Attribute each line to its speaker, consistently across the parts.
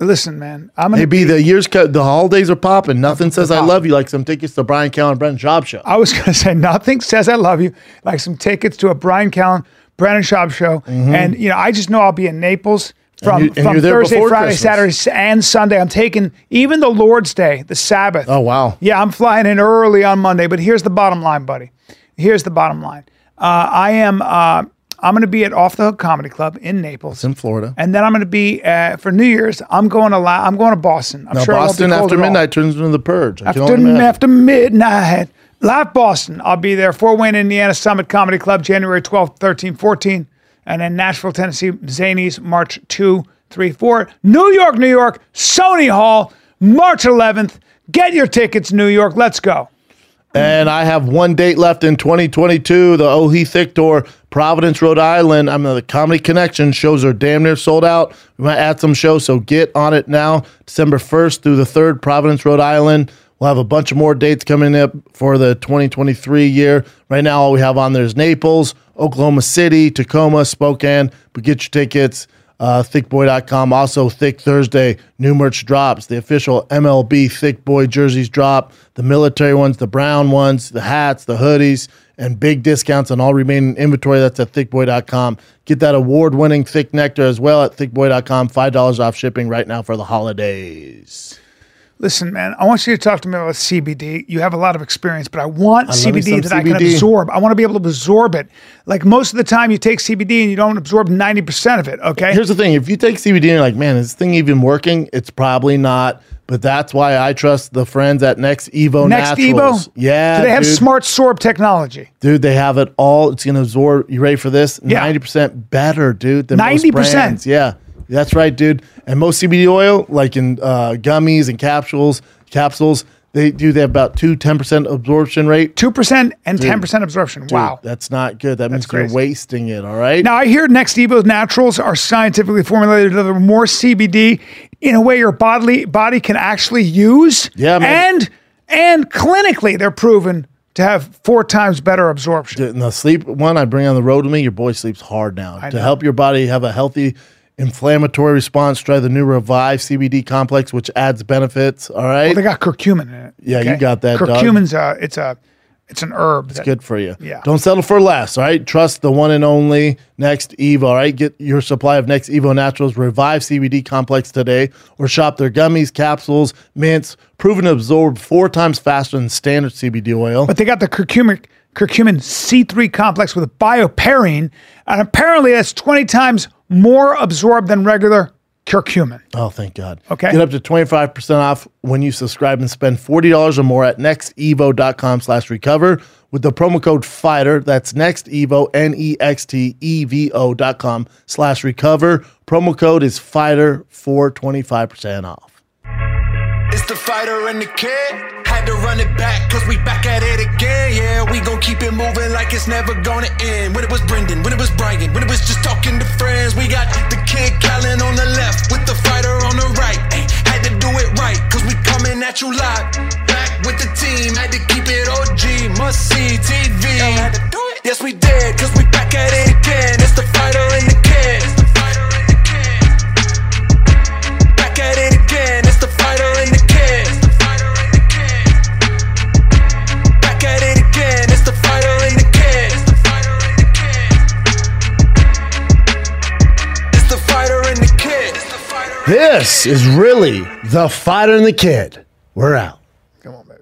Speaker 1: Listen, man, I'm gonna.
Speaker 2: Maybe the years, co- the holidays are popping. Nothing says I love you like some tickets to Brian Callen, Brendan Job show.
Speaker 1: I was gonna say nothing says I love you like some tickets to a Brian Callen, Brandon Schaub show, and you know I just know I'll be in Naples from
Speaker 2: you- Mm-hmm. and
Speaker 1: from
Speaker 2: you're there
Speaker 1: Thursday,
Speaker 2: before
Speaker 1: Friday,
Speaker 2: Christmas.
Speaker 1: Saturday, s- and Sunday. I'm taking even the Lord's Day, the Sabbath.
Speaker 2: Oh wow,
Speaker 1: Yeah, I'm flying in early on Monday, but here's the bottom line, buddy. Here's the bottom line. Uh, I am. Uh, I'm going to be at Off the Hook Comedy Club in Naples,
Speaker 2: it's in Florida.
Speaker 1: and then I'm going to be uh, for New Year's. I'm going to La- I'm going to Boston. I'm
Speaker 2: Now
Speaker 1: sure it won't be
Speaker 2: Boston
Speaker 1: cold
Speaker 2: after
Speaker 1: at all.
Speaker 2: midnight turns into the purge. I can only
Speaker 1: After,
Speaker 2: imagine.
Speaker 1: after midnight, live Boston. I'll be there. Fort Wayne, Indiana Summit Comedy Club, January 12th, 13, 14. And then Nashville, Tennessee, Zanies, March 2, 3, 4. New York, New York, Sony Hall, March 11th. Get your tickets, New York. Let's go.
Speaker 2: And I have one date left in 2022, the Ohi Thick Tour, Providence, Rhode Island. I'm at the Comedy Connection. Shows are damn near sold out. We might add some shows, so get on it now. December 1st through the 3rd, Providence, Rhode Island. We'll have a bunch of more dates coming up for the 2023 year. Right now, all we have on there is Naples, Oklahoma City, Tacoma, Spokane. But get your tickets uh, thickboy.com. Also, Thick Thursday, new merch drops. The official MLB Thick Boy jerseys drop. The military ones, the brown ones, the hats, the hoodies, and big discounts on all remaining inventory. That's at thickboy.com. Get that award winning Thick Nectar as well at thickboy.com. $5 off shipping right now for the holidays.
Speaker 1: Listen, man, I want you to talk to me about CBD. You have a lot of experience, but I want
Speaker 2: love me
Speaker 1: CBD
Speaker 2: some
Speaker 1: that I can
Speaker 2: CBD.
Speaker 1: absorb. I want to be able to absorb it. Like most of the time, you take CBD and you don't absorb 90% of it, okay?
Speaker 2: Here's the thing if you take CBD and you're like, man, is this thing even working? It's probably not. But that's why I trust the friends at Next Evo
Speaker 1: Next
Speaker 2: Naturals.
Speaker 1: Evo.
Speaker 2: Yeah.
Speaker 1: Do they have
Speaker 2: dude.
Speaker 1: smart sorb technology?
Speaker 2: Dude, they have it all. It's gonna absorb. You ready for this?
Speaker 1: Yeah.
Speaker 2: Ninety percent better, dude. Than 90%.
Speaker 1: 90%.
Speaker 2: most brands. Yeah, that's right, dude. And most CBD oil, like in uh, gummies and capsules, capsules, they do. They have about two 10 percent absorption rate.
Speaker 1: two percent and ten percent absorption.
Speaker 2: Dude,
Speaker 1: wow.
Speaker 2: that's not good. That means
Speaker 1: crazy.
Speaker 2: you're wasting it. All right.
Speaker 1: Now I hear Next Evo's naturals are scientifically formulated to deliver more CBD in a way your bodily body can actually use.
Speaker 2: Yeah, man.
Speaker 1: and and clinically they're proven to have four times better absorption.
Speaker 2: in the sleep one I bring on the road with me, your boy sleeps hard now. to
Speaker 1: know.
Speaker 2: help your body have a healthy inflammatory response, try the new Revive CBD complex, which adds benefits. All right.
Speaker 1: They got curcumin in it.
Speaker 2: Yeah, you got that, dog.
Speaker 1: Curcumin's a it's a it's an herb. that-
Speaker 2: good for you.
Speaker 1: Yeah.
Speaker 2: Don't settle for less. All right. Trust the one and only Next Evo. All right. Get your supply of Next Evo Naturals Revive CBD Complex today, or shop their gummies, capsules, mints, proven to absorb four times faster than standard CBD oil.
Speaker 1: But they got the curcumin curcumin C3 complex with bioperine, and apparently that's 20 times more absorbed than regular curcumin.
Speaker 2: Oh, thank God.
Speaker 1: Okay.
Speaker 2: Get up to 25% off when you subscribe and spend $40 or more at nextevo.com slash recover with the promo code FIGHTER. That's nextevo, E N-E-X-T-E-V-O dot com slash recover. Promo code is FIGHTER for 25% off.
Speaker 3: It's the fighter and the kid. Had to run it back, cause we back at it again. Yeah, we gon' keep it moving like it's never gonna end. When it was Brendan, when it was Brian, when it was just talking to friends. We got the kid Callan on the left, with the fighter on the right. Ay, had to do it right, cause we coming at you live. Back with the team, had to keep it OG, must see TV. Yes, we did, cause we back at it again. It's the fighter and the kid. It's the fighter and the kid. Back at it again, it's the fighter and the kid. Back at it again, it's the fighter and the kid. It's the fighter and the kid.
Speaker 2: This is really the fighter and the kid. We're out.
Speaker 1: Come on, baby.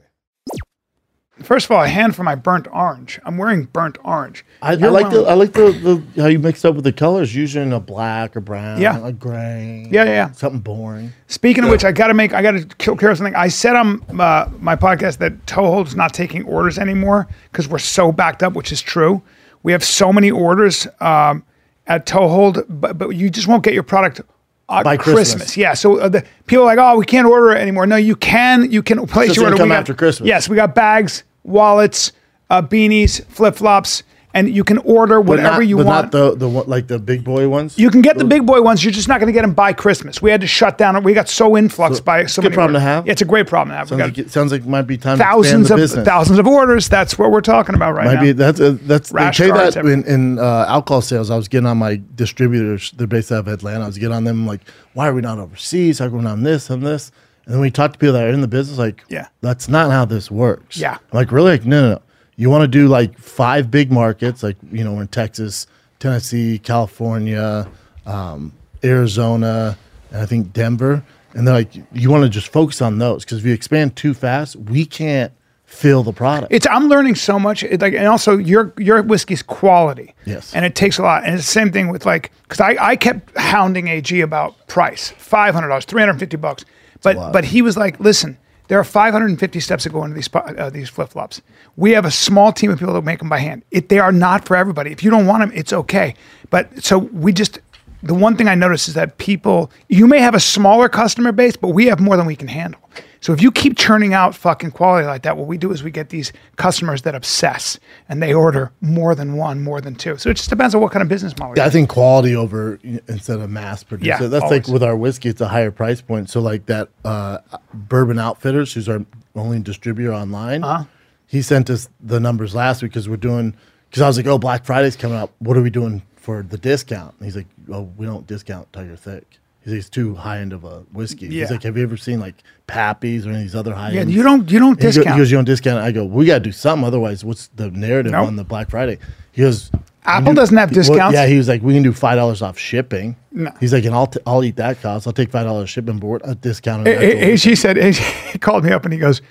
Speaker 1: First of all, a hand for my burnt orange. I'm wearing burnt orange.
Speaker 2: I, I
Speaker 1: You're
Speaker 2: like the
Speaker 1: wearing-
Speaker 2: I like the, the how you mixed up with the colors, usually in a black or brown,
Speaker 1: Yeah.
Speaker 2: a gray,
Speaker 1: Yeah, yeah, yeah.
Speaker 2: something boring.
Speaker 1: Speaking of which, I got to make, I got to kill care of something. I said on uh, my podcast that Toehold's not taking orders anymore because we're so backed up, which is true. We have so many orders um, at Toehold, but, but you just won't get your product uh,
Speaker 2: By Christmas.
Speaker 1: Yeah. So uh, the people are like, oh, we can't order it anymore. No, you can. You can place
Speaker 2: Just
Speaker 1: your
Speaker 2: gonna
Speaker 1: order.
Speaker 2: come
Speaker 1: We got-
Speaker 2: after Christmas.
Speaker 1: Yes, we got bags, wallets, uh, beanies, flip flops, and you can order
Speaker 2: But
Speaker 1: whatever
Speaker 2: not-
Speaker 1: you
Speaker 2: but
Speaker 1: want.
Speaker 2: Not the the one- like the big boy ones.
Speaker 1: you can get the big boy ones. You're just not going to get them by Christmas. We had to shut down. We got so influxed by so
Speaker 2: good
Speaker 1: many
Speaker 2: problem to
Speaker 1: orders.
Speaker 2: have.
Speaker 1: Yeah, it's a great problem to have. We
Speaker 2: sounds
Speaker 1: got
Speaker 2: like, it sounds like it might be time
Speaker 1: thousands
Speaker 2: to
Speaker 1: of
Speaker 2: expand the business.
Speaker 1: thousands of orders. That's what we're talking about right
Speaker 2: Might
Speaker 1: now.
Speaker 2: be that's uh, that's they
Speaker 1: Rash
Speaker 2: say
Speaker 1: guards
Speaker 2: that in, in uh, alcohol sales. I was getting on my distributors. They're based out of Atlanta. I was getting on them like, why are we not overseas? How come we're not on this and this? And then we talked to people that are in the business. Like,
Speaker 1: Yeah.
Speaker 2: that's not how this works.
Speaker 1: Yeah.
Speaker 2: I'm like really? Like, no, no, no. You want to do like five big markets, like you know, we're in Texas, Tennessee, California, um, Arizona, and I think Denver. And they're like, you want to just focus on those because if you expand too fast, we can't fill the product.
Speaker 1: It's I'm learning so much. It, like and also your your whiskey's quality.
Speaker 2: Yes.
Speaker 1: And it takes a lot. And it's the same thing with like because I, I kept hounding AG about price five hundred dollars, three hundred fifty bucks. But
Speaker 2: lot.
Speaker 1: but he was like, listen, there are five hundred and fifty steps that go into these po- uh, these flip flops. We have a small team of people that make them by hand. If they are not for everybody, if you don't want them, it's okay. But so we just. The one thing I notice is that people, you may have a smaller customer base, but we have more than we can handle. So if you keep churning out fucking quality like that, what we do is we get these customers that obsess and they order more than one, more than two. So it just depends on what kind of business model. you
Speaker 2: Yeah, I
Speaker 1: have.
Speaker 2: think quality over instead of mass produced.
Speaker 1: Yeah,
Speaker 2: So that's
Speaker 1: always.
Speaker 2: like with our whiskey, it's a higher price point. So like that uh, Bourbon Outfitters, who's our only distributor online,
Speaker 1: Uh-huh.
Speaker 2: he sent us the numbers last week because we're doing. Because I was like, oh, Black Friday's coming up. What are we doing for the discount? And he's like, oh, we don't discount Tiger Thick. He's like, it's too high end of a whiskey.
Speaker 1: Yeah.
Speaker 2: He's like, have you ever seen like Pappy's or any of these other high
Speaker 1: Yeah,
Speaker 2: end?
Speaker 1: you don't- you don't
Speaker 2: And he go-
Speaker 1: discount.
Speaker 2: He goes, you don't discount. it." I go, we got to do something. Otherwise, what's the narrative
Speaker 1: Nope.
Speaker 2: on the Black Friday? He goes,
Speaker 1: Apple
Speaker 2: do-
Speaker 1: doesn't have
Speaker 2: well,
Speaker 1: discounts.
Speaker 2: yeah, he was like, we can do five dollars off shipping.
Speaker 1: No.
Speaker 2: He's like, and I'll t- I'll eat that cost. I'll take five dollars shipping board a discount. on
Speaker 1: A-
Speaker 2: that."
Speaker 1: A- AG said AG he called me up and he goes,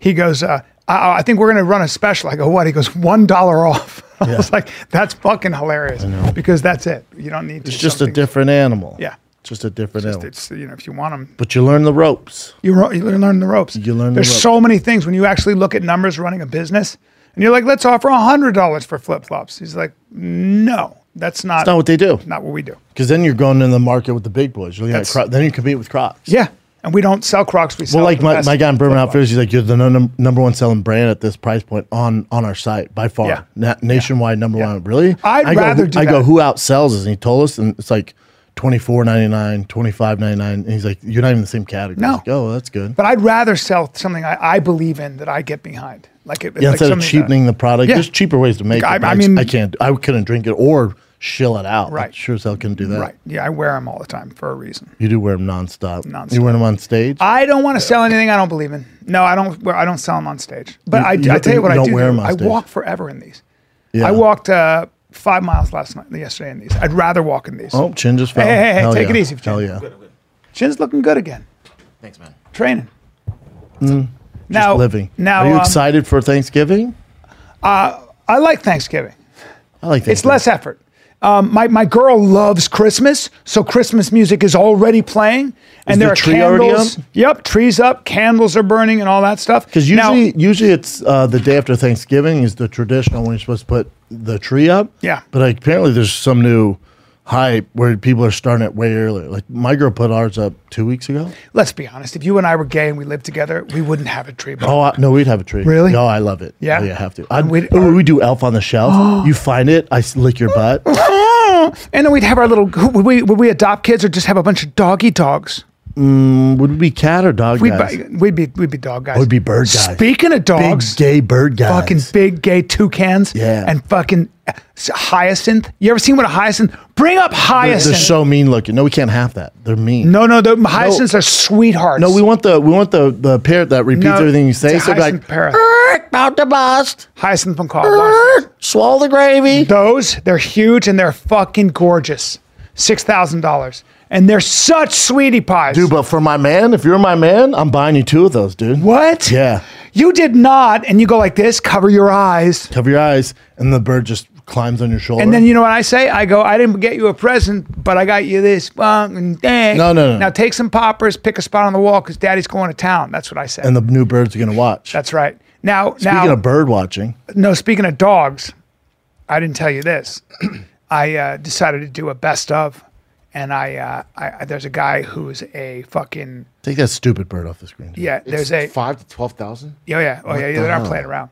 Speaker 1: he goes, uh, I, I think we're going to run a special. I go, what? He goes, one dollar off. I
Speaker 2: Yeah.
Speaker 1: was like, that's fucking hilarious because that's it. You don't need. To
Speaker 2: it's just a different animal.
Speaker 1: Yeah.
Speaker 2: just a different animal.
Speaker 1: It's you know if you want them,
Speaker 2: but you learn the ropes.
Speaker 1: you, ro- you learn the ropes.
Speaker 2: You learn the
Speaker 1: There's
Speaker 2: ropes.
Speaker 1: so many things when you actually look at numbers running a business, and you're like, let's offer hundred dollars for flip flops. He's like, no, that's not
Speaker 2: That's not what they do.
Speaker 1: not what we do.
Speaker 2: Because then you're going in the market with the big boys. You're looking at
Speaker 1: That's-
Speaker 2: Croc- then you compete with Crocs.
Speaker 1: Yeah, and we don't sell Crocs. We sell
Speaker 2: Well, like
Speaker 1: the
Speaker 2: my,
Speaker 1: best
Speaker 2: my guy in Bourbon
Speaker 1: flip-flops.
Speaker 2: Outfitters, he's like, you're the num- number one selling brand at this price point on on our site by far,
Speaker 1: Yeah.
Speaker 2: Na- nationwide number one. Really?
Speaker 1: I'd
Speaker 2: I go,
Speaker 1: rather
Speaker 2: who,
Speaker 1: do
Speaker 2: I
Speaker 1: that.
Speaker 2: go, who outsells us? And he told us, and it's like twenty four ninety nine, twenty five ninety nine, and he's like, you're not even in the same category.
Speaker 1: No.
Speaker 2: I was like, oh, that's good.
Speaker 1: But I'd rather sell something I, I believe in that I get behind. Like it,
Speaker 2: yeah,
Speaker 1: like
Speaker 2: instead of
Speaker 1: something
Speaker 2: cheapening
Speaker 1: that-
Speaker 2: the product,
Speaker 1: Yeah.
Speaker 2: there's cheaper ways to make
Speaker 1: Like, I-
Speaker 2: it. but
Speaker 1: I
Speaker 2: I,
Speaker 1: mean-
Speaker 2: mean, I can't, I couldn't drink it or shill it out.
Speaker 1: Right.
Speaker 2: sure as hell couldn't do that.
Speaker 1: right. Yeah, I wear them all the time for a reason.
Speaker 2: You do wear them nonstop.
Speaker 1: Nonstop.
Speaker 2: You wear them on stage.
Speaker 1: I don't want to sell anything I don't believe in. No, I don't. wear- I don't sell them on stage. But
Speaker 2: You-
Speaker 1: I,
Speaker 2: you
Speaker 1: I
Speaker 2: don't-
Speaker 1: tell you what
Speaker 2: you
Speaker 1: I
Speaker 2: don't
Speaker 1: do.
Speaker 2: wear 'em
Speaker 1: do.
Speaker 2: on
Speaker 1: I
Speaker 2: stage.
Speaker 1: walk forever in these.
Speaker 2: Yeah.
Speaker 1: I walked uh, five miles last night, yesterday in these. I'd rather walk in these.
Speaker 2: oh, Chin just
Speaker 1: Hey,
Speaker 2: fell.
Speaker 1: hey, hey,
Speaker 2: Hell
Speaker 1: take it
Speaker 2: yeah.
Speaker 1: easy, Chin.
Speaker 2: Hell yeah.
Speaker 1: Chin's looking good again.
Speaker 4: Thanks, man.
Speaker 1: Training. Now
Speaker 2: Mm. Living.
Speaker 1: Now
Speaker 2: Are you
Speaker 1: um,
Speaker 2: excited for Thanksgiving?
Speaker 1: I like Thanksgiving.
Speaker 2: I like
Speaker 1: It's
Speaker 2: Thanksgiving.
Speaker 1: less effort. Um, my, my girl loves Christmas, so Christmas music is already playing, and
Speaker 2: Is
Speaker 1: there
Speaker 2: the
Speaker 1: are
Speaker 2: tree already
Speaker 1: candles.
Speaker 2: up?
Speaker 1: Yep, trees up, candles are burning, and all that stuff.
Speaker 2: Because
Speaker 1: Now-
Speaker 2: usually, usually it's uh, the day after Thanksgiving is the traditional when you're supposed to put the tree up.
Speaker 1: Yeah.
Speaker 2: But like, apparently, there's some new hype where people are starting it way earlier. Like my girl put ours up two weeks ago.
Speaker 1: let's be honest, if you and I were gay and we lived together, we wouldn't have a tree. But
Speaker 2: Oh I, no, we'd have a tree.
Speaker 1: Really?
Speaker 2: No, I love it.
Speaker 1: Yeah? Uh,
Speaker 2: oh, yeah, I have to. I'd,
Speaker 1: We'd-
Speaker 2: oh, we do Elf on the Shelf. you find it, I s- lick your butt. Oh.
Speaker 1: and then we'd have our little. who- Would we, would we adopt kids or just have a bunch of doggy dogs?
Speaker 2: Um, Would we be cat or dog
Speaker 1: We'd,
Speaker 2: guys?
Speaker 1: buy- we'd be we'd be dog guys.
Speaker 2: We'd be bird guys.
Speaker 1: Speaking of
Speaker 2: big
Speaker 1: dogs,
Speaker 2: gay bird guys.
Speaker 1: fucking big gay toucans.
Speaker 2: Yeah.
Speaker 1: And fucking uh, hyacinth. You ever seen what a hyacinth? Bring up
Speaker 2: They're,
Speaker 1: hyacinth.
Speaker 2: they're so mean looking. No, we can't have that. They're mean.
Speaker 1: No, no, the hyacinths are sweethearts.
Speaker 2: No, we want the we want the the parrot that repeats
Speaker 1: No,
Speaker 2: everything you say.
Speaker 1: it's a
Speaker 2: So
Speaker 1: hyacinth
Speaker 2: like,
Speaker 1: parrot.
Speaker 2: "Erk, mount the bust,
Speaker 1: hyacinth from
Speaker 2: erk, swallow the gravy.
Speaker 1: Those they're huge and they're fucking gorgeous. Six thousand dollars, and they're such sweetie pies.
Speaker 2: Dude, but for my man, if you're my man, I'm buying you two of those, dude.
Speaker 1: what?
Speaker 2: Yeah,
Speaker 1: You did not, and you go like this, cover your eyes,
Speaker 2: cover your eyes, and the bird just climbs on your shoulder.
Speaker 1: and then you know what I say? I go, I didn't get you a present, but I got you this fucking thing.
Speaker 2: No, no, no.
Speaker 1: Now take some poppers, pick a spot on the wall, because Daddy's going to town. That's what I said.
Speaker 2: and the new birds are gonna watch.
Speaker 1: That's right. Now,
Speaker 2: Speaking
Speaker 1: now,
Speaker 2: of bird watching,
Speaker 1: no, speaking of dogs, I didn't tell you this. I uh, decided to do a best of, and I, uh, I I- there's a guy who's a fucking
Speaker 2: take that stupid bird off the screen. dude.
Speaker 1: yeah.
Speaker 4: It's
Speaker 1: there's a
Speaker 4: five to twelve thousand.
Speaker 1: oh yeah oh yeah
Speaker 4: What
Speaker 1: they're
Speaker 4: the
Speaker 1: not
Speaker 4: hell?
Speaker 1: playing around.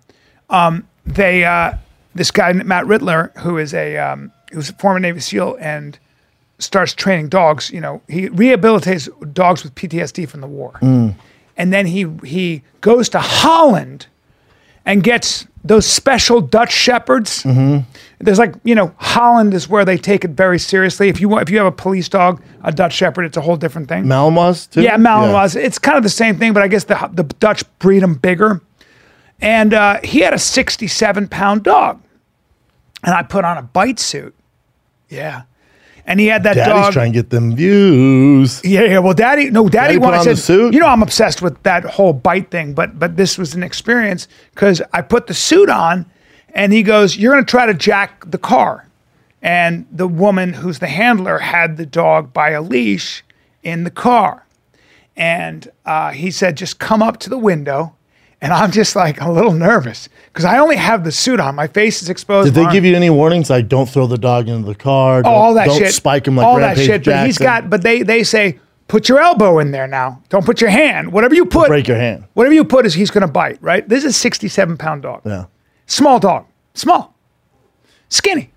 Speaker 1: Um, they uh, this guy Matt Rittler, who is a um, who's a former Navy SEAL and starts training dogs. You know, he rehabilitates dogs with PTSD from the war,
Speaker 4: Mm.
Speaker 1: and then he he goes to Holland and gets those special Dutch shepherds.
Speaker 4: Mm-hmm.
Speaker 1: There's like you know, Holland is where they take it very seriously. If you want, if you have a police dog, a Dutch shepherd, it's a whole different thing.
Speaker 4: Malinois too.
Speaker 1: Yeah, Malinois. It's kind of the same thing, but I guess the the Dutch breed them bigger. And uh, he had a 67 pound dog, and I put on a bite suit. Yeah, and he had that
Speaker 4: Daddy's
Speaker 1: dog.
Speaker 4: trying to get them views.
Speaker 1: Yeah, yeah. Well, Daddy, no, Daddy,
Speaker 4: Daddy put
Speaker 1: wanted
Speaker 4: on
Speaker 1: said,
Speaker 4: the suit?
Speaker 1: You know, I'm obsessed with that whole bite thing, but but this was an experience because I put the suit on, and he goes, "You're going to try to jack the car," and the woman who's the handler had the dog by a leash in the car, and uh, he said, "Just come up to the window." And I'm just like a little nervous because I only have the suit on. My face is exposed.
Speaker 4: Did they
Speaker 1: my-
Speaker 4: give you any warnings like don't throw the dog into the car?
Speaker 1: Oh,
Speaker 4: don't-
Speaker 1: all that
Speaker 4: don't
Speaker 1: shit.
Speaker 4: spike him like
Speaker 1: all
Speaker 4: Rampage
Speaker 1: that shit. But he's
Speaker 4: Jackson.
Speaker 1: got. But they they say put your elbow in there now. Don't put your hand. Whatever you put,
Speaker 4: break your hand.
Speaker 1: Whatever you put is he's going to bite. Right. This is a sixty-seven pound dog.
Speaker 4: Yeah,
Speaker 1: Small dog. Small. Skinny.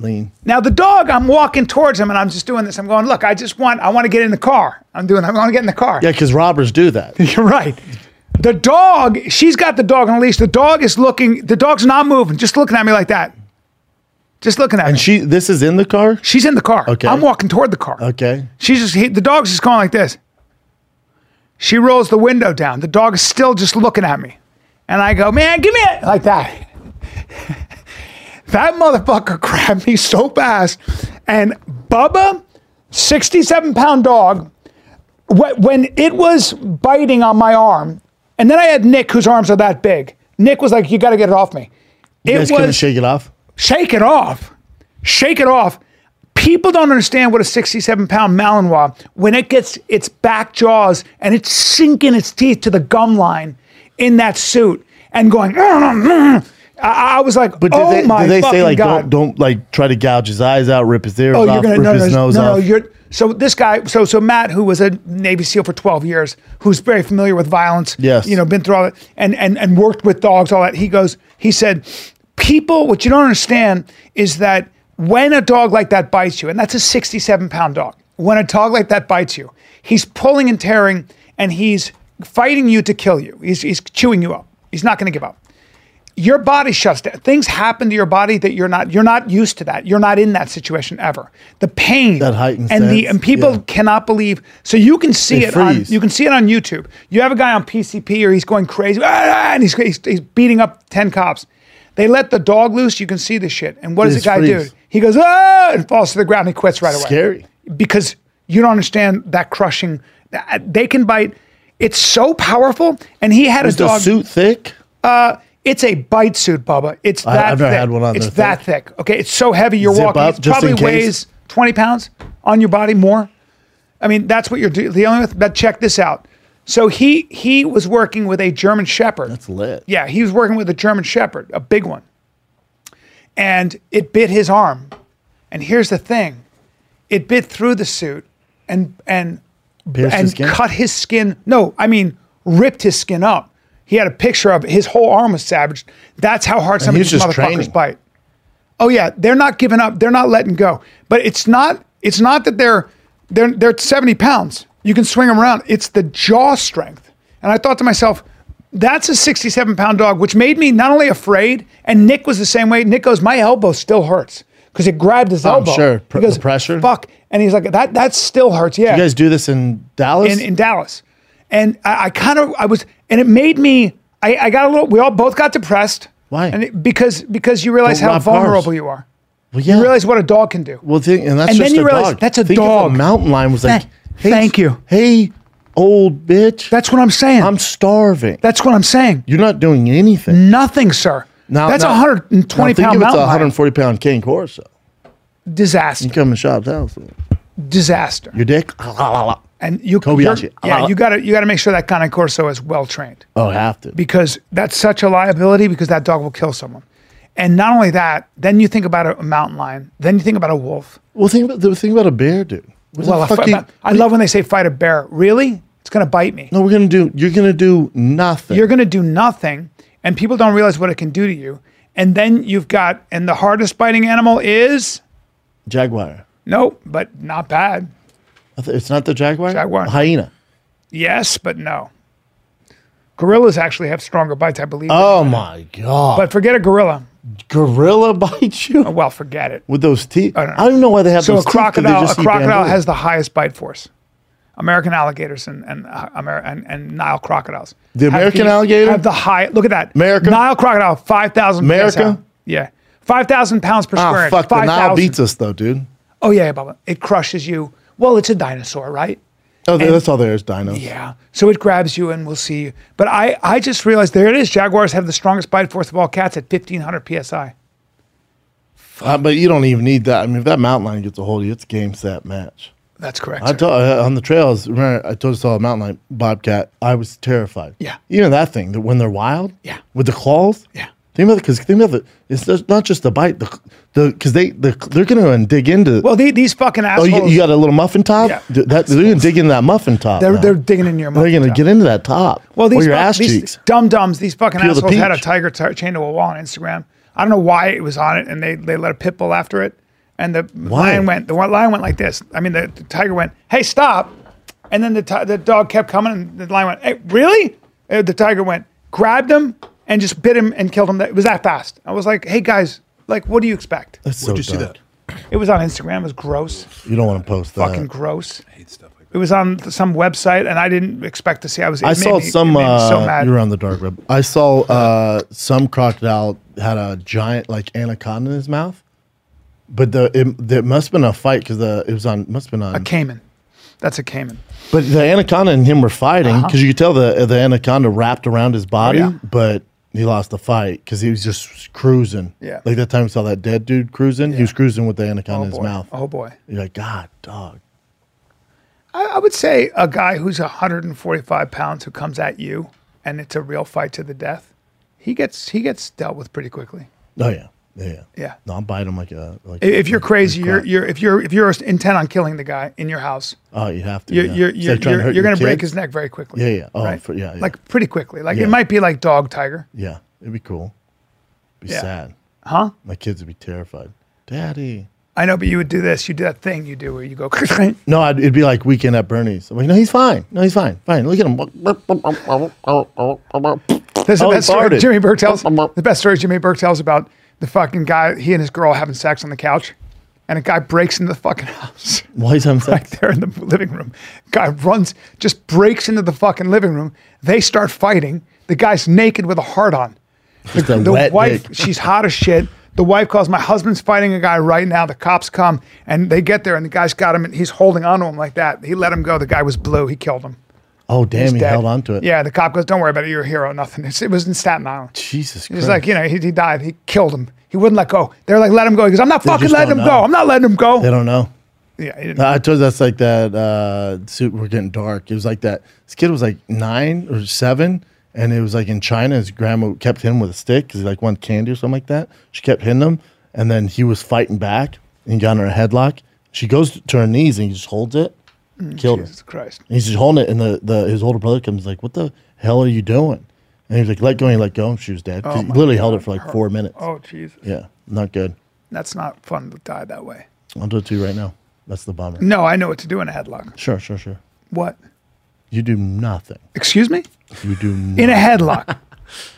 Speaker 4: lean.
Speaker 1: Now the dog, I'm walking towards him and I'm just doing this. I'm going, look, I just want, I want to get in the car. I'm doing, I want to get in the car.
Speaker 4: Yeah, because robbers do that.
Speaker 1: You're right. The dog, she's got the dog on a leash. The dog is looking, the dog's not moving, just looking at me like that. Just looking at me.
Speaker 4: And she, this is in the car.
Speaker 1: She's in the car.
Speaker 4: Okay.
Speaker 1: I'm walking toward the car.
Speaker 4: Okay,
Speaker 1: She's just he, the dog's just going like this. She rolls the window down. The dog is still just looking at me, and I go, "Man, give me it!" Like that. that motherfucker grabbed me so fast, and Bubba, sixty-seven pound dog, wh- when it was biting on my arm, and then I had Nick, whose arms are that big. Nick was like, "You got to get it off me."
Speaker 4: you
Speaker 1: It
Speaker 4: guys couldn't
Speaker 1: was
Speaker 4: shake it off.
Speaker 1: shake it off. Shake it off. People don't understand what a 67 pound Malinois, when it gets its back jaws and it's sinking its teeth to the gum line in that suit and going, I, I was like,
Speaker 4: But did
Speaker 1: oh
Speaker 4: they,
Speaker 1: my
Speaker 4: did they
Speaker 1: fucking
Speaker 4: say like
Speaker 1: God.
Speaker 4: don't don't like try to gouge his eyes out, rip his ears
Speaker 1: Oh,
Speaker 4: off,
Speaker 1: you're
Speaker 4: rip
Speaker 1: gonna no,
Speaker 4: his
Speaker 1: no,
Speaker 4: nose
Speaker 1: no, no,
Speaker 4: off?
Speaker 1: you're so this guy, so so Matt, who was a Navy SEAL for 12 years, who's very familiar with violence,
Speaker 4: Yes.
Speaker 1: you know, been through all that, and and and worked with dogs, all that. He goes, he said, people, what you don't understand is that when a dog like that bites you, and that's a 67 pound dog, when a dog like that bites you, he's pulling and tearing, and he's fighting you to kill you. He's he's chewing you up. He's not going to give up your body shuts down. Things happen to your body that you're not you're not used to that. You're not in that situation ever. The pain
Speaker 4: That heightened
Speaker 1: and the
Speaker 4: sense,
Speaker 1: and people
Speaker 4: yeah.
Speaker 1: cannot believe. So you can see
Speaker 4: They
Speaker 1: it on
Speaker 4: freeze.
Speaker 1: you can see it on YouTube. You have a guy on PCP or he's going crazy "Ah," and he's, he's he's beating up ten cops. They let the dog loose. You can see this shit. And what does
Speaker 4: It's
Speaker 1: the guy
Speaker 4: freeze.
Speaker 1: do? He goes ah and falls to the ground. and He quits right away
Speaker 4: Scary.
Speaker 1: because you don't understand that crushing. They can bite. It's so powerful. And he had
Speaker 4: Is
Speaker 1: a
Speaker 4: the
Speaker 1: dog.
Speaker 4: suit thick?
Speaker 1: It's a bite suit, Bubba. It's
Speaker 4: I-
Speaker 1: that
Speaker 4: I've never
Speaker 1: thick.
Speaker 4: had one on
Speaker 1: It's
Speaker 4: there thick.
Speaker 1: that thick. Okay, it's so heavy. You're
Speaker 4: Zip
Speaker 1: walking.
Speaker 4: up,
Speaker 1: It
Speaker 4: just
Speaker 1: probably
Speaker 4: in case.
Speaker 1: weighs 20 pounds on your body more. I mean, that's what you're do- dealing with. But check this out. So he he was working with a German Shepherd.
Speaker 4: It's lit.
Speaker 1: Yeah, he was working with a German Shepherd, a big one. And it bit his arm. And here's the thing it bit through the suit and, and,
Speaker 4: Pierced his
Speaker 1: and
Speaker 4: skin?
Speaker 1: cut his skin. No, I mean, ripped his skin up. He had a picture of it. his whole arm was savaged. That's how hard some of
Speaker 4: he was
Speaker 1: these motherfuckers
Speaker 4: just training.
Speaker 1: bite. Oh yeah, they're not giving up. They're not letting go. But it's not. It's not that they're they're they're seventy pounds. You can swing them around. It's the jaw strength. And I thought to myself, that's a sixty-seven pound dog, which made me not only afraid. And Nick was the same way. Nick goes, my elbow still hurts because it grabbed his elbow.
Speaker 4: Oh, sure. Pr-
Speaker 1: He goes,
Speaker 4: the pressure?
Speaker 1: Fuck. And he's like, that that still hurts. Yeah
Speaker 4: You guys do this in Dallas?
Speaker 1: in, in Dallas. And I, I kind of I was and it made me I, I got a little we all both got depressed.
Speaker 4: Why?
Speaker 1: And it, because because you realize
Speaker 4: Don't
Speaker 1: how
Speaker 4: rob cars.
Speaker 1: vulnerable you are.
Speaker 4: well, yeah.
Speaker 1: You realize what a dog can do.
Speaker 4: well, think, and that's
Speaker 1: and
Speaker 4: just
Speaker 1: then you
Speaker 4: a
Speaker 1: realize
Speaker 4: dog.
Speaker 1: that's a
Speaker 4: Think if
Speaker 1: dog.
Speaker 4: mountain lion was like,
Speaker 1: Thank- thank you.
Speaker 4: Hey, old bitch.
Speaker 1: That's what I'm saying.
Speaker 4: I'm starving.
Speaker 1: That's what I'm saying.
Speaker 4: You're not doing anything.
Speaker 1: Nothing, sir. that's a
Speaker 4: now-
Speaker 1: hundred and
Speaker 4: now
Speaker 1: twenty
Speaker 4: think
Speaker 1: pound
Speaker 4: if it's
Speaker 1: mountain
Speaker 4: a
Speaker 1: lion.
Speaker 4: 140 pound king horse. though.
Speaker 1: disaster.
Speaker 4: You come in shop's house.
Speaker 1: Disaster.
Speaker 4: Your dick?
Speaker 2: Oh,
Speaker 1: And you you're-
Speaker 4: Kobayashi.
Speaker 1: Yeah, you gotta you gotta make sure that kind of corso is well trained.
Speaker 4: Oh, have to.
Speaker 1: because that's such a liability because that dog will kill someone. And not only that, then you think about a, a mountain lion, then you think about a wolf.
Speaker 4: Well, think about the thing about a bear, dude. What the
Speaker 1: Well, if I-
Speaker 4: fuck you-
Speaker 1: I love when they say fight a bear. Really? It's going to bite me.
Speaker 4: no, we're gonna do. You're gonna do nothing.
Speaker 1: You're going to do nothing, and people don't realize what it can do to you. And then you've got, and the hardest biting animal is,
Speaker 2: Jaguar.
Speaker 1: nope, but not bad.
Speaker 2: I th- It's not the jaguar.
Speaker 1: Jaguar.
Speaker 2: Hyena.
Speaker 1: Yes, but no. Gorillas actually have stronger bites, I believe.
Speaker 2: Oh my god!
Speaker 1: but forget a gorilla.
Speaker 2: gorilla bites you
Speaker 1: Well, forget it.
Speaker 2: with those teeth. I
Speaker 1: don't
Speaker 2: don't,
Speaker 1: know.
Speaker 2: know why they have
Speaker 1: So
Speaker 2: those
Speaker 1: a
Speaker 2: teeth, 'cause they
Speaker 1: crocodile, a
Speaker 2: just eat
Speaker 1: crocodile
Speaker 2: bamboo.
Speaker 1: has the highest bite force. American alligators and and, uh, Amer- and, and Nile crocodiles.
Speaker 2: The
Speaker 1: have
Speaker 2: American
Speaker 1: the-
Speaker 2: alligator?
Speaker 1: have the high. Look at that.
Speaker 2: America?
Speaker 1: Nile crocodile, five thousand.
Speaker 2: America?
Speaker 1: Yeah, five thousand pounds per square.
Speaker 2: Ah,
Speaker 1: inch,
Speaker 2: fuck! The Nile
Speaker 1: 5,000.
Speaker 2: beats us though, dude.
Speaker 1: Oh yeah, yeah, Bubba. It crushes you. Well, it's a dinosaur, right?
Speaker 2: Oh, that's all there is, dinos.
Speaker 1: Yeah. So it grabs you and we'll see you. But I, I just realized there it is. Jaguars have the strongest bite force of all cats at 1500 psi.
Speaker 2: Uh, but you don't even need that. I mean, if that mountain lion gets a hold of you, it's game set match.
Speaker 1: That's correct.
Speaker 2: I
Speaker 1: sir.
Speaker 2: told uh, on the trails. Remember, I told you saw a mountain lion bobcat. I was terrified.
Speaker 1: Yeah.
Speaker 2: you know that thing that when they're wild.
Speaker 1: Yeah.
Speaker 2: with the claws.
Speaker 1: Yeah.
Speaker 2: think about it because think about it. It's just- not just the bite. The the because they the, they're gonna dig into.
Speaker 1: well, the, these fucking
Speaker 2: oh,
Speaker 1: assholes,
Speaker 2: you, you got a little muffin top.
Speaker 1: Yeah.
Speaker 2: Th- that, they're gonna dig into that muffin top.
Speaker 1: they're,
Speaker 2: now.
Speaker 1: they're digging in your mouth.
Speaker 2: They're gonna
Speaker 1: Tom.
Speaker 2: get into that top.
Speaker 1: Well, these,
Speaker 2: or your
Speaker 1: fuck-
Speaker 2: ass
Speaker 1: these
Speaker 2: cheeks.
Speaker 1: dum-dums, these fucking
Speaker 2: Peel the
Speaker 1: assholes had a
Speaker 2: peach.
Speaker 1: tiger tar- chained to a wall on Instagram. I don't know why it was on it, and they, they let a pit bull after it. And the
Speaker 2: Why?
Speaker 1: lion went, the one- lion went like this. I mean, the, the tiger went, hey, stop. And then the, ti- the dog kept coming, and the lion went, hey, really? And the tiger went, grabbed him, and just bit him and killed him. That- It was that fast. I was like, hey, guys, like, what do you expect?
Speaker 2: That's so
Speaker 5: Did you see
Speaker 2: dark.
Speaker 5: that?
Speaker 1: It was on Instagram. It was gross,
Speaker 2: You don't want to post that.
Speaker 1: fucking gross.
Speaker 5: I hate stuff like
Speaker 1: It
Speaker 5: that.
Speaker 1: was on some website, and I didn't expect to see. I was. it
Speaker 2: I
Speaker 1: made
Speaker 2: saw
Speaker 1: me- it
Speaker 2: some.
Speaker 1: made me
Speaker 2: Uh,
Speaker 1: so mad.
Speaker 2: You're on the dark web. I saw uh, some crocodile had a giant like anaconda in his mouth, but the it, there must have been a fight because the it was on must have been on.
Speaker 1: A caiman. That's a caiman.
Speaker 2: But the anaconda and him were fighting because you could tell the the anaconda wrapped around his body,
Speaker 1: Uh-huh. Oh, yeah.
Speaker 2: but he lost the fight because he was just cruising.
Speaker 1: Yeah.
Speaker 2: like that time we saw that dead dude cruising. He was cruising with the anaconda in his
Speaker 1: boy.
Speaker 2: mouth.
Speaker 1: Oh boy.
Speaker 2: You're like, God, dog.
Speaker 1: I, I would say a guy who's 145 pounds who comes at you and it's a real fight to the death, he gets he gets dealt with pretty quickly.
Speaker 2: Oh yeah, yeah,
Speaker 1: Yeah.
Speaker 2: No, I'm biting him like a like.
Speaker 1: I- If you're crazy, you're,
Speaker 2: crap.
Speaker 1: you're if you're if you're intent on killing the guy in your house,
Speaker 2: oh, you have to.
Speaker 1: you're
Speaker 2: yeah.
Speaker 1: you're
Speaker 2: Instead
Speaker 1: you're,
Speaker 2: of trying to
Speaker 1: you're, you're
Speaker 2: hurt your
Speaker 1: gonna break
Speaker 2: kid.
Speaker 1: his neck very quickly.
Speaker 2: Yeah, yeah. Oh,
Speaker 1: right?
Speaker 2: for- yeah, yeah.
Speaker 1: Like pretty quickly. Like
Speaker 2: Yeah.
Speaker 1: it might be like dog tiger.
Speaker 2: Yeah, it'd be cool. Be
Speaker 1: Yeah.
Speaker 2: sad.
Speaker 1: Huh?
Speaker 2: My kids would be terrified. Daddy.
Speaker 1: I know, but you would do this. You do that thing you do where you go.
Speaker 2: No, I'd, it'd be like weekend at Bernie's. I'm like, no, he's fine. No, he's fine. Fine. Look at him.
Speaker 1: That's the
Speaker 2: Oh, he
Speaker 1: best story
Speaker 2: farted.
Speaker 1: Jimmy Burke tells. The best story Jimmy Burke tells about the fucking guy, he and his girl having sex on the couch, and a guy breaks into the fucking house
Speaker 2: Why is him
Speaker 1: right
Speaker 2: sex?
Speaker 1: there in the living room. Guy runs, just breaks into the fucking living room. They start fighting. The guy's naked with a heart on. The,
Speaker 2: a
Speaker 1: the
Speaker 2: wet
Speaker 1: wife,
Speaker 2: dick.
Speaker 1: she's hot as shit. The wife calls, my husband's fighting a guy right now. The cops come and they get there and the guy's got him and he's holding on to him like that. He let him go. The guy was blue. He killed him.
Speaker 2: Oh, damn. He
Speaker 1: Dead.
Speaker 2: held on to it.
Speaker 1: Yeah, the cop goes, don't worry about it. You're a hero. Nothing. It's, it was in Staten Island.
Speaker 2: Jesus
Speaker 1: He
Speaker 2: Christ.
Speaker 1: was like, you know, he, he died. He killed him. He wouldn't let go. They're like, let him go. He goes, I'm not fucking
Speaker 2: just
Speaker 1: letting him
Speaker 2: don't
Speaker 1: go.
Speaker 2: know.
Speaker 1: I'm not letting him go.
Speaker 2: they don't know.
Speaker 1: yeah, he didn't-
Speaker 2: I told you that's like that uh, suit. We're getting dark. It was like that. This kid was like nine or seven, and it was like in China. His grandma kept hitting him with a stick because he like wanted candy or something like that. She kept hitting him, and then he was fighting back and got in her headlock. She goes to her knees and he just holds it, killed
Speaker 1: Mm. Jesus
Speaker 2: her.
Speaker 1: Christ.
Speaker 2: And he's just holding it, and the, the his older brother comes like, "What the hell are you doing?" And he was like, "Let go!" And he let go, and she was dead. 'Cause he literally held it for like four minutes.
Speaker 1: Oh, Jesus.
Speaker 2: Yeah, not good.
Speaker 1: That's not fun to die that way.
Speaker 2: I'll do it to you right now. That's the bummer.
Speaker 1: No, I know what to do in a headlock.
Speaker 2: Sure, sure, sure.
Speaker 1: What?
Speaker 2: You do nothing.
Speaker 1: Excuse me?
Speaker 2: You do
Speaker 1: In
Speaker 2: nothing.
Speaker 1: a headlock.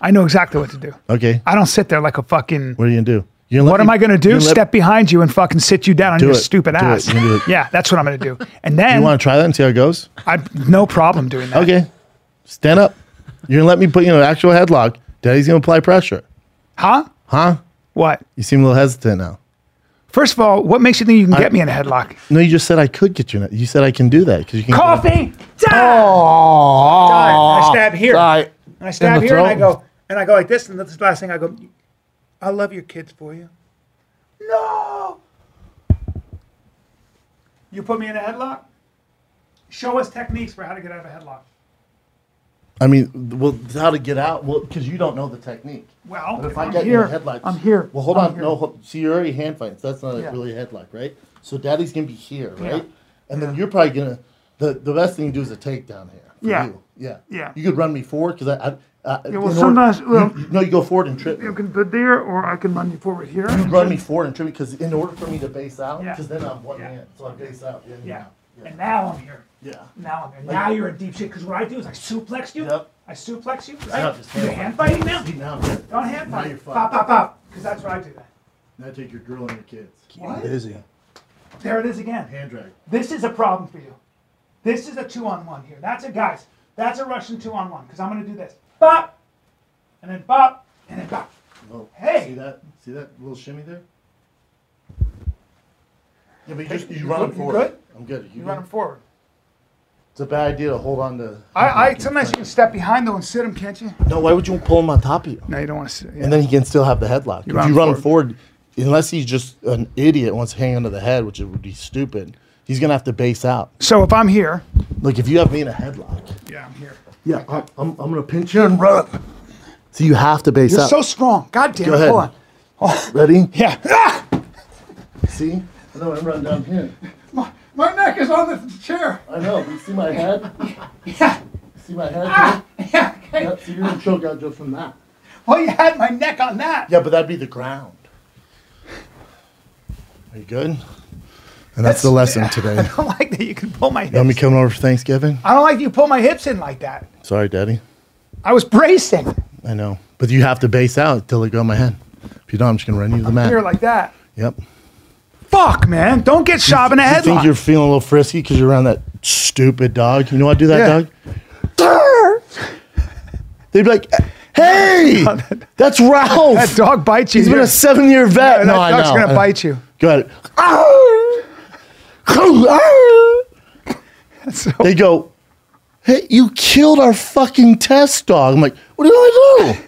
Speaker 1: I know exactly what to do.
Speaker 2: Okay.
Speaker 1: I don't sit there like a fucking.
Speaker 2: What are you gonna do? You're gonna
Speaker 1: What
Speaker 2: let
Speaker 1: am
Speaker 2: me-
Speaker 1: I going to do?
Speaker 2: you're let-
Speaker 1: Step behind you and fucking sit you down on
Speaker 2: Do
Speaker 1: your
Speaker 2: it.
Speaker 1: stupid
Speaker 2: Do it.
Speaker 1: ass.
Speaker 2: You can do it.
Speaker 1: Yeah, that's what I'm going to do. And then
Speaker 2: You want to try that and see how it goes?
Speaker 1: I no problem doing that.
Speaker 2: Okay. Stand up. You're gonna let me put you in an actual headlock. Daddy's gonna apply pressure.
Speaker 1: Huh?
Speaker 2: Huh?
Speaker 1: What?
Speaker 2: You seem a little hesitant now.
Speaker 1: First of all, what makes you think you can get me in a headlock?
Speaker 2: No, you just said I could get you. In it. You said I can do that because you can.
Speaker 1: Coffee.
Speaker 2: Oh.
Speaker 1: I stab here.
Speaker 2: Die.
Speaker 1: And I stab
Speaker 2: the
Speaker 1: here and I
Speaker 2: throat.
Speaker 1: go and I go like this, and that's the last thing I go. I love your kids for you. No. You put me in a headlock. Show us techniques for how to get out of a headlock.
Speaker 2: I mean, well, how to get out? Well, because you don't know the technique.
Speaker 1: Well,
Speaker 2: But if
Speaker 1: if
Speaker 2: I
Speaker 1: I'm
Speaker 2: get
Speaker 1: here,
Speaker 2: in the headlock,
Speaker 1: I'm here,
Speaker 2: Well, hold
Speaker 1: I'm
Speaker 2: on.
Speaker 1: here.
Speaker 2: No, hold, see, you're already hand fighting, so that's not
Speaker 1: Yeah.
Speaker 2: really a headlock, right? So daddy's gonna be here, right?
Speaker 1: Yeah.
Speaker 2: And then you're probably gonna. The, the best thing to do is a takedown here. for
Speaker 1: Yeah.
Speaker 2: you. Yeah.
Speaker 1: Yeah.
Speaker 2: You could run me forward because I, I
Speaker 4: Uh, yeah,
Speaker 6: well, sometimes- well-
Speaker 4: no, you go forward and trip.
Speaker 6: You can put there, or I can run you forward here.
Speaker 4: run me forward and trip because in order for me to base out,
Speaker 1: Yeah.
Speaker 4: because then I'm one
Speaker 1: Yeah.
Speaker 4: man, so I base out. in and
Speaker 1: Yeah.
Speaker 4: out.
Speaker 1: And now I'm here.
Speaker 4: Yeah.
Speaker 1: Now I'm here. Now you're in deep shit. Because what I do is I suplex you.
Speaker 4: Yep.
Speaker 1: I suplex you.
Speaker 4: not
Speaker 1: Right?
Speaker 4: just
Speaker 1: You're hand fighting now. Oh.
Speaker 4: See, now I'm good.
Speaker 1: Don't hand
Speaker 4: Now
Speaker 1: fight.
Speaker 4: you're
Speaker 1: Pop,
Speaker 4: fucked.
Speaker 1: pop, pop. Because that's where I do that.
Speaker 4: Now take your girl and your kids.
Speaker 1: What?
Speaker 2: Busy.
Speaker 1: There it is again.
Speaker 4: Hand drag.
Speaker 1: This is a problem for you. This is a two on one here. That's a guys. That's a Russian two on one. Because I'm gonna do this. Bop, and then bop, and then bop.
Speaker 4: Oh,
Speaker 1: Hey!
Speaker 4: See that? See that little shimmy there? Yeah, but you just you run
Speaker 1: you
Speaker 4: forward.
Speaker 1: good?
Speaker 4: I'm good. You,
Speaker 1: You
Speaker 4: good?
Speaker 1: run him forward.
Speaker 4: It's a bad idea to hold on to.
Speaker 1: I, I sometimes you can step behind though and sit him, can't you?
Speaker 2: No, why would you pull him on top of you?
Speaker 1: No, you don't want to sit. Yeah.
Speaker 2: And then he can still have the headlock.
Speaker 1: run
Speaker 2: if you run him
Speaker 1: forward.
Speaker 2: forward, unless he's just an idiot and wants to hang onto the head, which would be stupid, he's gonna have to base out.
Speaker 1: so if I'm here,
Speaker 2: Look, if you have me in a headlock,
Speaker 1: yeah, I'm here.
Speaker 4: Yeah, I, I'm, I'm gonna pinch you and run.
Speaker 2: so you have to base
Speaker 1: You're
Speaker 2: out.
Speaker 1: so strong. God damn
Speaker 2: Go
Speaker 1: it.
Speaker 2: ahead.
Speaker 1: Hold on.
Speaker 2: Ready?
Speaker 1: Yeah. Ah!
Speaker 4: See? I know I'm running down here.
Speaker 1: My, my neck is on the chair.
Speaker 4: I know. You see my head?
Speaker 1: Yeah.
Speaker 4: See my head?
Speaker 1: Yeah. Okay.
Speaker 4: Yep, so you're gonna choke out just from that.
Speaker 1: Well, Oh, you had my neck on that.
Speaker 4: Yeah, but that'd be the ground.
Speaker 2: Are you good? And that's the lesson today.
Speaker 1: I don't like that you can pull my hips.
Speaker 2: Want me coming over for Thanksgiving?
Speaker 1: I don't like you pull my hips in like that.
Speaker 2: Sorry, Daddy.
Speaker 1: I was bracing
Speaker 2: I know, but you have to base out till it go in my head. If you don't, I'm just gonna run you to the mat.
Speaker 1: here like that.
Speaker 2: yep.
Speaker 1: Fuck, man. Don't get shot in the
Speaker 2: You think
Speaker 1: headlock.
Speaker 2: you're feeling a little frisky because you're around that stupid dog? You know why I do that,
Speaker 1: Yeah.
Speaker 2: dog? They'd be like, "Hey, that's Ralph.
Speaker 1: that dog bites you.
Speaker 2: He's been
Speaker 1: You're-
Speaker 2: a seven-year vet.
Speaker 1: that
Speaker 2: no, I
Speaker 1: dog's
Speaker 2: know.
Speaker 1: gonna
Speaker 2: I-
Speaker 1: bite you. Ah!
Speaker 2: Go ahead.
Speaker 1: So,
Speaker 2: They go, "Hey, you killed our fucking test dog." I'm like, "What did I do?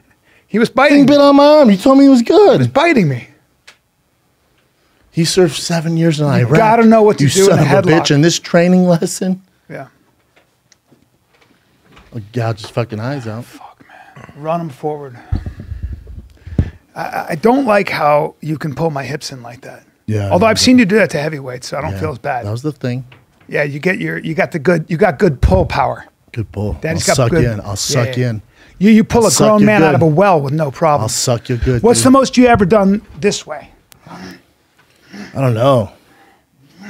Speaker 1: he was
Speaker 2: He
Speaker 1: biting
Speaker 2: bit on my arm. You told me he was good.
Speaker 1: biting me.
Speaker 2: He served seven years in Iraq.
Speaker 1: gotta know what to
Speaker 2: you
Speaker 1: do in
Speaker 2: son
Speaker 1: a
Speaker 2: of a
Speaker 1: headlock.
Speaker 2: bitch. And this training lesson,
Speaker 1: Yeah.
Speaker 2: I'll gouge his fucking eyes out.
Speaker 1: Run him forward. I, I don't like how you can pull my hips in like that.
Speaker 2: Yeah, I
Speaker 1: Although
Speaker 2: know
Speaker 1: I've
Speaker 2: that.
Speaker 1: seen you do that to heavyweights, so I don't
Speaker 2: Yeah,
Speaker 1: feel as bad.
Speaker 2: That was the thing.
Speaker 1: yeah, you get your you got the good you got good pull power.
Speaker 2: Good bull.
Speaker 1: That
Speaker 2: I'll
Speaker 1: has got
Speaker 2: suck
Speaker 1: good,
Speaker 2: you in. I'll
Speaker 1: Yeah,
Speaker 2: suck you
Speaker 1: yeah.
Speaker 2: in.
Speaker 1: You you pull
Speaker 2: I'll
Speaker 1: a
Speaker 2: suck
Speaker 1: grown
Speaker 2: you
Speaker 1: man out
Speaker 2: good.
Speaker 1: of a well with no problem.
Speaker 2: I'll suck you good.
Speaker 1: What's the
Speaker 2: dude.
Speaker 1: most you ever done this way?
Speaker 2: I don't know.
Speaker 1: I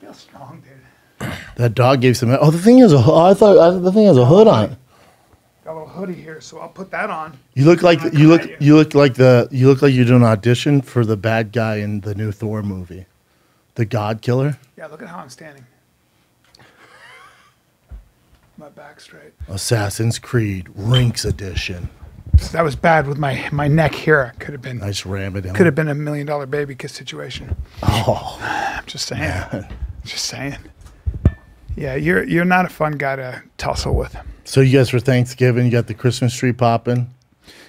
Speaker 1: feel strong, dude.
Speaker 2: That dog gave some. Oh, the thing is, a ho- I thought I, the thing has a hood on it.
Speaker 1: Got a little hoodie here, so I'll put that on.
Speaker 2: You look like
Speaker 1: I'll
Speaker 2: you
Speaker 1: come at
Speaker 2: look
Speaker 1: you.
Speaker 2: you look like the you look like you do an audition for the bad guy in the new Thor movie, the God Killer.
Speaker 1: Yeah, look at how I'm standing. My back straight.
Speaker 2: Assassin's Creed Rinks Edition.
Speaker 1: That was bad with my my neck here. Could have been
Speaker 2: I just ram it in.
Speaker 1: could have been a million dollar baby kiss situation.
Speaker 2: Oh,
Speaker 1: I'm just saying. Just saying. Yeah, you're you're not a fun guy to tussle with.
Speaker 2: so you guys for Thanksgiving, you got the Christmas tree popping.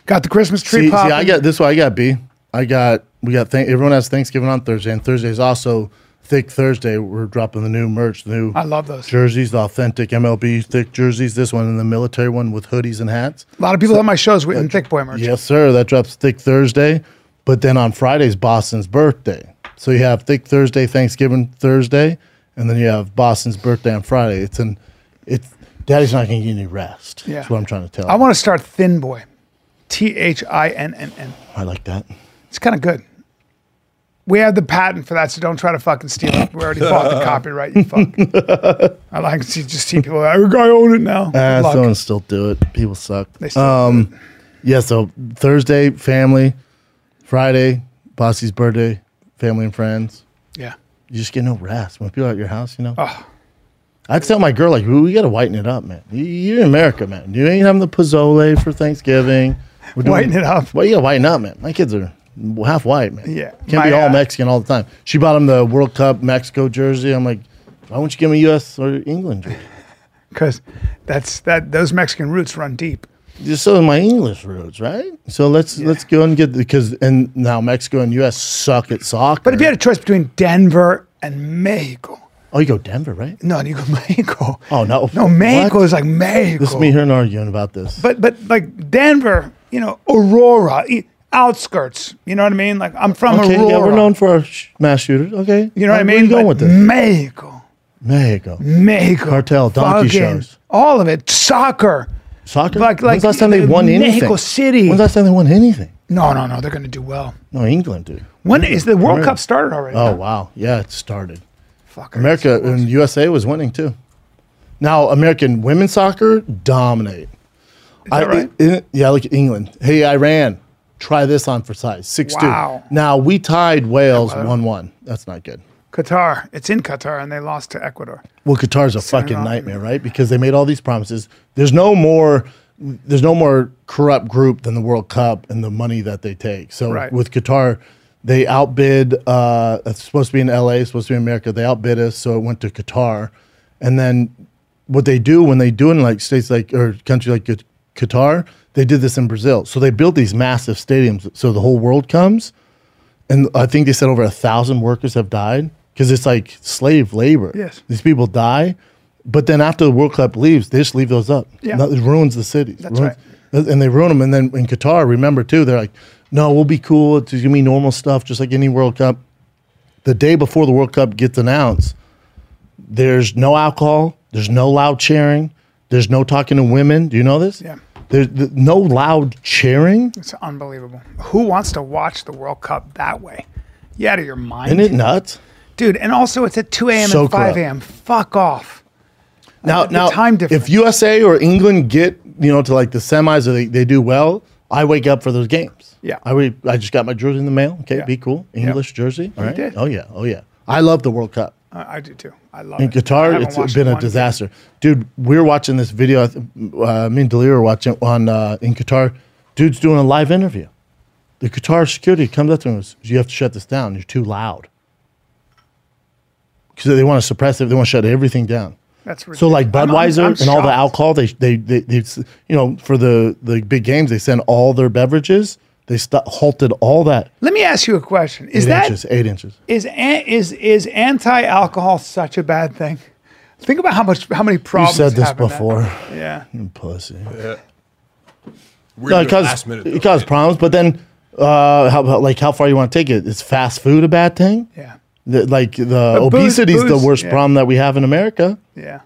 Speaker 1: Got the Christmas tree
Speaker 2: See, see,
Speaker 1: pop.
Speaker 2: I got this. Why I got B. I got we got. Thank, everyone has Thanksgiving on Thursday, and Thursday is also Thick Thursday. We're dropping the new merch, the new
Speaker 1: I love those.
Speaker 2: jerseys, the authentic MLB thick jerseys. This one and the military one with hoodies and hats.
Speaker 1: A lot of people at my shows with in thick boy merch.
Speaker 2: Yes, sir. That drops Thick Thursday, but then on Friday's Boston's birthday. So you have Thick Thursday, Thanksgiving Thursday, and then you have Boston's birthday on Friday. It's an it's Daddy's not going to get any rest.
Speaker 1: Yeah.
Speaker 2: That's what I'm trying to tell.
Speaker 1: I
Speaker 2: you.
Speaker 1: want to start Thin Boy. T H I N N N.
Speaker 2: I like that.
Speaker 1: It's kind of good. We have the patent for that, so don't try to fucking steal it. We already bought the copyright, you fuck. I like to see, just see people like, I own it now. Good
Speaker 2: Ah,
Speaker 1: luck.
Speaker 2: someone still do it. People suck.
Speaker 1: They still
Speaker 2: um, yeah. So Thursday, family. Friday, Bossy's birthday, family and friends.
Speaker 1: yeah.
Speaker 2: You just get no rest when people are at your house. You know. I tell my girl like, "Ooh, we gotta whiten it up, man. You- You're in America, man. You ain't having the pozole for Thanksgiving. We're
Speaker 1: Whiten it up.
Speaker 2: Well, you gotta whiten up, man. My kids are half white, man.
Speaker 1: Yeah.
Speaker 2: can't
Speaker 1: My,
Speaker 2: be all
Speaker 1: uh,
Speaker 2: Mexican all the time. She bought him the World Cup Mexico jersey. I'm like, why won't you give him a U.S. or England jersey?
Speaker 1: Because that's that. Those Mexican roots run deep.
Speaker 2: just so my English roots, right? So let's let's go and get because and now Mexico and U.S. suck at soccer.
Speaker 1: But if you had a choice between Denver and Mexico,
Speaker 2: oh, you go Denver, right?
Speaker 1: no, you go Mexico.
Speaker 2: Oh, no.
Speaker 1: no, Mexico
Speaker 2: What?
Speaker 1: is like Mexico.
Speaker 2: This is me here and arguing about this.
Speaker 1: but but like Denver, you know, Aurora, e- outskirts. You know what I mean? Like I'm from
Speaker 2: okay,
Speaker 1: Aurora.
Speaker 2: yeah, we're known for our sh- mass shooters. Okay,
Speaker 1: you know what I
Speaker 2: Where
Speaker 1: mean?
Speaker 2: you going
Speaker 1: But
Speaker 2: with this?
Speaker 1: Mexico,
Speaker 2: Mexico.
Speaker 1: Mexico,
Speaker 2: Cartel, donkey
Speaker 1: fucking
Speaker 2: shows.
Speaker 1: all of it. Soccer,
Speaker 2: Soccer?
Speaker 1: Like- like uh,
Speaker 2: When's the last time they won
Speaker 1: Mexico
Speaker 2: anything?
Speaker 1: City.
Speaker 2: When's the last time they won anything?
Speaker 1: No, no, no. They're going to do well.
Speaker 2: No, England, dude.
Speaker 1: When is the World
Speaker 2: Right.
Speaker 1: Cup started already?
Speaker 2: Oh wow, yeah, it started.
Speaker 1: fuck.
Speaker 2: America and USA was winning too. Now American women's soccer dominate. I,
Speaker 1: right?
Speaker 2: in- yeah, look at England. Hey, Iran, try this on for size six two.
Speaker 1: Wow.
Speaker 2: Now we tied Wales one one. That's not good.
Speaker 1: Qatar. It's in Qatar, and they lost to Ecuador.
Speaker 2: Well, Qatar's a
Speaker 1: off.
Speaker 2: fucking nightmare, right? Because they made all these promises. There's no more. There's no more corrupt group than the World Cup and the money that they take. So
Speaker 1: Right.
Speaker 2: with Qatar, they outbid. Uh, it's supposed to be in LA. It's supposed to be in America. They outbid us, so it went to Qatar. And then what they do when they do in like states like or country like Qat- Qatar, they did this in Brazil. So they build these massive stadiums, so the whole world comes. And I think they said over a thousand workers have died because it's like slave labor.
Speaker 1: Yes.
Speaker 2: These people die, but then after the World Cup leaves, they just leave those up.
Speaker 1: Yeah.
Speaker 2: That- It ruins the cities.
Speaker 1: That's
Speaker 2: Ruins- And they ruin them. And then in Qatar, remember too, they're like, no, we'll be cool. It's going to be normal stuff, just like any World Cup. The day before the World Cup gets announced, there's no alcohol, there's no loud cheering, there's no talking to women. Do you know this?
Speaker 1: Yeah.
Speaker 2: There's th- no loud cheering.
Speaker 1: It's unbelievable. Who wants to watch the World Cup that way? You out of your mind,
Speaker 2: Isn't it nuts?
Speaker 1: dude? And also, it's at 2 a.m.
Speaker 2: So
Speaker 1: and 5
Speaker 2: corrupt.
Speaker 1: a.m. Fuck off.
Speaker 2: Now,
Speaker 1: the
Speaker 2: now,
Speaker 1: time difference.
Speaker 2: if USA or England get you know to like the semis or they, they do well, I wake up for those games.
Speaker 1: Yeah.
Speaker 2: I re- I just got my jersey in the mail. Okay,
Speaker 1: Yeah.
Speaker 2: be cool. English jersey. All right.
Speaker 1: did.
Speaker 2: Oh yeah. Oh yeah. I love the World Cup.
Speaker 1: I, I do too. I love
Speaker 2: In
Speaker 1: it. I
Speaker 2: Qatar,
Speaker 1: haven't
Speaker 2: it's
Speaker 1: watched
Speaker 2: been a
Speaker 1: one.
Speaker 2: disaster, dude. We were watching this video. I th- Uh, me and Delia were watching on uh, in Qatar. Dude's doing a live interview. The Qatar security comes up to him and goes, "You have to shut this down. You're too loud." Because they want to suppress it. They want to shut everything down.
Speaker 1: That's
Speaker 2: So
Speaker 1: ridiculous. I'm-
Speaker 2: like
Speaker 1: I'm-
Speaker 2: Budweiser
Speaker 1: I'm
Speaker 2: and all the
Speaker 1: shocked.
Speaker 2: alcohol, they, they they they s- you know for the the big games they send all their beverages. They st- halted all that.
Speaker 1: Let me ask you a question. Is
Speaker 2: eight
Speaker 1: that
Speaker 2: inches? Eight inches.
Speaker 1: is an- is is anti-alcohol such a bad thing? Think about how much how many
Speaker 2: You
Speaker 1: problems.
Speaker 2: said this
Speaker 1: happen that-
Speaker 2: before,
Speaker 1: Yeah.
Speaker 2: pussy.
Speaker 7: We're
Speaker 2: No,
Speaker 7: no,
Speaker 2: it caused
Speaker 7: last minute.
Speaker 2: it
Speaker 7: though.
Speaker 2: caused problems. But then, uh, how how- like how far you want to take it? Is fast food a bad thing?
Speaker 1: Yeah.
Speaker 2: The- like the
Speaker 1: booze-
Speaker 2: obesity is the
Speaker 1: booze,
Speaker 2: worst
Speaker 1: yeah.
Speaker 2: problem that we have in America.
Speaker 1: Yeah.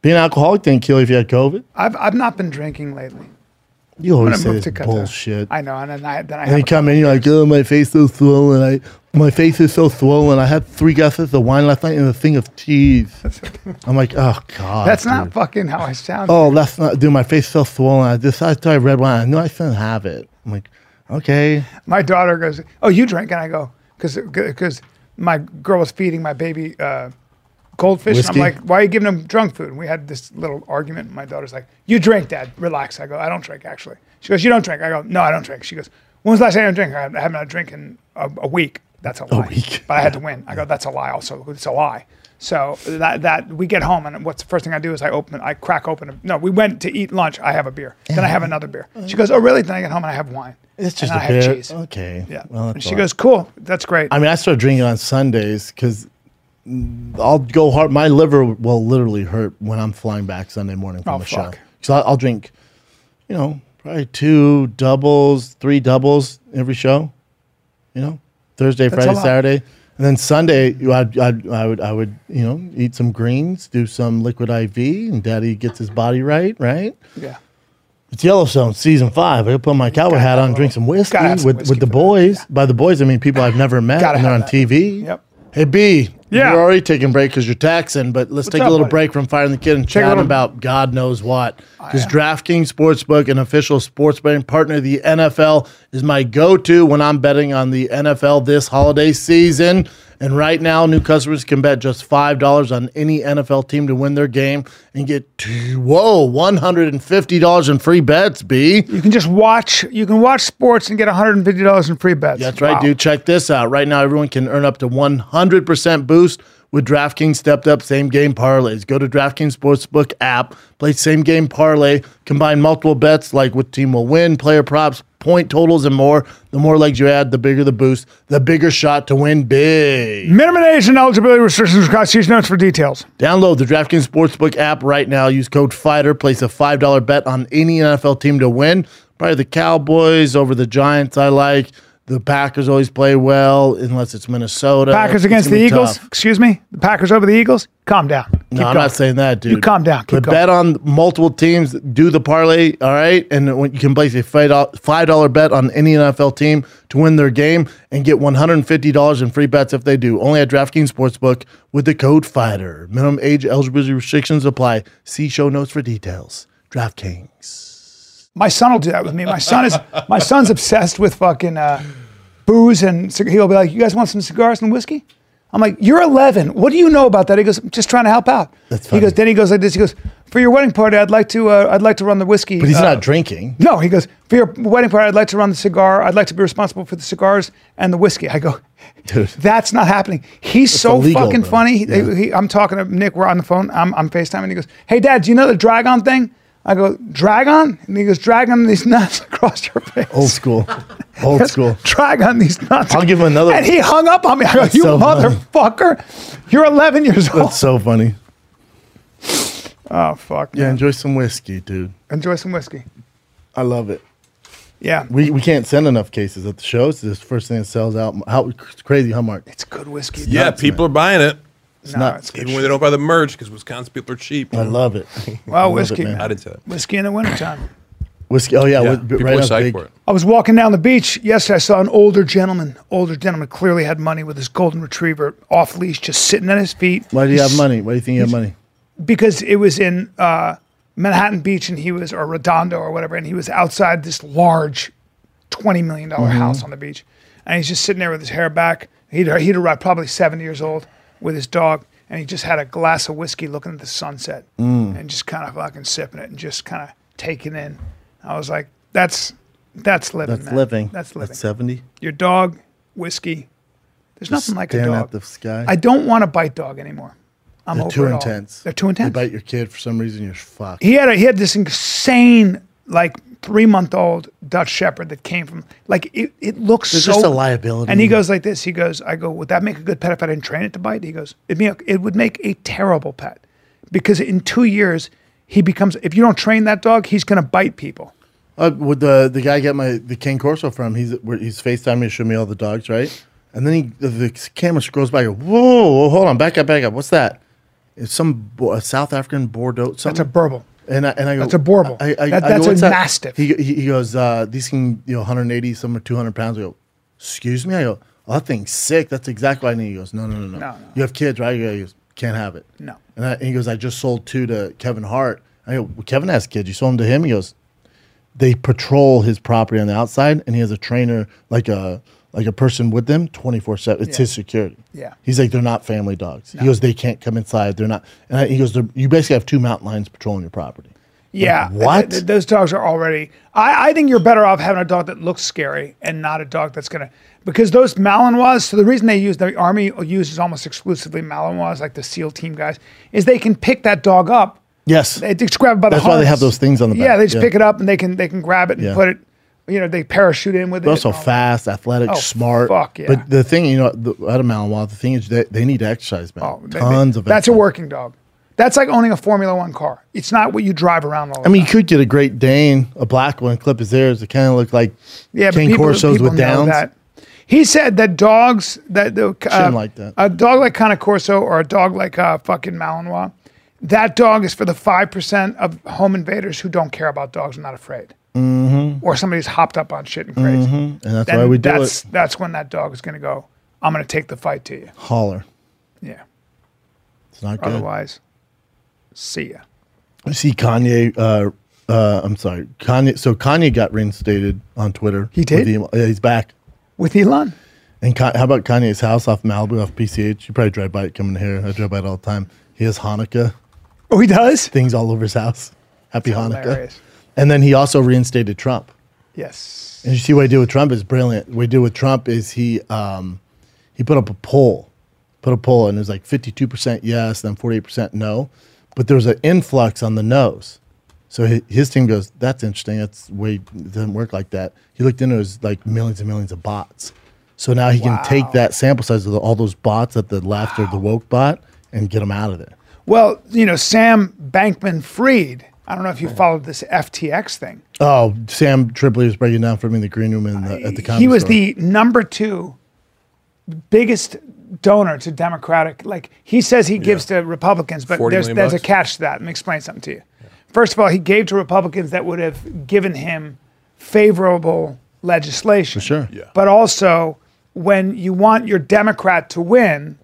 Speaker 2: Being alcoholic didn't kill you if you had COVID.
Speaker 1: I've I've not been drinking lately.
Speaker 2: You
Speaker 1: When I
Speaker 2: always say
Speaker 1: moved
Speaker 2: this
Speaker 1: to Qatar.
Speaker 2: bullshit.
Speaker 1: I know, and then I then I
Speaker 2: And
Speaker 1: have
Speaker 2: you come in, you're like, oh, my face so swollen. I, my face is so swollen. I had three glasses of wine last night and a thing of cheese. I'm like, oh god.
Speaker 1: That's
Speaker 2: dude.
Speaker 1: not fucking how I sound.
Speaker 2: Oh, that's not. Dude, my face so swollen. I just I tried red wine. I knew I shouldn't have it. I'm like, okay.
Speaker 1: My daughter goes, "Oh, you drink?" And I go, "Cause, cause my girl was feeding my baby uh, goldfish."
Speaker 2: Whiskey?
Speaker 1: And I'm like, "Why are you giving him drunk food?" And we had this little argument. And my daughter's like, "You drink, Dad. Relax." I go, "I don't drink, actually." She goes, "You don't drink?" I go, "No, I don't drink." She goes, "When was the last time you drank?" I haven't had a drink in a, a week. That's a lie.
Speaker 2: week.
Speaker 1: But I had to win. I go, "That's a lie. Also, it's a lie." So that that we get home and what's the first thing I do is I open I crack open a, no we went to eat lunch I have a beer then I have another beer she goes oh really then I get home and I have wine
Speaker 2: It's just
Speaker 1: and
Speaker 2: a
Speaker 1: I
Speaker 2: beer.
Speaker 1: have cheese
Speaker 2: Okay.
Speaker 1: yeah.
Speaker 2: Well,
Speaker 1: and
Speaker 2: that's
Speaker 1: she
Speaker 2: all right.
Speaker 1: goes, cool. That's great.
Speaker 2: I mean, I started drinking on Sundays because I'll go hard. My liver will literally hurt when I'm flying back Sunday morning from
Speaker 1: Oh,
Speaker 2: a
Speaker 1: fuck.
Speaker 2: show. So I'll, I'll drink, you know, probably two doubles, three doubles every show. You know, Thursday,
Speaker 1: a
Speaker 2: Friday,
Speaker 1: lot.
Speaker 2: Saturday, and then Sunday, you- I'd, I'd, I would, I would, you know, eat some greens, do some liquid IV, and Daddy gets his body right, right.
Speaker 1: yeah.
Speaker 2: It's Yellowstone season five. I put my cowboy hat on, and drink some whiskey
Speaker 1: gotta have
Speaker 2: with,
Speaker 1: some whiskey
Speaker 2: with the
Speaker 1: for that,
Speaker 2: boys. By the boys, I mean people I've never met,
Speaker 1: Gotta
Speaker 2: and they're on
Speaker 1: have that.
Speaker 2: TV.
Speaker 1: Yep.
Speaker 2: Hey B,
Speaker 1: Yeah.
Speaker 2: you're already taking break because you're taxing, but let's take
Speaker 1: up,
Speaker 2: a little
Speaker 1: buddy?
Speaker 2: break from firing the kid and
Speaker 1: a
Speaker 2: chatting
Speaker 1: little-
Speaker 2: about God knows what. Because DraftKings Sportsbook, an official sports betting partner of the NFL, is my go-to when I'm betting on the NFL this holiday season. And right now, new customers can bet just five dollars on any NFL team to win their game and get two, whoa one hundred and fifty dollars in free bets. B,
Speaker 1: You can just watch. You can watch sports and get one hundred and fifty dollars in free bets.
Speaker 2: That's right,
Speaker 1: Wow.
Speaker 2: dude. Check this out. Right now, everyone can earn up to 100% boost with DraftKings stepped up same game parlays. Go to DraftKings Sportsbook app, play same game parlay, combine multiple bets like what team will win, player props, point totals, and more. The more legs you add, the bigger the boost, the bigger shot to win big.
Speaker 1: Minimum age and eligibility restrictions. See notes for details.
Speaker 2: Download the DraftKings Sportsbook app right now. Use code FIGHTER. Place a $5 bet on any NFL team to win. Probably the Cowboys over the Giants, I like. The Packers always play well unless it's Minnesota.
Speaker 1: Packers
Speaker 2: It's
Speaker 1: against the
Speaker 2: gonna be
Speaker 1: Eagles.
Speaker 2: tough.
Speaker 1: Excuse me. The Packers over the Eagles. Calm down. Keep
Speaker 2: No,
Speaker 1: going.
Speaker 2: I'm not saying that, dude.
Speaker 1: calm down. Keep
Speaker 2: But
Speaker 1: going.
Speaker 2: bet on multiple teams. Do the parlay, all right? And when you can place a five doll- five dollar bet on any NFL team to win their game and get one hundred and fifty dollars in free bets if they do. Only at DraftKings Sportsbook with the code Fighter. Minimum age, eligibility restrictions apply. See show notes for details. DraftKings.
Speaker 1: My son will do that with me. My son is my son's obsessed with fucking uh, booze and cig- he'll be like, "You guys want some cigars and whiskey?" I'm like, "You're 11. What do you know about that?" He goes, "I'm just trying to help out."
Speaker 2: That's
Speaker 1: He goes.
Speaker 2: funny.
Speaker 1: Then he goes like this. He goes, "For your wedding party, I'd like to. Uh, I'd like to run the whiskey."
Speaker 2: But he's not drinking.
Speaker 1: No, he goes, for your wedding party, I'd like to run the cigar. I'd like to be responsible for the cigars and the whiskey. I go,
Speaker 2: Dude.
Speaker 1: that's not happening. He's so
Speaker 2: illegal,
Speaker 1: fucking
Speaker 2: bro.
Speaker 1: funny.
Speaker 2: Yeah.
Speaker 1: He- he- I'm talking to Nick. We're on the phone. I'm, I'm FaceTime. And he goes, hey, Dad, do you know the Dragon thing? I go, Dragon? And he goes, Dragon these nuts across your face.
Speaker 2: Old school. Old school.
Speaker 1: Dragon these nuts.
Speaker 2: I'll give him another-
Speaker 1: And he hung up on me. I go, you
Speaker 2: so funny.
Speaker 1: motherfucker. You're 11 years old.
Speaker 2: That's so funny.
Speaker 1: Oh, fuck.
Speaker 2: Yeah, enjoy some whiskey, dude.
Speaker 1: Enjoy some whiskey.
Speaker 2: I love it.
Speaker 1: Yeah.
Speaker 2: We, we can't send enough cases at the shows. This is the first thing that sells out. How it's crazy how much
Speaker 1: It's good whiskey.
Speaker 7: Yeah, people are buying it,
Speaker 1: it's
Speaker 2: nuts.
Speaker 1: good.
Speaker 7: even when they don't buy the merch, because Wisconsin people are cheap.
Speaker 2: I love it. I
Speaker 1: Wow,
Speaker 2: love it,
Speaker 1: whiskey.
Speaker 2: man.
Speaker 7: I didn't say that.
Speaker 1: Whiskey in the wintertime.
Speaker 2: Whiskey. Oh yeah,
Speaker 7: Yeah,
Speaker 2: whi-
Speaker 7: people
Speaker 2: right
Speaker 7: are
Speaker 2: up
Speaker 7: psyched
Speaker 2: big.
Speaker 7: for it.
Speaker 1: I was walking down the beach yesterday. I saw an older gentleman. Older gentleman clearly had money with his golden retriever off leash, just sitting at his feet.
Speaker 2: Why do you have
Speaker 1: He's-
Speaker 2: money? Why do you think you have money?
Speaker 1: Because it was in uh, Manhattan Beach, and he was or Redondo or whatever, and he was outside this large, twenty million
Speaker 2: Mm-hmm.
Speaker 1: house on the beach, and he's just sitting there with his hair back. He'd he'd arrived probably seventy years old with his dog, and he just had a glass of whiskey, looking at the sunset,
Speaker 2: Mm.
Speaker 1: and just kind of fucking sipping it and just kind of taking in. I was like, that's. That's living.
Speaker 2: That's
Speaker 1: man.
Speaker 2: living.
Speaker 1: That's living
Speaker 2: seventy.
Speaker 1: your dog, whiskey. There's nothing like a
Speaker 2: Staring
Speaker 1: dog.
Speaker 2: at the sky.
Speaker 1: I don't want a bite dog anymore. I'm
Speaker 2: They're
Speaker 1: over
Speaker 2: too
Speaker 1: it all.
Speaker 2: intense.
Speaker 1: They're too intense.
Speaker 2: You bite your kid for some reason. You're fucked.
Speaker 1: He had a, he had this insane like three month old Dutch Shepherd that came from like it, it looks
Speaker 2: There's
Speaker 1: so
Speaker 2: just a liability.
Speaker 1: And he goes like this. He goes, I go, would that make a good pet if I didn't train it to bite? He goes, it be it would make a terrible pet because in two years he becomes if you don't train that dog he's gonna bite people.
Speaker 2: Uh, would the the guy get my the King Corso from? He's where he's FaceTiming to show me all the dogs, right? And then he the, the camera scrolls back. Whoa, whoa, hold on, back up, back up. What's that? It's some bo- a South African Bordeaux. Something.
Speaker 1: That's a burble.
Speaker 2: And I, and I go,
Speaker 1: That's a Borble.
Speaker 2: I, I,
Speaker 1: That-
Speaker 2: I
Speaker 1: that's a
Speaker 2: "What's that?"
Speaker 1: Mastiff.
Speaker 2: He, he, he goes, uh, these can, you know, 180, some are 200 pounds. I go, excuse me? I go, oh, that thing's sick. That's exactly what I need. He goes, no, no, no,
Speaker 1: No,
Speaker 2: no.
Speaker 1: no.
Speaker 2: You have kids, right? He goes, can't have it.
Speaker 1: No.
Speaker 2: And, I, and he goes, I just sold two to Kevin Hart. I go, well, Kevin has kids. You sold them to him? He goes, they patrol his property on the outside and he has a trainer, like a, like a person with them 24 7. It's his security.
Speaker 1: Yeah.
Speaker 2: He's like, they're not family dogs. He goes, they can't come inside. They're not. And I, he goes, "They're- you basically have two mountain lions patrolling your property.
Speaker 1: Yeah.
Speaker 2: Like, what?
Speaker 1: th- th- those dogs are already. I, I think you're better off having a dog that looks scary and not a dog that's going to. Because those Malinois, so the reason they use, the Army uses almost exclusively Malinois, like the SEAL team guys, is they can pick that dog up.
Speaker 2: Yes.
Speaker 1: They just grab it by the
Speaker 2: That's why they
Speaker 1: harness.
Speaker 2: have those things on the
Speaker 1: Yeah,
Speaker 2: back,
Speaker 1: they just
Speaker 2: yeah.
Speaker 1: pick it up and they can they can grab it and
Speaker 2: Yeah.
Speaker 1: put it, you know, they parachute in with
Speaker 2: They're
Speaker 1: it.
Speaker 2: also
Speaker 1: and all that.
Speaker 2: fast, athletic,
Speaker 1: Oh,
Speaker 2: smart.
Speaker 1: fuck, yeah.
Speaker 2: But the thing, you know, the, out of Malinois, the thing is that they need to exercise, man.
Speaker 1: Oh, they- they-
Speaker 2: Tons of
Speaker 1: That's a
Speaker 2: exercise.
Speaker 1: working dog. That's like owning a Formula One car. It's not what you drive around all the
Speaker 2: I mean, you could get a Great Dane, a black one, clip his ears. It kind of look like
Speaker 1: Yeah,
Speaker 2: King
Speaker 1: but people,
Speaker 2: Corsos
Speaker 1: people
Speaker 2: with
Speaker 1: know
Speaker 2: Downs.
Speaker 1: That. He said that dogs that the uh,
Speaker 2: Shouldn't like that.
Speaker 1: a dog like Cane Corso or a dog like uh, fucking Malinois, that dog is for the five percent of home invaders who don't care about dogs and not afraid, mm-hmm. or somebody's hopped up on shit and crazy.
Speaker 2: And Mm-hmm. that's
Speaker 1: Then
Speaker 2: why we do
Speaker 1: that's
Speaker 2: it.
Speaker 1: that's when that dog is going to go. I'm going to take the fight to you.
Speaker 2: Holler.
Speaker 1: Yeah.
Speaker 2: It's not
Speaker 1: Oh,
Speaker 2: good.
Speaker 1: Otherwise, see ya.
Speaker 2: You see Kanye. Uh, uh, I'm sorry, Kanye. So Kanye got reinstated on Twitter.
Speaker 1: He did?
Speaker 2: With the- uh, yeah, he's back.
Speaker 1: With Elon,
Speaker 2: And Ka- how about Kanye's house off Malibu, off PCH? You probably drive by it coming here. I drive by it all the time. He has Hanukkah.
Speaker 1: oh, he does.
Speaker 2: things all over his house. Happy Hanukkah.
Speaker 1: hilarious.
Speaker 2: And then he also reinstated Trump.
Speaker 1: Yes.
Speaker 2: And you see what he did with Trump is brilliant. What he did with Trump is he um, he put up a poll, put a poll, and it was like fifty two percent yes, then forty eight percent no, but there was an influx on the no's. So hi- his team goes, that's interesting. That's way it doesn't work like that. He looked into his like millions and millions of bots. So now he can take that sample size of the, all those bots at the left or the woke bot and get them out of there.
Speaker 1: Well, you know, Sam Bankman Fried, I don't know if you followed this FTX thing.
Speaker 2: Oh, Sam Tripoli was breaking down for me in the green room in the, at the comedy
Speaker 1: he was
Speaker 2: store.
Speaker 1: the number two biggest donor to Democratic. Like he says he gives to Republicans, but
Speaker 7: 40
Speaker 1: there's,
Speaker 7: million
Speaker 1: there's a
Speaker 7: bucks?
Speaker 1: catch to that. Let me explain something to you. First of all, he gave to Republicans that would have given him favorable legislation.
Speaker 2: sure.
Speaker 7: Yeah.
Speaker 1: But also, when you want your Democrat to win,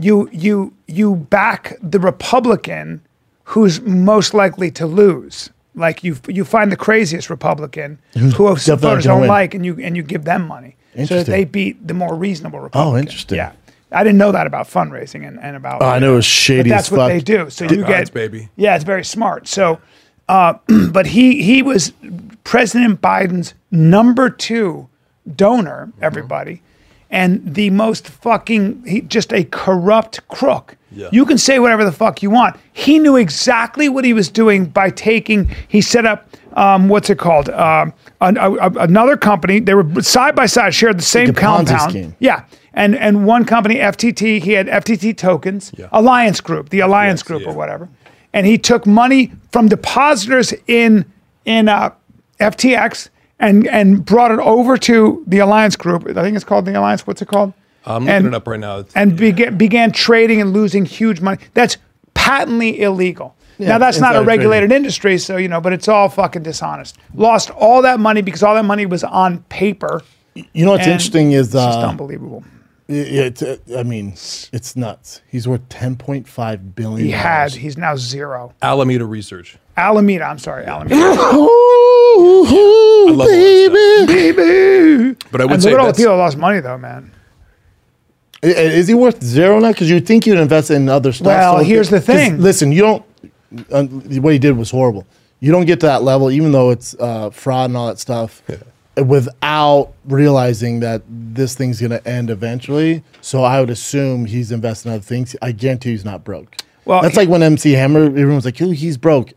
Speaker 1: you you you back the Republican who's most likely to lose. Like you you find the craziest Republican who
Speaker 2: definitely
Speaker 1: voters
Speaker 2: gonna
Speaker 1: don't
Speaker 2: win.
Speaker 1: like, and you and you give them money. So that
Speaker 2: Interesting.
Speaker 1: they beat the more reasonable Republican.
Speaker 2: Oh, interesting.
Speaker 1: Yeah, I didn't know that about fundraising and, and about.
Speaker 2: Oh, I know it was shady
Speaker 1: But that's
Speaker 2: as
Speaker 1: what
Speaker 2: fuck.
Speaker 1: they do. So you
Speaker 7: odds,
Speaker 1: get
Speaker 7: baby.
Speaker 1: Yeah, it's very smart. So, uh, but he he was President Biden's number two donor.
Speaker 7: Mm-hmm.
Speaker 1: Everybody, and the most fucking he, just a corrupt crook.
Speaker 7: Yeah.
Speaker 1: You can say whatever the fuck you want. He knew exactly what he was doing by taking. He set up um, what's it called? Um, an, a, a- another company. They were side by side, shared the same
Speaker 2: a Ponzi
Speaker 1: compound.
Speaker 2: scheme.
Speaker 1: Yeah. And and one company, FTT, he had FTT tokens, Alliance Group, the Alliance Group
Speaker 7: yeah.
Speaker 1: or whatever. And he took money from depositors in in uh, FTX and and brought it over to the Alliance Group. I think it's called the Alliance. What's it called?
Speaker 7: I'm looking
Speaker 1: and,
Speaker 7: it up right now. It's-
Speaker 1: And bega- began trading and losing huge money. That's patently illegal. now that's not a
Speaker 2: insider trading.
Speaker 1: regulated industry, so you know, but it's all fucking dishonest. Lost all that money because all that money was on paper.
Speaker 2: You know what's
Speaker 1: and
Speaker 2: interesting is
Speaker 1: it's just
Speaker 2: uh,
Speaker 1: unbelievable.
Speaker 2: it, it, uh, I mean, it's nuts. He's worth ten point five billion.
Speaker 1: He had. He's now zero.
Speaker 7: Alameda Research.
Speaker 1: Alameda. I'm sorry, Alameda.
Speaker 2: Ooh,
Speaker 7: love all that
Speaker 2: baby.
Speaker 7: But I would
Speaker 1: and
Speaker 7: say
Speaker 1: look at all the
Speaker 7: that's,
Speaker 1: people that lost money though, man.
Speaker 2: I- I- Uh, Is he worth zero now? Because you'd think you'd invest in other stuff.
Speaker 1: Well,
Speaker 2: if-
Speaker 1: here's the
Speaker 2: 'cause
Speaker 1: thing.
Speaker 2: Listen, you don't. Uh, what he did was horrible. You don't get to that level, even though it's uh, fraud and all that stuff, without realizing that this thing's going to end eventually. So I would assume he's investing in other things. I guarantee he's not broke.
Speaker 1: Well,
Speaker 2: Well, that's
Speaker 1: he-
Speaker 2: like when MC Hammer. Everyone was like, "Ooh, he's broke."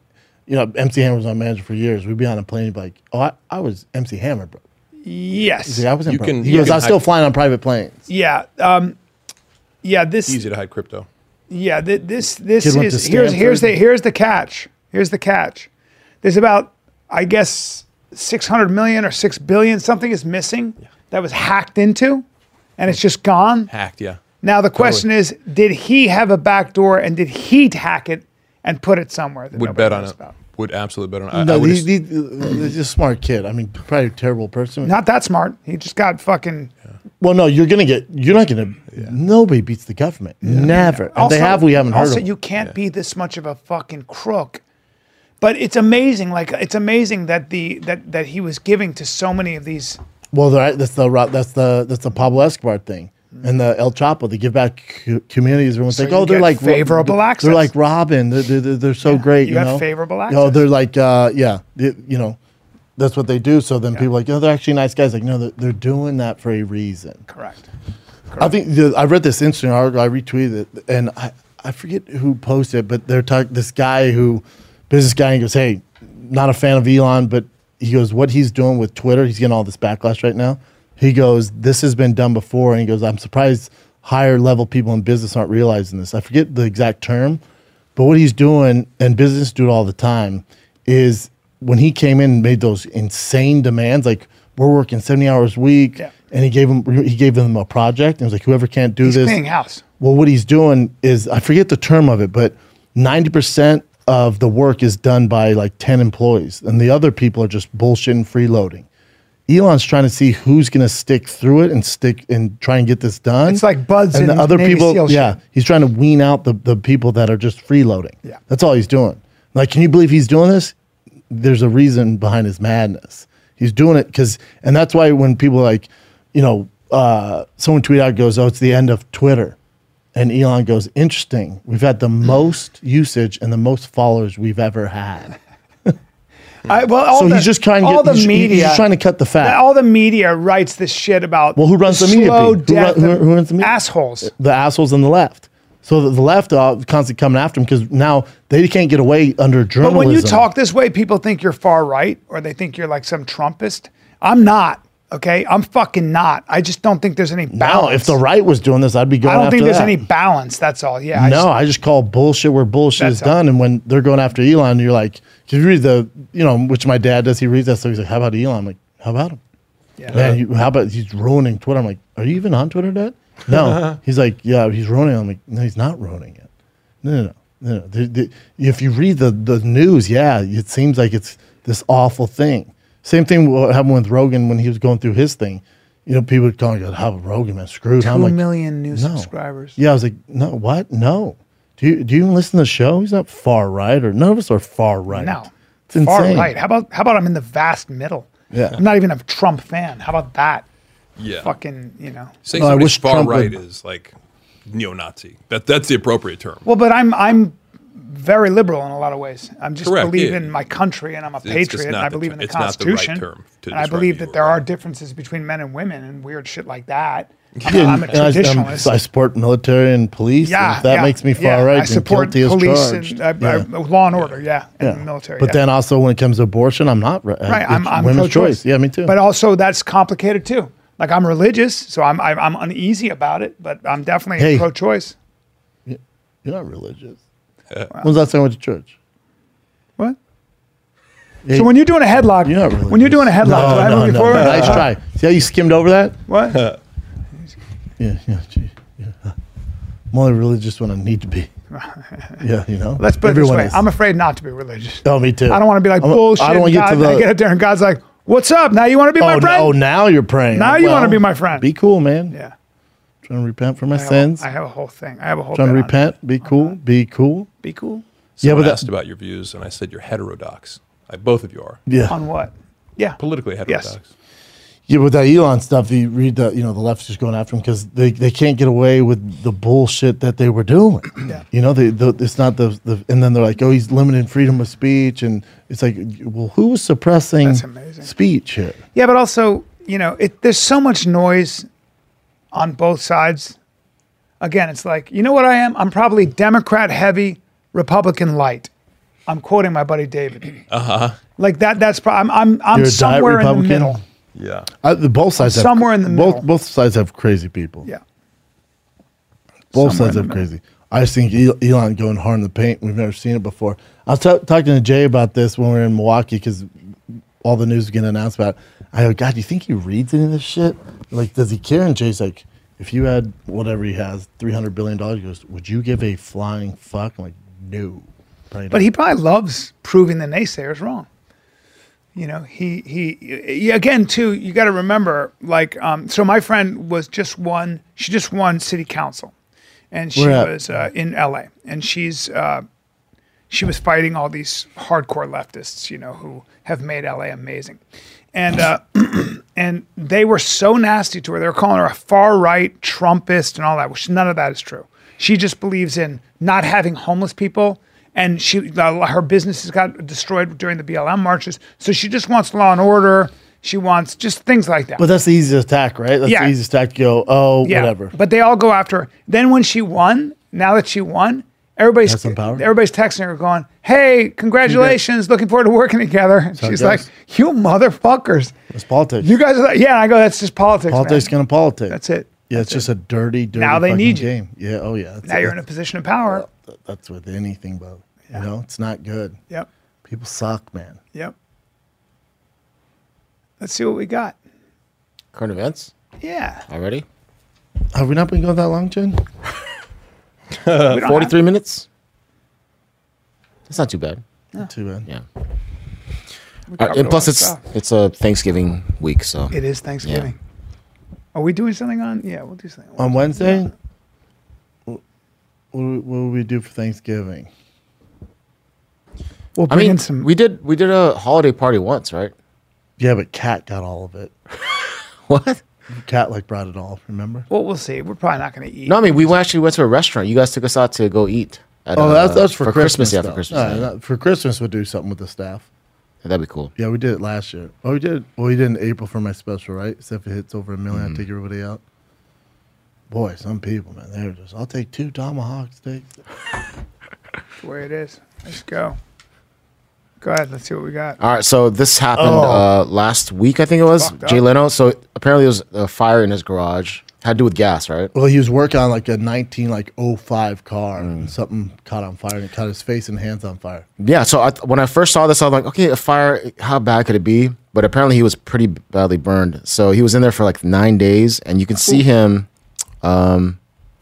Speaker 2: You know, MC Hammer was my manager for years. We'd be on a plane, he'd be like, "Oh, I, I was MC Hammer broke.
Speaker 1: Yes.
Speaker 2: Yeah, I wasn't
Speaker 7: You
Speaker 2: broke."
Speaker 7: can-
Speaker 2: he
Speaker 7: you
Speaker 2: goes,
Speaker 7: can
Speaker 2: "I'm still
Speaker 7: hide-
Speaker 2: flying on private planes."
Speaker 1: Yeah. Um, yeah. This.
Speaker 7: easy to hide crypto.
Speaker 1: Yeah. Th- this. This
Speaker 2: Kid went to
Speaker 1: is here's here's the
Speaker 2: Stanford.
Speaker 1: here's the catch. Here's the catch. There's about I guess 600 million or six billion something is missing that was hacked into, and it's just gone.
Speaker 7: Hacked, yeah.
Speaker 1: Now the question is, did he have a back door and did he hack it and put it somewhere? That
Speaker 7: Would
Speaker 1: nobody
Speaker 7: bet on
Speaker 1: knows
Speaker 7: it.
Speaker 1: about?
Speaker 7: Would absolutely bet on it. I- I
Speaker 2: No,
Speaker 7: would
Speaker 2: he's,
Speaker 7: just-
Speaker 2: he's, he's a smart kid. I mean, probably a terrible person.
Speaker 1: Not that smart. He just got fucking.
Speaker 2: well, no, you're gonna get. You're not gonna. Nobody beats the government. Never. And they have. We haven't heard
Speaker 1: also,
Speaker 2: of.
Speaker 1: you can't be this much of a fucking crook. But it's amazing. Like it's amazing that the that that he was giving to so many of these.
Speaker 2: well, they're- that's the Ro- that's the that's the Pablo Escobar thing. And the El Chapo, the give back co- communities, everyone's like,
Speaker 1: you
Speaker 2: oh, they're
Speaker 1: get
Speaker 2: like Ro-
Speaker 1: favorable
Speaker 2: they're
Speaker 1: access.
Speaker 2: like Robin, they're, they're, they're, they're so great.
Speaker 1: you
Speaker 2: You,
Speaker 1: have
Speaker 2: know?
Speaker 1: favorable
Speaker 2: Oh,
Speaker 1: access.
Speaker 2: they're like, uh, yeah, y- you know, that's what they do. So then people are like, oh, they're actually nice guys. Like, no, they're, they're doing that for a reason.
Speaker 1: Correct.
Speaker 2: I think the, I read this interesting article. I retweeted it, and I, I forget who posted, it, but they're talking this guy who business guy. He goes, "Hey, not a fan of Elon, but he goes, what he's doing with Twitter, he's getting all this backlash right now. He goes, this has been done before, and he goes, I'm surprised higher level people in business aren't realizing this. I forget the exact term, but what he's doing, and business do it all the time, is when he came in and made those insane demands, like we're working 70 hours a week,
Speaker 1: Yeah.
Speaker 2: and he gave him he gave them a project and was like, whoever can't do
Speaker 1: He's
Speaker 2: this.
Speaker 1: cleaning house.
Speaker 2: Well, what he's doing is I forget the term of it, but 90% of the work is done by like 10 employees, and the other people are just bullshitting freeloading. Elon's trying to see who's going to stick through it and stick and try and get this done.
Speaker 1: It's like Bud's
Speaker 2: and
Speaker 1: in
Speaker 2: the other
Speaker 1: Navy
Speaker 2: people.
Speaker 1: SEAL shit.
Speaker 2: yeah, he's trying to wean out the, the people that are just freeloading.
Speaker 1: Yeah.
Speaker 2: that's all he's doing. Like, can you believe he's doing this? There's a reason behind his madness. He's doing it because, and that's why when people like, you know, uh, someone tweet out goes, "Oh, it's the end of Twitter," and Elon goes, "Interesting. We've had the
Speaker 1: Mm.
Speaker 2: most usage and the most followers we've ever had."
Speaker 1: I, well, all
Speaker 2: so
Speaker 1: the,
Speaker 2: he's just trying to
Speaker 1: all
Speaker 2: get
Speaker 1: the
Speaker 2: he's, he's
Speaker 1: media.
Speaker 2: just trying to cut the fat.
Speaker 1: all the media writes this shit about.
Speaker 2: Well, who runs the media,
Speaker 1: Slow
Speaker 2: Pete? Who run-
Speaker 1: death
Speaker 2: who-
Speaker 1: of
Speaker 2: who runs the media?
Speaker 1: Assholes.
Speaker 2: the assholes on the left. So the, the left are constantly coming after him because now they can't get away under
Speaker 1: But
Speaker 2: journalism.
Speaker 1: when you talk this way, people think you're far right or they think you're like some Trumpist. I'm not. Okay, I'm fucking not. I just don't think there's any balance.
Speaker 2: Now, if the right was doing this, I'd be
Speaker 1: I
Speaker 2: going.
Speaker 1: don't
Speaker 2: after
Speaker 1: think there's
Speaker 2: that.
Speaker 1: any balance. That's all. Yeah.
Speaker 2: no, I just call bullshit where bullshit is
Speaker 1: That's all.
Speaker 2: done. And when they're going after Elon, you're like, because you read the, you know, which my dad does. He reads that stuff. He's like, how about Elon? I'm like, how about him?
Speaker 1: Yeah.
Speaker 2: Man, you, how about he's ruining Twitter? I'm like, are you even on Twitter, Dad? No. he's like, yeah, he's ruining. it." I'm like, no, he's not ruining it. No, no, no. no, no. The- the- if you read the the news, yeah, it seems like it's this awful thing. Same thing what happened with Rogan when he was going through his thing. You know, people would call and go, "How Rogan man screwed?"
Speaker 1: Two
Speaker 2: I'm like,
Speaker 1: million new
Speaker 2: no.
Speaker 1: subscribers.
Speaker 2: Yeah, I was like, no, what? No. Do you do you even listen to the show? He's not far right, or none of us are far right.
Speaker 1: No.
Speaker 2: it's insane.
Speaker 1: Far right. How about how about I'm in the vast middle?
Speaker 2: Yeah.
Speaker 1: I'm not even a Trump fan. How about that?
Speaker 7: Yeah.
Speaker 1: Fucking, you know.
Speaker 7: Saying
Speaker 2: No, I
Speaker 7: somebody's
Speaker 2: wish
Speaker 7: far
Speaker 2: Trump would-
Speaker 7: right is like neo-Nazi. That that's the appropriate term.
Speaker 1: Well, but I'm I'm very liberal in a lot of ways. I'm just
Speaker 7: Correct,
Speaker 1: believe
Speaker 7: yeah.
Speaker 1: in my country and I'm a
Speaker 7: just
Speaker 1: patriot and
Speaker 7: not
Speaker 1: I
Speaker 7: the
Speaker 1: believe
Speaker 7: ter-
Speaker 1: in the
Speaker 7: it's not the right
Speaker 1: Constitution.
Speaker 7: term to
Speaker 1: and I
Speaker 7: describe
Speaker 1: believe
Speaker 7: you
Speaker 1: that
Speaker 7: or
Speaker 1: there are
Speaker 7: whatever.
Speaker 1: differences between men and women and weird shit like that. I'm,
Speaker 2: Yeah,
Speaker 1: a- I'm a
Speaker 2: and I- I'm-
Speaker 1: traditionalist.
Speaker 2: I, support military and police.
Speaker 1: yeah,
Speaker 2: if that
Speaker 1: yeah,
Speaker 2: makes me far
Speaker 1: yeah.
Speaker 2: right.
Speaker 1: I support
Speaker 2: then guilty
Speaker 1: police
Speaker 2: as charged.
Speaker 1: and uh, uh, law and order. Yeah, and
Speaker 2: Yeah.
Speaker 1: military.
Speaker 2: But
Speaker 1: yeah.
Speaker 2: then also when it comes to abortion, I'm not right.
Speaker 1: right, I'm, I'm
Speaker 2: women's
Speaker 1: pro-choice.
Speaker 2: choice. Yeah, me too.
Speaker 1: But also that's complicated too. Like I'm religious, so I'm I'm, I'm uneasy about it. But I'm definitely
Speaker 2: Hey.
Speaker 1: pro-choice.
Speaker 2: You're not religious. When's the last time I went to church?
Speaker 1: What?
Speaker 2: Yeah,
Speaker 1: So when you're doing a headlock,
Speaker 2: you're not religious.
Speaker 1: when you're doing a headlock,
Speaker 2: no,
Speaker 1: do I
Speaker 2: no,
Speaker 1: move you
Speaker 2: no,
Speaker 1: forward?
Speaker 2: no. nice try. See how you skimmed over that?
Speaker 1: Uh, What?
Speaker 2: Yeah, yeah, gee, yeah. I'm only religious when I need to be. Yeah, you know.
Speaker 1: Let's put it this
Speaker 2: Everyone
Speaker 1: way.
Speaker 2: is.
Speaker 1: I'm afraid not to be religious.
Speaker 2: Oh, me too.
Speaker 1: I don't want to be like
Speaker 2: I'm-
Speaker 1: bullshit.
Speaker 2: I don't want to get to
Speaker 1: God, I
Speaker 2: the.
Speaker 1: get up there and God's like, "What's up? Now you want to be
Speaker 2: oh,
Speaker 1: my
Speaker 2: no,
Speaker 1: friend?"
Speaker 2: oh, now you're praying.
Speaker 1: Now you wanna be my friend.
Speaker 2: Be cool, man.
Speaker 1: Yeah.
Speaker 2: Trying to repent for my
Speaker 1: I have a-
Speaker 2: sins.
Speaker 1: I have a whole thing. I have a whole.
Speaker 2: Trying to
Speaker 1: bit on it. Uh-huh.
Speaker 2: repent. Be cool. Be cool.
Speaker 1: Be cool.
Speaker 2: Yeah,
Speaker 7: Someone
Speaker 2: but that-
Speaker 7: asked about your views, and I said you're heterodox. Like both of you are
Speaker 2: Yeah.
Speaker 1: On what? Yeah.
Speaker 7: politically heterodox.
Speaker 2: Yeah, with that Elon stuff, you read the you know the left's just going after him because they, they can't get away with the bullshit that they were doing.
Speaker 1: Yeah.
Speaker 2: You know, they, the, it's not the, the and then they're like, oh, he's limiting freedom of speech, and it's like, well, who was suppressing
Speaker 1: That's amazing.
Speaker 2: speech here?
Speaker 1: Yeah, but also, you know, it, there's so much noise on both sides. Again, it's like, you know what I am? I'm probably Democrat heavy, Republican light. I'm quoting my buddy David. Uh huh. Like that. That's probably. I'm. I'm. I'm
Speaker 2: You're a diet
Speaker 1: somewhere in the
Speaker 2: Republican?
Speaker 1: middle.
Speaker 7: Yeah.
Speaker 2: I, the, both sides have-
Speaker 1: Somewhere in the
Speaker 2: both
Speaker 1: middle.
Speaker 2: both sides have crazy people.
Speaker 1: Yeah. Somewhere
Speaker 2: Both sides
Speaker 1: in
Speaker 2: of
Speaker 1: the middle.
Speaker 2: crazy. I just think El- Elon going hard in the paint. We've never seen it before. I was ta- talking to Jay about this when we were in Milwaukee because all the news was getting announced about. It. I go, God, do you think he reads any of this shit? Like, does he care? And Jay's like, if you had whatever he has, three hundred billion dollars, he goes, would you give a flying fuck? I'm like, no. Probably
Speaker 1: But
Speaker 2: not.
Speaker 1: he probably loves proving the naysayers wrong. You know, he he, he again too. You got to remember, like, um, so my friend was just won. She just won city council, and she
Speaker 2: Where at?
Speaker 1: was uh, in L.A. and she's uh, she was fighting all these hardcore leftists, you know, who have made L.A. amazing, and uh, and they were so nasty to her. They were calling her a far right Trumpist and all that, which none of that is true. She just believes in not having homeless people, and she her businesses got destroyed during the BLM marches, so she just wants law and order. She wants just things like that.
Speaker 2: But that's the easiest attack, right? That's
Speaker 1: Yeah.
Speaker 2: the easiest attack to go. Oh, whatever.
Speaker 1: But they all go after her. Then when she won, now that she won, everybody's
Speaker 2: That's empowered.
Speaker 1: everybody's texting her going, "Hey, congratulations! Looking forward to working together." And
Speaker 2: it
Speaker 1: she's like,
Speaker 2: goes.
Speaker 1: "You motherfuckers!
Speaker 2: it's politics.
Speaker 1: You guys are like, yeah." I go, "That's just politics. man."
Speaker 2: politics gonna politics.
Speaker 1: That's it.
Speaker 2: Yeah, it's just a dirty, dirty.
Speaker 1: Now they
Speaker 2: fucking
Speaker 1: need you.
Speaker 2: game. Yeah. Oh yeah. That's
Speaker 1: Now
Speaker 2: it.
Speaker 1: you're in a position of power."
Speaker 2: Th- that's with anything, bro. You know, it's not good.
Speaker 1: Yep.
Speaker 2: People suck, man.
Speaker 1: Yep. Let's see what we got.
Speaker 8: Current events
Speaker 1: Yeah.
Speaker 8: already.
Speaker 1: Uh-huh.
Speaker 2: Have we not been going that long, Jen?
Speaker 1: We don't have-
Speaker 8: Uh, Forty-three minutes. That's not too bad.
Speaker 2: Too bad.
Speaker 8: Yeah.
Speaker 1: covered
Speaker 8: Uh, and
Speaker 1: a lot
Speaker 8: plus,
Speaker 1: of
Speaker 8: it's
Speaker 1: stuff.
Speaker 8: it's a Thanksgiving week, so
Speaker 1: It is Thanksgiving. Are we doing something on? Yeah, we'll do something.
Speaker 8: Um,
Speaker 2: On Wednesday, wh- what, do we- what will we do for Thanksgiving?
Speaker 1: we'll
Speaker 8: I
Speaker 1: bring
Speaker 8: mean,
Speaker 1: in some.
Speaker 8: we did we did a holiday party once, right?
Speaker 2: Yeah, but Kat got all of it.
Speaker 8: What?
Speaker 2: Kat like brought it all. Remember?
Speaker 1: well, we'll see. We're probably not going to eat.
Speaker 8: No, I mean, we went- actually went to a restaurant. You guys took us out to go eat. at,
Speaker 2: Oh,
Speaker 8: uh,
Speaker 2: that's that's for, Christmas.
Speaker 8: Yeah, for
Speaker 2: though.
Speaker 8: Christmas.
Speaker 2: No,
Speaker 8: yeah.
Speaker 2: not- for Christmas, we'll do something with the staff.
Speaker 8: That'd be cool.
Speaker 2: Yeah, we did it last year. Oh, we did. Well, we did in April for my special, right? So if it hits over a 1000000
Speaker 8: Mm-hmm.
Speaker 2: I take everybody out. Boy, some people, man, they're just. I'll take two tomahawk steaks.
Speaker 1: That's the way it is. Let's go. Go ahead. Let's see what we got.
Speaker 8: All right, so this happened uh, last week, I think it was.
Speaker 1: Oh. Fucked up.
Speaker 8: Jay Leno. So apparently, it was a fire in his garage. Had to do with gas, right?
Speaker 2: Well, he was working on like a 19 like 05 car
Speaker 8: Mm.
Speaker 2: and something caught on fire and it caught his face and hands on fire.
Speaker 8: Yeah. So I, when I first saw this, I was like, okay, a fire. How bad could it be? But apparently, he was pretty badly burned. So he was in there for like nine days, and you can see him. Um,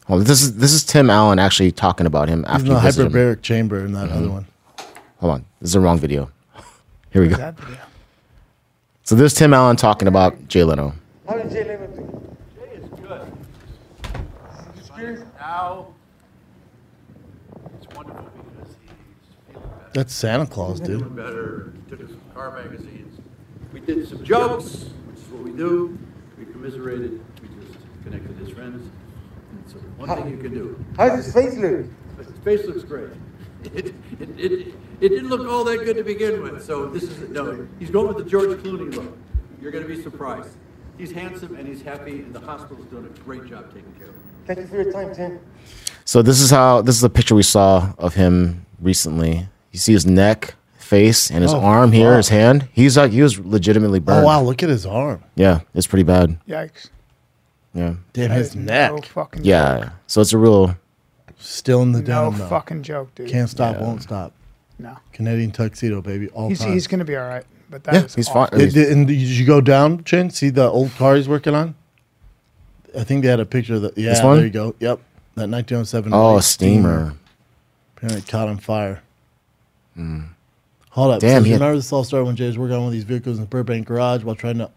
Speaker 8: well, this is this is Tim Allen actually talking about him
Speaker 2: He's
Speaker 8: after
Speaker 2: in the
Speaker 8: he visited him. Mm-hmm.
Speaker 2: hyperbaric chamber in that other one.
Speaker 8: Hold on, this is the wrong video. Here we go.
Speaker 1: That video.
Speaker 8: So there's Tim Allen talking about Jay Leno.
Speaker 9: How did Jay Leno do? Jay is good. Now, it's wonderful because he's feeling better.
Speaker 2: That's Santa Claus, dude.
Speaker 9: Feeling better. Took us some car magazines. We did some jokes, which is what we do. We commiserated. We just connected as friends. And so one thing you can do.
Speaker 10: How's his face look?
Speaker 9: But his face looks great. It, it, it, it didn't look all that good to begin with, so this is, no, he's going with the George Clooney look. You're gonna be surprised. He's handsome and he's happy, and the hospital's doing a great job taking care of him.
Speaker 10: Thank you for your time, Tim.
Speaker 8: So this is how this is a picture we saw of him recently. You see his neck, face, and his
Speaker 2: Oh,
Speaker 8: arm here,
Speaker 2: fuck.
Speaker 8: his hand. He's like he was legitimately burned.
Speaker 2: Oh wow, look at his arm.
Speaker 8: Yeah, it's pretty bad.
Speaker 1: Yikes.
Speaker 8: Yeah.
Speaker 2: Damn, his neck.
Speaker 1: No fucking joke.
Speaker 8: Yeah. So it's a real
Speaker 2: Still in the
Speaker 1: No
Speaker 2: down though.
Speaker 1: fucking joke, dude.
Speaker 2: Can't stop, won't stop.
Speaker 1: No.
Speaker 2: Canadian tuxedo, baby, all
Speaker 1: He's,
Speaker 2: time.
Speaker 1: he's going to be all right. But that
Speaker 8: Yeah,
Speaker 1: is
Speaker 8: he's
Speaker 1: awful.
Speaker 8: fine.
Speaker 2: Did, did- and did you go down, Chin? See the old car he's working on? I think they had a picture of the. Yeah,
Speaker 8: one?
Speaker 2: there you go. Yep. That 1907.
Speaker 8: Oh,
Speaker 2: white
Speaker 8: a steamer.
Speaker 2: Apparently caught on fire. Hold up.
Speaker 8: Hmm. Damn,
Speaker 2: Damn.
Speaker 8: he had-
Speaker 2: remember this all started when Jay was working on one of these vehicles in the Burbank garage while trying to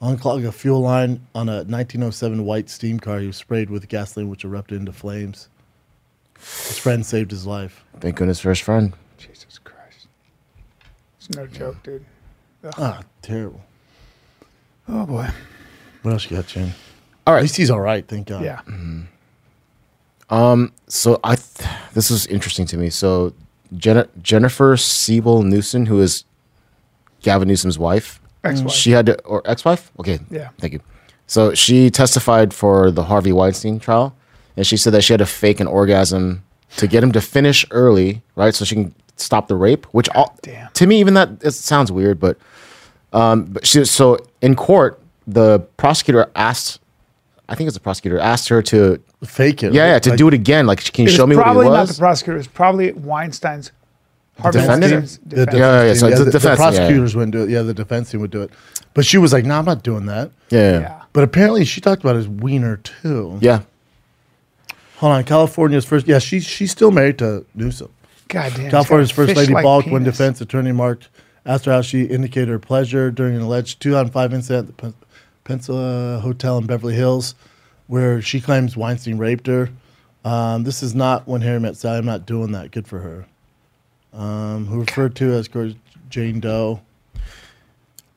Speaker 2: unclog a fuel line on a 1907 white steam car. He was sprayed with gasoline, which erupted into flames. His friend saved his life.
Speaker 8: Thank goodness for his friend.
Speaker 1: Jesus Christ. It's no joke, dude.
Speaker 2: Ah, terrible.
Speaker 1: Oh, boy.
Speaker 2: What else you got, Chin?
Speaker 8: All
Speaker 2: At
Speaker 8: right.
Speaker 2: least he's all right, thank God.
Speaker 1: Yeah.
Speaker 8: So I th- this was interesting to me. So Jen- Jennifer Siebel Newsom, who is Gavin Newsom's wife,
Speaker 1: Ex-wife.
Speaker 8: she had to, or ex-wife. Okay.
Speaker 1: Yeah.
Speaker 8: Thank you. So she testified for the Harvey Weinstein trial, and she said that she had to fake an orgasm to get him to finish early, right? So she can stop the rape. Which all,
Speaker 1: damn.
Speaker 8: to me, even that it sounds weird, but um, but she so in court the prosecutor asked. I think it's the prosecutor asked her to,
Speaker 2: Fake it.
Speaker 8: yeah,
Speaker 2: right?
Speaker 8: yeah, to
Speaker 2: Like,
Speaker 8: do it again. Like, can you
Speaker 1: It
Speaker 8: show
Speaker 1: was
Speaker 8: me what it
Speaker 1: probably not the
Speaker 8: was?
Speaker 1: prosecutor. It was probably Weinstein's Harvey
Speaker 8: Defendant?
Speaker 1: Weinstein's
Speaker 2: The
Speaker 1: defense.
Speaker 8: Yeah, yeah, yeah. So
Speaker 2: Yeah,
Speaker 8: it's
Speaker 2: the, the
Speaker 8: the defense. yeah, yeah.
Speaker 2: prosecutors wouldn't do it. Yeah, the defense team would do it. But she was like, "No, I'm not doing that."
Speaker 8: Oh, Yeah.
Speaker 1: Yeah.
Speaker 8: Yeah.
Speaker 2: But apparently, she talked about his wiener too.
Speaker 8: yeah.
Speaker 2: Hold on, California's first. Yeah, she's she's still married to Newsom.
Speaker 1: God damn.
Speaker 2: California's first lady balked when
Speaker 1: one
Speaker 2: defense attorney Mark asked her how she indicated her pleasure during an alleged two-on-five incident at the Pen- Peninsula Hotel in Beverly Hills, where she claims Weinstein raped her. Um, this is not when Harry met Sally. I'm not doing that. Good for her. Um, who referred to as of course, Jane Doe.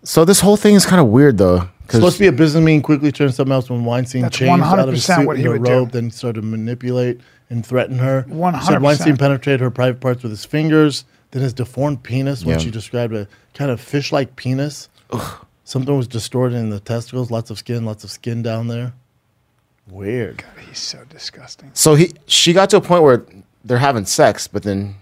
Speaker 8: So this whole thing is kind of weird though.
Speaker 2: supposed
Speaker 8: Because
Speaker 2: to be a business meeting quickly turned something else when Weinstein
Speaker 1: That's
Speaker 2: changed out of his
Speaker 1: 100%
Speaker 2: suit
Speaker 1: what he
Speaker 2: into a
Speaker 1: would do.
Speaker 2: robe, then started to manipulate and threaten her. She said
Speaker 1: 100%.
Speaker 2: Weinstein penetrated her private parts with his fingers, then his deformed penis, when
Speaker 8: Yeah.
Speaker 2: she described a kind of fish-like penis. Something was distorted in the testicles, lots of skin, lots of skin down there. Weird.
Speaker 1: He's so disgusting.
Speaker 8: so he she got to a point where they're having sex, but then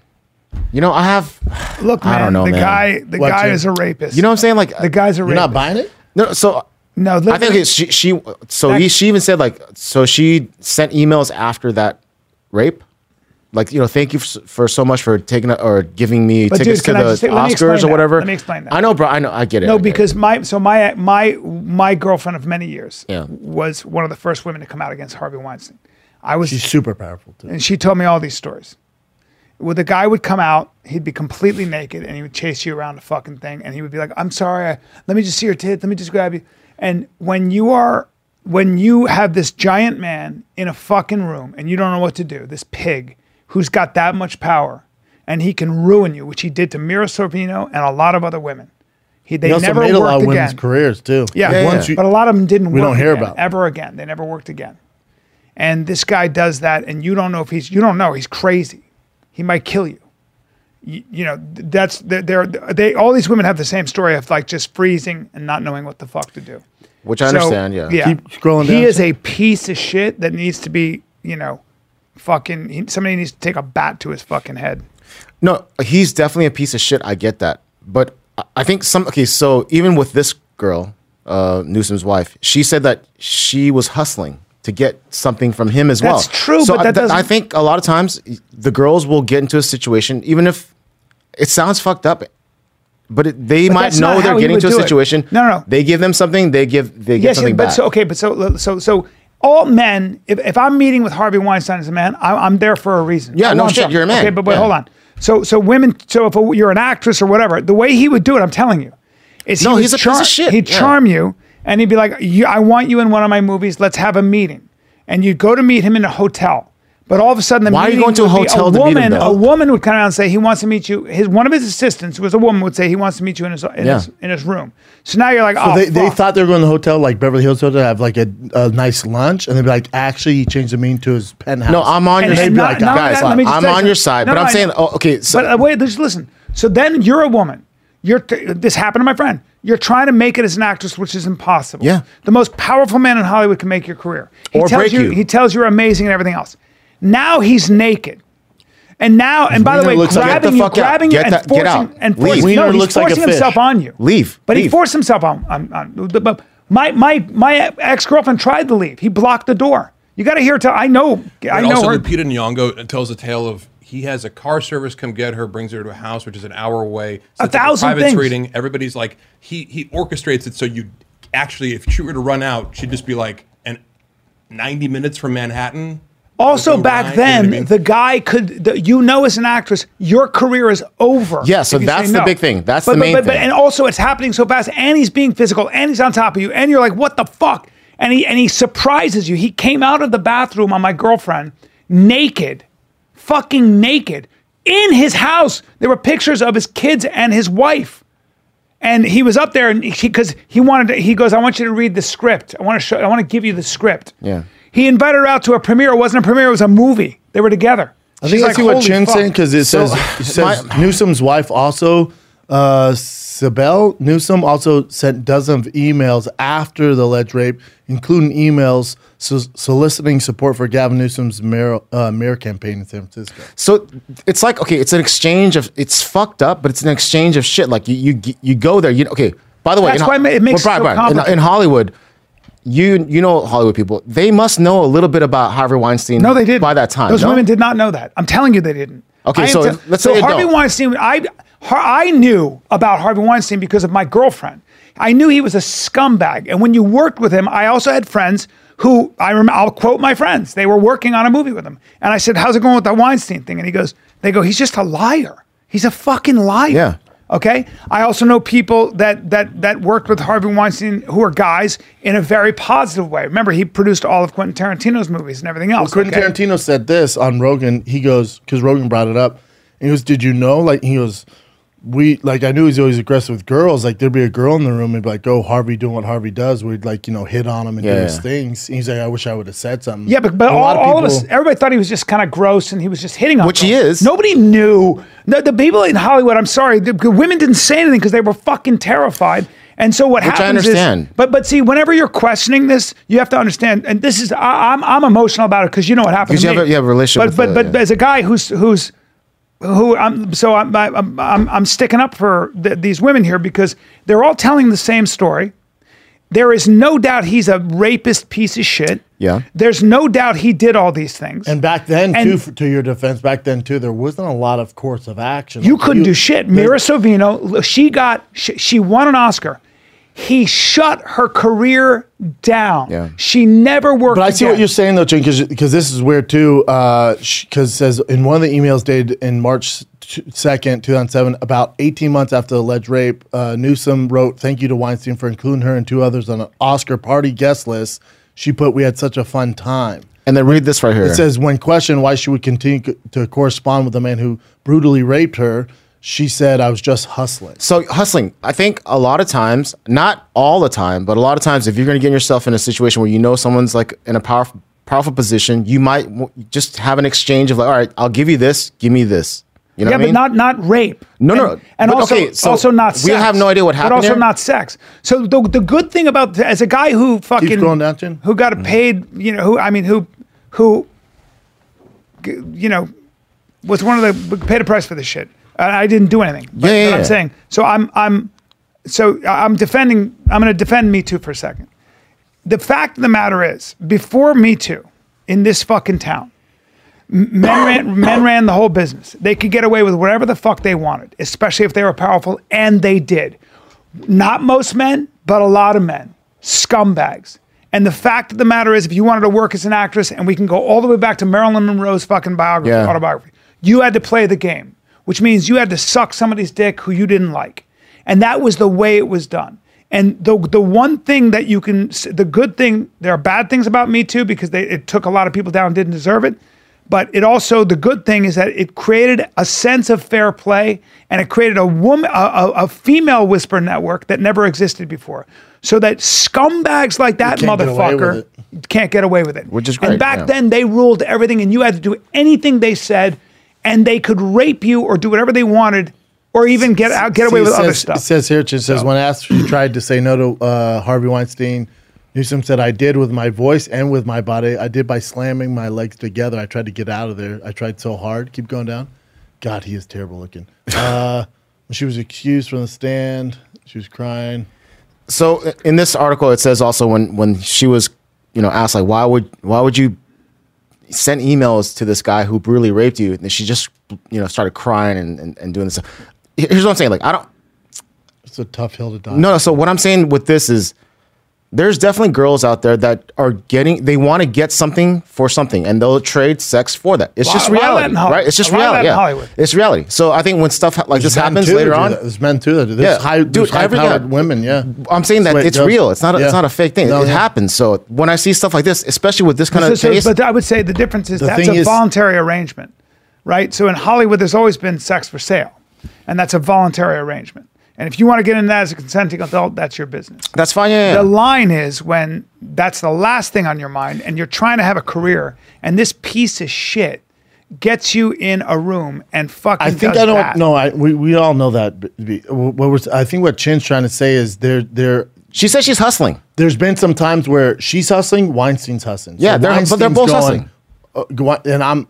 Speaker 8: you know, I have
Speaker 1: Look,
Speaker 8: I
Speaker 1: man.
Speaker 8: don't know,
Speaker 1: the
Speaker 8: man.
Speaker 1: guy, the
Speaker 2: What,
Speaker 1: guy
Speaker 2: Jim?
Speaker 1: is a rapist.
Speaker 8: you know what I'm saying? Like
Speaker 1: the guy's a
Speaker 2: You're
Speaker 1: rapist.
Speaker 2: not buying it?
Speaker 8: No, so
Speaker 1: No,
Speaker 8: I think it's- she she so
Speaker 1: That-
Speaker 8: he she even said like so she sent emails after that rape. Like you know, thank you for, for so much for taking a, or giving me
Speaker 1: But dude,
Speaker 8: tickets
Speaker 1: can I
Speaker 8: to the
Speaker 1: just say- let me explain
Speaker 8: Oscars or
Speaker 1: that.
Speaker 8: whatever.
Speaker 1: Let me explain that.
Speaker 8: I know, bro. I know. I get it. I
Speaker 1: No,
Speaker 8: get
Speaker 1: because my so my my my girlfriend of many years
Speaker 8: Yeah.
Speaker 1: was one of the first women to come out against Harvey Weinstein. I was
Speaker 2: She's super powerful, too.
Speaker 1: and she told me all these stories. Well, the guy would come out, he'd be completely naked, and he would chase you around the fucking thing, and he would be like, "I'm sorry, I, let me just see your tit, let me just grab you." And when you are, when you have this giant man in a fucking room, and you don't know what to do, this pig who's got that much power, and he can ruin you, which he did to Mira Sorvino and a lot of other women. He they
Speaker 2: He also
Speaker 1: never
Speaker 2: made a lot
Speaker 1: worked
Speaker 2: of women's
Speaker 1: again.
Speaker 2: careers, too.
Speaker 1: Yeah,
Speaker 8: Yeah,
Speaker 2: Once
Speaker 8: yeah.
Speaker 2: you-
Speaker 1: but a lot of them didn't.
Speaker 2: We
Speaker 1: work
Speaker 2: don't hear
Speaker 1: again,
Speaker 2: about them.
Speaker 1: ever again. They never worked again. And this guy does that, and you don't know if he's you don't know he's crazy. He might kill you. You, you know th- that's they're, they're they all these women have the same story of like just freezing and not knowing what the fuck to do.
Speaker 8: it. which I understand. Yeah.
Speaker 1: yeah.
Speaker 2: Keep scrolling
Speaker 1: He
Speaker 2: down,
Speaker 1: is
Speaker 2: Tim.
Speaker 1: a piece of shit that needs to be you know fucking he, somebody needs to take a bat to his fucking head.
Speaker 8: No, he's definitely a piece of shit. I get that, but I- I think some okay. So even with this girl, uh, Newsom's wife, she said that she was hustling to get something from him as well.
Speaker 1: That's true,
Speaker 8: So
Speaker 1: but
Speaker 8: I,
Speaker 1: that
Speaker 8: th- I
Speaker 1: doesn't-
Speaker 8: think a lot of times the girls will get into a situation, even if it sounds fucked up. But it, they might
Speaker 1: that's not
Speaker 8: know
Speaker 1: how
Speaker 8: they're
Speaker 1: he
Speaker 8: getting
Speaker 1: would
Speaker 8: into
Speaker 1: do
Speaker 8: a
Speaker 1: it.
Speaker 8: situation.
Speaker 1: No, no, no.
Speaker 8: They give them something. They give. They get
Speaker 1: Yes,
Speaker 8: something
Speaker 1: but
Speaker 8: back.
Speaker 1: so okay, but so so so all men. If, if I'm meeting with Harvey Weinstein as a man, I, I'm there for a reason.
Speaker 8: Yeah,
Speaker 1: I
Speaker 8: no
Speaker 1: want
Speaker 8: shit,
Speaker 1: something.
Speaker 8: you're a man.
Speaker 1: Okay, but wait,
Speaker 8: Yeah.
Speaker 1: hold on. So so women. So if a, you're an actress or whatever, the way he would do it, I'm telling you, is he
Speaker 8: No,
Speaker 1: would
Speaker 8: he's a piece of shit.
Speaker 1: He'd
Speaker 8: Yeah.
Speaker 1: charm you, and he'd be like, you, "I want you in one of my movies. Let's have a meeting." And you'd go to meet him in a hotel. But all of a sudden, the
Speaker 8: Why are you
Speaker 1: meeting
Speaker 8: going to a
Speaker 1: would be
Speaker 8: hotel to meet him,
Speaker 1: woman,
Speaker 8: though?
Speaker 1: A woman would come out and say he wants to meet you. His one of his assistants, who was a woman, would say he wants to meet you in his in,
Speaker 8: Yeah.
Speaker 1: his, in his room. So now you're like, oh,
Speaker 2: they, they
Speaker 1: fuck.
Speaker 2: thought they were going to the hotel, like Beverly Hills Hotel, to have like a, a nice lunch, and they'd be like, "Actually, he changed the mean to his penthouse."
Speaker 8: No, I'm on
Speaker 1: And
Speaker 8: your
Speaker 1: it's
Speaker 8: side.
Speaker 1: not-
Speaker 2: like, not
Speaker 8: guys,
Speaker 2: that- let me
Speaker 1: just
Speaker 8: I'm
Speaker 1: tell you
Speaker 8: on your
Speaker 1: something.
Speaker 8: side,
Speaker 1: No,
Speaker 8: but
Speaker 1: no,
Speaker 8: I'm
Speaker 1: I
Speaker 8: saying,
Speaker 1: know.
Speaker 8: oh, okay, so
Speaker 1: But uh, wait, just listen. So then you're a woman. You're t- this happened to my friend. You're trying to make it as an actress, which is impossible.
Speaker 8: Yeah.
Speaker 1: The most powerful man in Hollywood can make your career. He
Speaker 8: Or
Speaker 1: tells
Speaker 8: break you.
Speaker 1: He tells you're amazing and everything else. Now he's naked. And now, and by the
Speaker 2: Wiener
Speaker 1: way,
Speaker 2: looks like-
Speaker 1: grabbing
Speaker 8: Get the
Speaker 1: you,
Speaker 8: fuck out.
Speaker 1: grabbing you,
Speaker 8: Get
Speaker 1: and
Speaker 8: that- get
Speaker 1: forcing,
Speaker 8: out.
Speaker 1: and
Speaker 8: Leave.
Speaker 1: forcing, no,
Speaker 2: Wiener
Speaker 1: he's
Speaker 2: looks like a
Speaker 1: forcing himself
Speaker 2: fish.
Speaker 1: on you.
Speaker 8: Leave.
Speaker 1: But he
Speaker 8: Leave.
Speaker 1: forced himself on. on, on but my my my ex girlfriend tried to leave. He blocked the door. You got to hear. Tell I know. I
Speaker 7: And
Speaker 1: know
Speaker 7: also,
Speaker 1: her.
Speaker 7: Lupita Nyong'o tells a tale of he has a car service come get her, brings her to a house which is an hour away. sets up
Speaker 1: thousand
Speaker 7: private
Speaker 1: things.
Speaker 7: reading. Everybody's like he he orchestrates it so you actually, if she were to run out, she'd just be like an ninety minutes from Manhattan.
Speaker 1: Also,
Speaker 7: Go
Speaker 1: back
Speaker 7: right, you know what I
Speaker 1: then,
Speaker 7: mean?
Speaker 1: the guy could, the, you know, as an actress, your career is over.
Speaker 8: Yeah, so
Speaker 1: if you say
Speaker 8: that's the big thing. That's
Speaker 1: But-
Speaker 8: the
Speaker 1: but-
Speaker 8: main
Speaker 1: but- but-
Speaker 8: thing.
Speaker 1: And also, it's happening so fast, and he's being physical, and he's on top of you, and you're like, what the fuck? And he and he surprises you. He came out of the bathroom on my girlfriend naked, fucking naked, in his house. There were pictures of his kids and his wife and he was up there and he because he wanted to, he goes i want you to read the script i want to show i want to give you the script
Speaker 8: Yeah.
Speaker 1: he invited her out to a premiere it wasn't a premiere it was a movie they were together
Speaker 2: I think I see what Chin's saying because it
Speaker 8: So,
Speaker 2: says, it says Newsom's wife also, uh, Sibel Newsom also sent dozens of emails after the alleged rape, including emails so- soliciting support for Gavin Newsom's mayor, uh, mayor campaign in San Francisco.
Speaker 8: so it's like okay, it's an exchange of it's fucked up, but it's an exchange of shit. Like you you g- you go there. You okay. By the way,
Speaker 1: That's
Speaker 8: in Ho-
Speaker 1: why it ma- it makes
Speaker 8: Brian,
Speaker 1: it so
Speaker 8: Brian, in-
Speaker 1: complicated.
Speaker 8: in, Hollywood. You you know Hollywood people. They must know a little bit about Harvey Weinstein.
Speaker 1: no they didn't
Speaker 8: by that time.
Speaker 1: those
Speaker 8: no?
Speaker 1: women did not know that i'm telling you they didn't
Speaker 8: Okay,
Speaker 1: I am
Speaker 8: so
Speaker 1: tell-
Speaker 8: let's
Speaker 1: so
Speaker 8: say they
Speaker 1: harvey
Speaker 8: don't.
Speaker 1: weinstein i Har- i knew about harvey weinstein because of my girlfriend i knew he was a scumbag and when you worked with him i also had friends who i remember i'll quote my friends they were working on a movie with him and i said how's it going with that weinstein thing and he goes they go he's just a liar he's a fucking liar
Speaker 8: Yeah.
Speaker 1: Okay. I also know people that that that worked with Harvey Weinstein who are guys in a very positive way. Remember, he produced all of Quentin Tarantino's movies and everything else.
Speaker 2: Quentin
Speaker 1: okay?
Speaker 2: Tarantino said this on Rogan. He goes, because Rogan brought it up. And he goes, Did you know? Like, he goes, We, like, I knew he's always aggressive with girls. Like, there'd be a girl in the room and be like, Oh, Harvey doing what Harvey does. We'd, like, you know, hit on him and
Speaker 8: Yeah,
Speaker 2: do his
Speaker 8: yeah.
Speaker 2: things. And he's like, I wish I would have said
Speaker 8: Mm.
Speaker 2: something.
Speaker 1: Yeah, but, but
Speaker 2: A
Speaker 1: all,
Speaker 2: lot
Speaker 1: all of
Speaker 2: people-
Speaker 1: us, everybody thought he was just kind of gross and he was just hitting on
Speaker 8: Which he
Speaker 1: girls.
Speaker 8: is.
Speaker 1: Nobody knew. The, the people in Hollywood, I'm sorry, the, the women didn't say anything because they were fucking terrified. And so what
Speaker 8: Which I
Speaker 1: happens
Speaker 8: understand.
Speaker 1: is, but but see, whenever you're questioning this, you have to understand. And this is, I, I'm I'm emotional about it because you know what happened.
Speaker 8: 'Cause
Speaker 1: to
Speaker 8: you
Speaker 1: me.
Speaker 8: have a- you have a relationship
Speaker 1: But
Speaker 8: with
Speaker 1: but
Speaker 8: the-
Speaker 1: but
Speaker 8: yeah.
Speaker 1: as a guy who's who's who I'm so I'm I'm I'm, I'm sticking up for th- these women here because they're all telling the same story. There is no doubt he's a rapist piece of shit.
Speaker 8: Yeah.
Speaker 1: There's no doubt he did all these things.
Speaker 2: And back then,
Speaker 1: And-
Speaker 2: too, f- to your defense, back then, too, there wasn't a lot of course of action.
Speaker 1: You couldn't do shit. Mira
Speaker 2: there-
Speaker 1: Sorvino, she got she, she won an Oscar. He shut her career down.
Speaker 8: Yeah.
Speaker 1: She never worked.
Speaker 2: But I see what
Speaker 1: again.
Speaker 2: you're saying though, Chin, because this is weird too. Because it says in one of the emails dated in March second, two thousand seven, about eighteen months after the alleged rape, uh, Newsom wrote, "Thank you to Weinstein for including her and two others on an Oscar party guest list." She put, "We had such a fun time."
Speaker 8: And then read this right here.
Speaker 2: It says, when questioned why she would continue co- to correspond with the man who brutally raped her, she said, "I was just hustling."
Speaker 8: So hustling, I think a lot of times, not all the time, but a lot of times, if you're going to get yourself in a situation where you know someone's like in a powerful powerful position, you might w- just have an exchange of like, all right, I'll give you this, give me this. You know
Speaker 1: yeah,
Speaker 8: what I
Speaker 1: but
Speaker 8: mean?
Speaker 1: not not rape.
Speaker 8: No, no,
Speaker 1: And, and
Speaker 8: but
Speaker 1: also,
Speaker 8: okay, so
Speaker 1: also not.
Speaker 8: we
Speaker 1: sex,
Speaker 8: have no idea what happened
Speaker 1: But also
Speaker 8: here.
Speaker 1: not sex. So the the good thing about as a guy who fucking
Speaker 2: scrolling down, Jen.
Speaker 1: who
Speaker 8: Mm-hmm.
Speaker 1: got paid, you know, who I mean, who who g- you know was one of the paid a price for this shit. And I didn't do anything. But,
Speaker 8: Yeah, yeah,
Speaker 1: but I'm
Speaker 8: yeah.
Speaker 1: saying so. I'm I'm so I'm defending. I'm going to defend Me Too for a second. The fact of the matter is, before Me Too, in this fucking town, m- men ran, men ran the whole business. They could get away with whatever the fuck they wanted, especially if they were powerful, and they did. Not most men, but a lot of men, scumbags. And the fact of the matter is, if you wanted to work as an actress, and we can go all the way back to Marilyn Monroe's fucking biography,
Speaker 8: Yeah.
Speaker 1: autobiography, you had to play the game, which means you had to suck somebody's dick who you didn't like. And that was the way it was done. And the, the one thing that you can, s- the good thing, there are bad things about Me Too because they, it took a lot of people down, didn't deserve it. But it also, the good thing is that it created a sense of fair play and it created a woman, a, a, a female whisper network that never existed before. So that scumbags like that
Speaker 2: can't get away with
Speaker 1: motherfucker can't get away with it.
Speaker 8: Which is
Speaker 1: And
Speaker 8: great,
Speaker 1: back
Speaker 8: yeah.
Speaker 1: then, they ruled everything, and you had to do anything they said, and they could rape you or do whatever they wanted, or even get out, get away
Speaker 2: See,
Speaker 1: with
Speaker 2: it
Speaker 1: other
Speaker 2: says-
Speaker 1: stuff.
Speaker 2: It says here, it just says, when asked, she tried to say no to uh, Harvey Weinstein. Newsom said, I did with my voice and with my body. I did by slamming my legs together. I tried to get out of there. I tried so hard. Keep going down. God, he is terrible looking. Uh, when she was accused from the stand. She was crying.
Speaker 8: So i- in this article, it says also when when she was, you know, asked like, why would why would you send emails to this guy who brutally raped you? And she just, you know, started crying and, and, and doing this. stuff. Here- Here's what I'm saying. Like, I don't.
Speaker 2: It's a tough hill to die.
Speaker 8: No, no. So what I'm saying with this is, there's definitely girls out there that are getting. They want to get something for something, and they'll trade sex for that. It's
Speaker 1: Why-
Speaker 8: just
Speaker 1: why let
Speaker 8: reality,
Speaker 1: in Hollywood?
Speaker 8: right? It's just
Speaker 1: Why let in
Speaker 8: reality. Yeah.
Speaker 1: Hollywood?
Speaker 8: It's reality. So I think when stuff ha- like this
Speaker 2: Men,
Speaker 8: happens
Speaker 2: too, that
Speaker 8: later
Speaker 2: do
Speaker 8: on,
Speaker 2: that. There's men too. That do. There's
Speaker 8: Yeah.
Speaker 2: high,
Speaker 8: Dude,
Speaker 2: there's high
Speaker 8: every-
Speaker 2: powered
Speaker 8: yeah.
Speaker 2: women. Yeah.
Speaker 8: I'm saying
Speaker 2: That's
Speaker 8: that
Speaker 2: the way it
Speaker 8: it's
Speaker 2: goes.
Speaker 8: real. It's not.
Speaker 2: Yeah.
Speaker 8: It's not a fake thing.
Speaker 2: No,
Speaker 8: it
Speaker 2: yeah.
Speaker 8: happens. So when I see stuff like this, especially with this kind of
Speaker 1: So- so-
Speaker 8: taste,
Speaker 1: but I would say the difference is that's
Speaker 2: thing
Speaker 1: a
Speaker 2: is-
Speaker 1: voluntary arrangement, right? So in Hollywood, there's always been sex for sale, and that's a voluntary arrangement. And if you want to get into that as a consenting adult, that's your business.
Speaker 8: that's fine. Yeah, yeah,
Speaker 1: The
Speaker 8: yeah.
Speaker 1: line is when that's the last thing on your mind and you're trying to have a career and this piece of shit gets you in a room and fucking
Speaker 2: I think
Speaker 1: does
Speaker 2: I don't.
Speaker 1: that.
Speaker 2: No, I we, we all know that. but- but What was I think what Chin's trying to say is there there
Speaker 8: She says she's hustling.
Speaker 2: there's been some times where she's hustling, Weinstein's hustling.
Speaker 8: Yeah, they're- but they're
Speaker 2: Weinstein's
Speaker 8: both hustling.
Speaker 2: uh, go- and I'm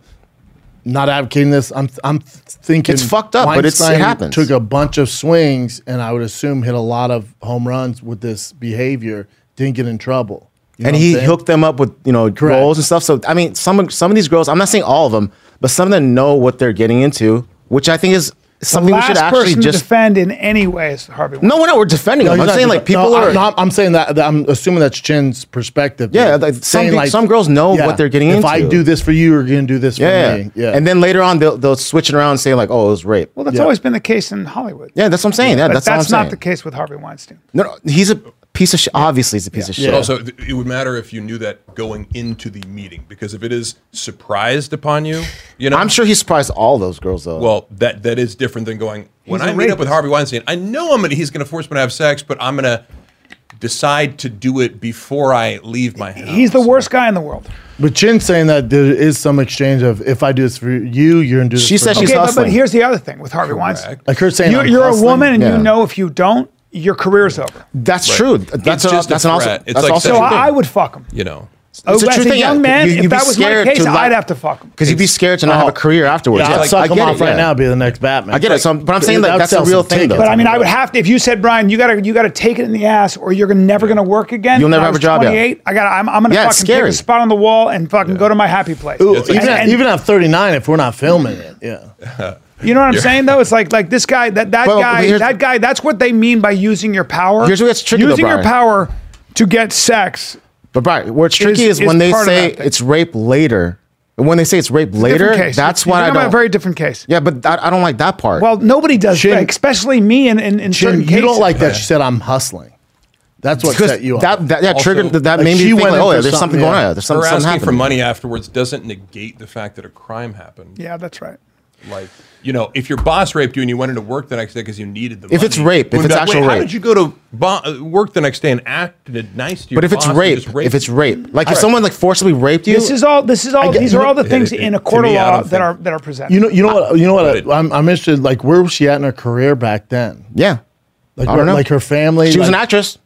Speaker 2: not advocating this. I'm I'm thinking
Speaker 8: It's fucked up, but it's- it
Speaker 2: Weinstein
Speaker 8: happens.
Speaker 2: Took a bunch of swings, and I would assume hit a lot of home runs with this behavior. Didn't get in trouble. You know
Speaker 8: and
Speaker 2: what I'm
Speaker 8: he
Speaker 2: saying?
Speaker 8: hooked them up with you know
Speaker 2: Correct.
Speaker 8: roles and stuff. So I mean, some some of these girls, I'm not saying all of them, but some of them know what they're getting into, which I think is something we
Speaker 1: last
Speaker 8: should actually
Speaker 1: person to
Speaker 8: just.
Speaker 1: defend in any way is Harvey.
Speaker 8: No, we're not. We're defending them.
Speaker 2: you're
Speaker 8: I'm
Speaker 2: not
Speaker 8: saying
Speaker 2: doing-
Speaker 8: like people
Speaker 2: no,
Speaker 8: are.
Speaker 2: I'm, not- I'm saying that, that I'm assuming that's Chin's perspective.
Speaker 8: Yeah, like, some peop- some girls know what they're getting
Speaker 2: if If I
Speaker 8: into.
Speaker 2: do this for you, you're going to do this
Speaker 8: yeah,
Speaker 2: for me. Yeah,
Speaker 8: And then later on, they'll they'll switch it around and say like, oh, it was rape.
Speaker 1: Well, that's
Speaker 2: Yeah.
Speaker 1: always been the case in Hollywood.
Speaker 8: yeah, that's what I'm saying. Yeah,
Speaker 1: But
Speaker 8: that's,
Speaker 1: that's,
Speaker 8: all I'm
Speaker 1: not
Speaker 8: saying.
Speaker 1: the case with Harvey Weinstein.
Speaker 8: No, no, he's a piece of shit. Obviously, he's a piece of shit.
Speaker 2: Yeah.
Speaker 7: Also, th- it would matter if you knew that going into the meeting because if it is surprised upon you, you know,
Speaker 8: I'm sure he surprised all those girls though.
Speaker 7: Well, that that is different than going. When
Speaker 1: He's
Speaker 7: I
Speaker 1: a
Speaker 7: meet up with
Speaker 1: rapist.
Speaker 7: Harvey Weinstein, I know I'm gonna. He's gonna force me to have sex, but I'm gonna decide to do it before I leave my house.
Speaker 1: He's the worst guy in the world.
Speaker 2: but Chin's saying that there is some exchange of if I do this for you, you're going to do this.
Speaker 8: She
Speaker 2: for
Speaker 8: said
Speaker 2: me.
Speaker 8: she's
Speaker 1: okay, but, but
Speaker 8: hustling.
Speaker 1: here's the other thing with Harvey Weinstein.
Speaker 7: Correct.
Speaker 2: like her saying
Speaker 1: You're,
Speaker 2: I'm
Speaker 1: you're a
Speaker 2: hustling.
Speaker 1: woman, and
Speaker 8: Yeah.
Speaker 1: you know if you don't, your career's over.
Speaker 8: That's true. That's
Speaker 7: It's
Speaker 8: a,
Speaker 7: just a
Speaker 8: that's an also
Speaker 7: threat. It's
Speaker 8: that's
Speaker 7: like
Speaker 8: also
Speaker 1: So
Speaker 7: sexual-
Speaker 8: a
Speaker 1: I, I
Speaker 7: thing.
Speaker 1: would fuck him.
Speaker 7: You know,
Speaker 1: Oh,
Speaker 8: It's a
Speaker 1: as
Speaker 8: true
Speaker 1: a
Speaker 8: thing.
Speaker 1: young
Speaker 8: Yeah.
Speaker 1: man,
Speaker 8: You-
Speaker 1: if
Speaker 8: you'd be
Speaker 1: that was my
Speaker 8: scared to
Speaker 1: case,
Speaker 8: let-
Speaker 1: I'd have to fuck him.
Speaker 8: because you'd be scared to not have a career afterwards.
Speaker 2: Yeah, I'd
Speaker 8: Like,
Speaker 2: suck him
Speaker 8: get
Speaker 2: off
Speaker 8: it,
Speaker 2: right
Speaker 8: yeah.
Speaker 2: now. Be the next Batman.
Speaker 8: I get it. So, I'm- but I'm saying
Speaker 2: That
Speaker 8: like
Speaker 2: would
Speaker 8: that's a
Speaker 2: sell
Speaker 8: real
Speaker 2: some
Speaker 8: thing, though.
Speaker 2: tickets.
Speaker 1: But I mean, I would have to. If you said, Brian, you gotta you gotta take it in the ass, or you're gonna- never gonna work again.
Speaker 8: You'll never
Speaker 1: I
Speaker 8: have a
Speaker 1: was
Speaker 8: job, yeah.
Speaker 1: 28. I got. I'm, I'm gonna
Speaker 8: Yeah, it's
Speaker 1: fucking take
Speaker 8: scary.
Speaker 1: a spot on the wall and fucking go to my happy place.
Speaker 2: Ooh,
Speaker 7: It's
Speaker 2: even,
Speaker 7: like-
Speaker 2: at,
Speaker 1: And-
Speaker 2: even at 39, if we're not filming it, yeah.
Speaker 1: You know what I'm saying though? It's like like this guy that that
Speaker 8: Well, but
Speaker 1: guy
Speaker 8: here's-
Speaker 1: that guy that's what they mean by using your power.
Speaker 8: Here's where it's tricky, though,
Speaker 1: Using your
Speaker 8: Brian.
Speaker 1: power to get sex.
Speaker 8: But Brian, what's tricky
Speaker 1: Is-
Speaker 8: is,
Speaker 1: is
Speaker 8: when they
Speaker 1: part of
Speaker 8: say
Speaker 1: that thing.
Speaker 8: it's rape later. When they say it's rape later,
Speaker 1: Different case.
Speaker 8: that's
Speaker 1: You're
Speaker 8: why I
Speaker 1: talking
Speaker 8: don't.
Speaker 1: About a very different case.
Speaker 8: yeah, but I, I don't like that part.
Speaker 1: Well, nobody does,
Speaker 2: Shin-
Speaker 1: that, especially me in in, in
Speaker 2: Chin,
Speaker 1: certain
Speaker 2: you
Speaker 1: cases.
Speaker 2: don't like that. She said I'm hustling. That's what
Speaker 8: because
Speaker 2: set you up.
Speaker 8: that, that yeah
Speaker 7: Also,
Speaker 8: triggered that, that
Speaker 2: like,
Speaker 8: made me
Speaker 2: she
Speaker 8: think
Speaker 2: went
Speaker 8: like,
Speaker 2: in
Speaker 8: oh,
Speaker 2: for
Speaker 8: yeah, there's something
Speaker 2: something,
Speaker 8: going
Speaker 2: yeah.
Speaker 8: on. There's
Speaker 7: her
Speaker 8: something, something
Speaker 7: asking
Speaker 8: happening.
Speaker 7: for money afterwards doesn't negate the fact that a crime happened.
Speaker 1: Yeah, that's right.
Speaker 7: Like, you know, if your boss raped you and you went into work the next day because you needed the
Speaker 8: If it's
Speaker 7: money,
Speaker 8: rape, if
Speaker 7: it would
Speaker 8: it's
Speaker 7: be
Speaker 8: actual
Speaker 7: Wait, How
Speaker 8: rape."
Speaker 7: did you go to bo- uh, work the next day and acted nice to your
Speaker 8: But if it's
Speaker 7: boss who
Speaker 8: rape,
Speaker 7: just raped
Speaker 8: if it's
Speaker 7: you?
Speaker 8: rape, like if
Speaker 7: Right.
Speaker 8: someone like forcibly raped you,
Speaker 1: This is all. This is all.
Speaker 2: get-
Speaker 1: these are all the
Speaker 7: it-
Speaker 1: things
Speaker 7: it-
Speaker 1: in a
Speaker 7: to
Speaker 1: court of
Speaker 7: me, I
Speaker 1: law
Speaker 7: don't
Speaker 1: that
Speaker 7: think-
Speaker 1: are that are presented.
Speaker 2: You know, you know what? You know what?
Speaker 7: But it-
Speaker 2: I'm, I'm interested. Like, where was she at in her career back then?
Speaker 8: yeah,
Speaker 2: Like,
Speaker 8: I don't
Speaker 2: her,
Speaker 8: know.
Speaker 2: like her family.
Speaker 8: she was an
Speaker 2: like-
Speaker 8: actress.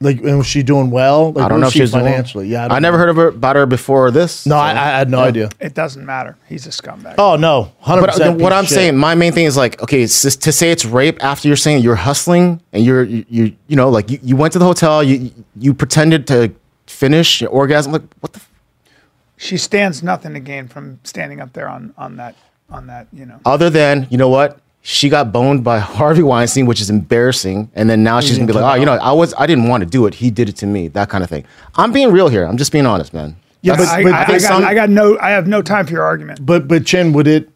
Speaker 2: Like, and was she doing well? Like,
Speaker 8: I
Speaker 2: where
Speaker 8: don't know
Speaker 2: was
Speaker 8: if she's doing well.
Speaker 2: financially. Yeah,
Speaker 8: I,
Speaker 2: don't
Speaker 8: never
Speaker 2: know.
Speaker 8: heard of her about her before this.
Speaker 2: No, I, I had no idea.
Speaker 1: It doesn't matter. He's a scumbag.
Speaker 2: Oh no, hundred
Speaker 8: But uh,
Speaker 2: percent.
Speaker 8: what I'm
Speaker 2: shit.
Speaker 8: saying, my main thing is like, okay, it's just to say it's rape after you're saying you're hustling and you're you you, you know like you, you went to the hotel, you you pretended to finish your orgasm. Like what the? F-
Speaker 1: She stands nothing to gain from standing up there on on that on that. You know.
Speaker 8: Other than you know what, she got boned by Harvey Weinstein, which is embarrassing, and then now she's gonna be like, oh, you know, I was I didn't want to do it. He did it to me. That kind of thing. I'm being real here. I'm just being honest, man.
Speaker 2: yeah, but,
Speaker 1: I,
Speaker 2: but,
Speaker 1: I, I
Speaker 2: but,
Speaker 1: got, I got no. I have no time for your argument.
Speaker 2: but but Chin, would it?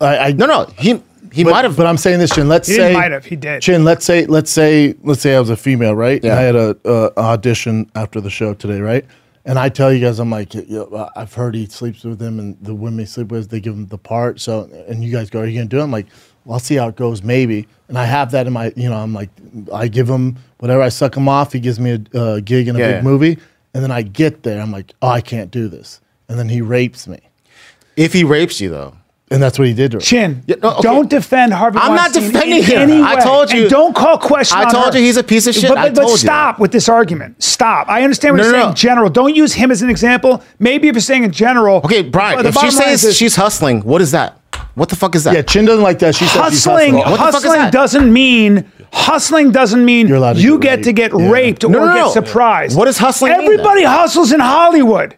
Speaker 2: I, I
Speaker 8: No, no, he he
Speaker 2: but,
Speaker 8: might have.
Speaker 2: But I'm saying this, Chin. Let's
Speaker 1: He
Speaker 2: say
Speaker 1: didn't might have. He did.
Speaker 2: Chin, let's say, let's say, let's say I was a female, right? And
Speaker 8: Yeah.
Speaker 2: I had a, a audition after the show today, right? And I tell you guys, I'm like, "Yo, I- I've heard he sleeps with them, and the women he sleeps with, they give him the part. So, and you guys go, are you gonna do it? I'm like, well, I'll see how it goes, maybe. And I have that in my, you know, I'm like, I give him whatever, I suck him off. He gives me a uh, gig in a
Speaker 8: Yeah,
Speaker 2: big
Speaker 8: yeah.
Speaker 2: movie, and then I get there, I'm like, oh, I can't do this, and then he rapes me,
Speaker 8: if he rapes you though,
Speaker 2: and that's what he did. To her.
Speaker 1: Chin,
Speaker 8: Yeah, no, okay.
Speaker 1: don't defend Harvey.
Speaker 8: I'm not
Speaker 1: Weinstein
Speaker 8: defending
Speaker 1: in
Speaker 8: him.
Speaker 1: any
Speaker 8: I
Speaker 1: way.
Speaker 8: told you-
Speaker 1: And don't call question.
Speaker 8: I
Speaker 1: on
Speaker 8: told
Speaker 1: her.
Speaker 8: you he's a piece of shit.
Speaker 1: But,
Speaker 8: I
Speaker 1: but- but
Speaker 8: told you.
Speaker 1: stop with this argument. Stop. I understand what
Speaker 8: No,
Speaker 1: you're
Speaker 8: no,
Speaker 1: saying.
Speaker 8: no.
Speaker 1: in General, don't use him as an example. Maybe if you're saying in general.
Speaker 8: okay, Brian,
Speaker 1: but the
Speaker 8: if she
Speaker 1: bottom line
Speaker 8: says
Speaker 1: is
Speaker 8: she's hustling, what is that? What the fuck is that?
Speaker 2: Yeah, Chin doesn't like that. She says he's
Speaker 1: hustling.
Speaker 8: What the fuck is
Speaker 1: Hustling
Speaker 8: that?
Speaker 1: doesn't mean hustling doesn't mean
Speaker 2: You're allowed to
Speaker 1: you
Speaker 2: get
Speaker 1: get
Speaker 2: raped.
Speaker 1: to get
Speaker 2: Yeah.
Speaker 1: raped
Speaker 8: No,
Speaker 1: or
Speaker 8: no,
Speaker 1: get
Speaker 8: no.
Speaker 1: surprised.
Speaker 8: What does hustling mean, then?
Speaker 1: Everybody hustles in Hollywood.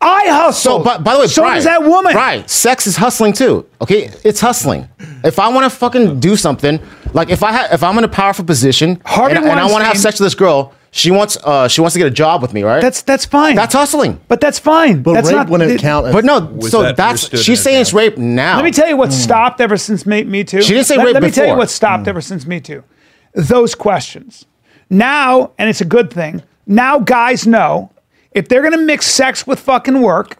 Speaker 1: I hustle.
Speaker 8: So, but by the way,
Speaker 1: so
Speaker 8: Brian,
Speaker 1: does that woman.
Speaker 8: Right, sex is hustling too. Okay, it's hustling. If I want to fucking do something, like if I ha- if I'm in a powerful position
Speaker 1: Harvey
Speaker 8: and, and I want to have
Speaker 1: Weinstein-
Speaker 8: sex with this girl, she wants uh she wants to get a job with me, right?
Speaker 1: That's that's fine.
Speaker 8: that's hustling.
Speaker 1: But that's fine.
Speaker 2: But
Speaker 1: that's
Speaker 2: rape
Speaker 1: not
Speaker 2: wouldn't
Speaker 1: it-
Speaker 2: count. As,
Speaker 8: But no,
Speaker 7: Was
Speaker 8: so
Speaker 7: that
Speaker 8: that's
Speaker 7: understood
Speaker 8: she's
Speaker 7: as
Speaker 8: saying
Speaker 7: that?
Speaker 8: it's rape now.
Speaker 1: Let me tell you what stopped ever since Me, Me Too.
Speaker 8: Hmm. She didn't say
Speaker 1: let,
Speaker 8: rape
Speaker 1: Let me tell you
Speaker 8: before. Hmm.
Speaker 1: what stopped ever since Me Too. Those questions. Now, and it's a good thing, now guys know if they're going to mix sex with fucking work,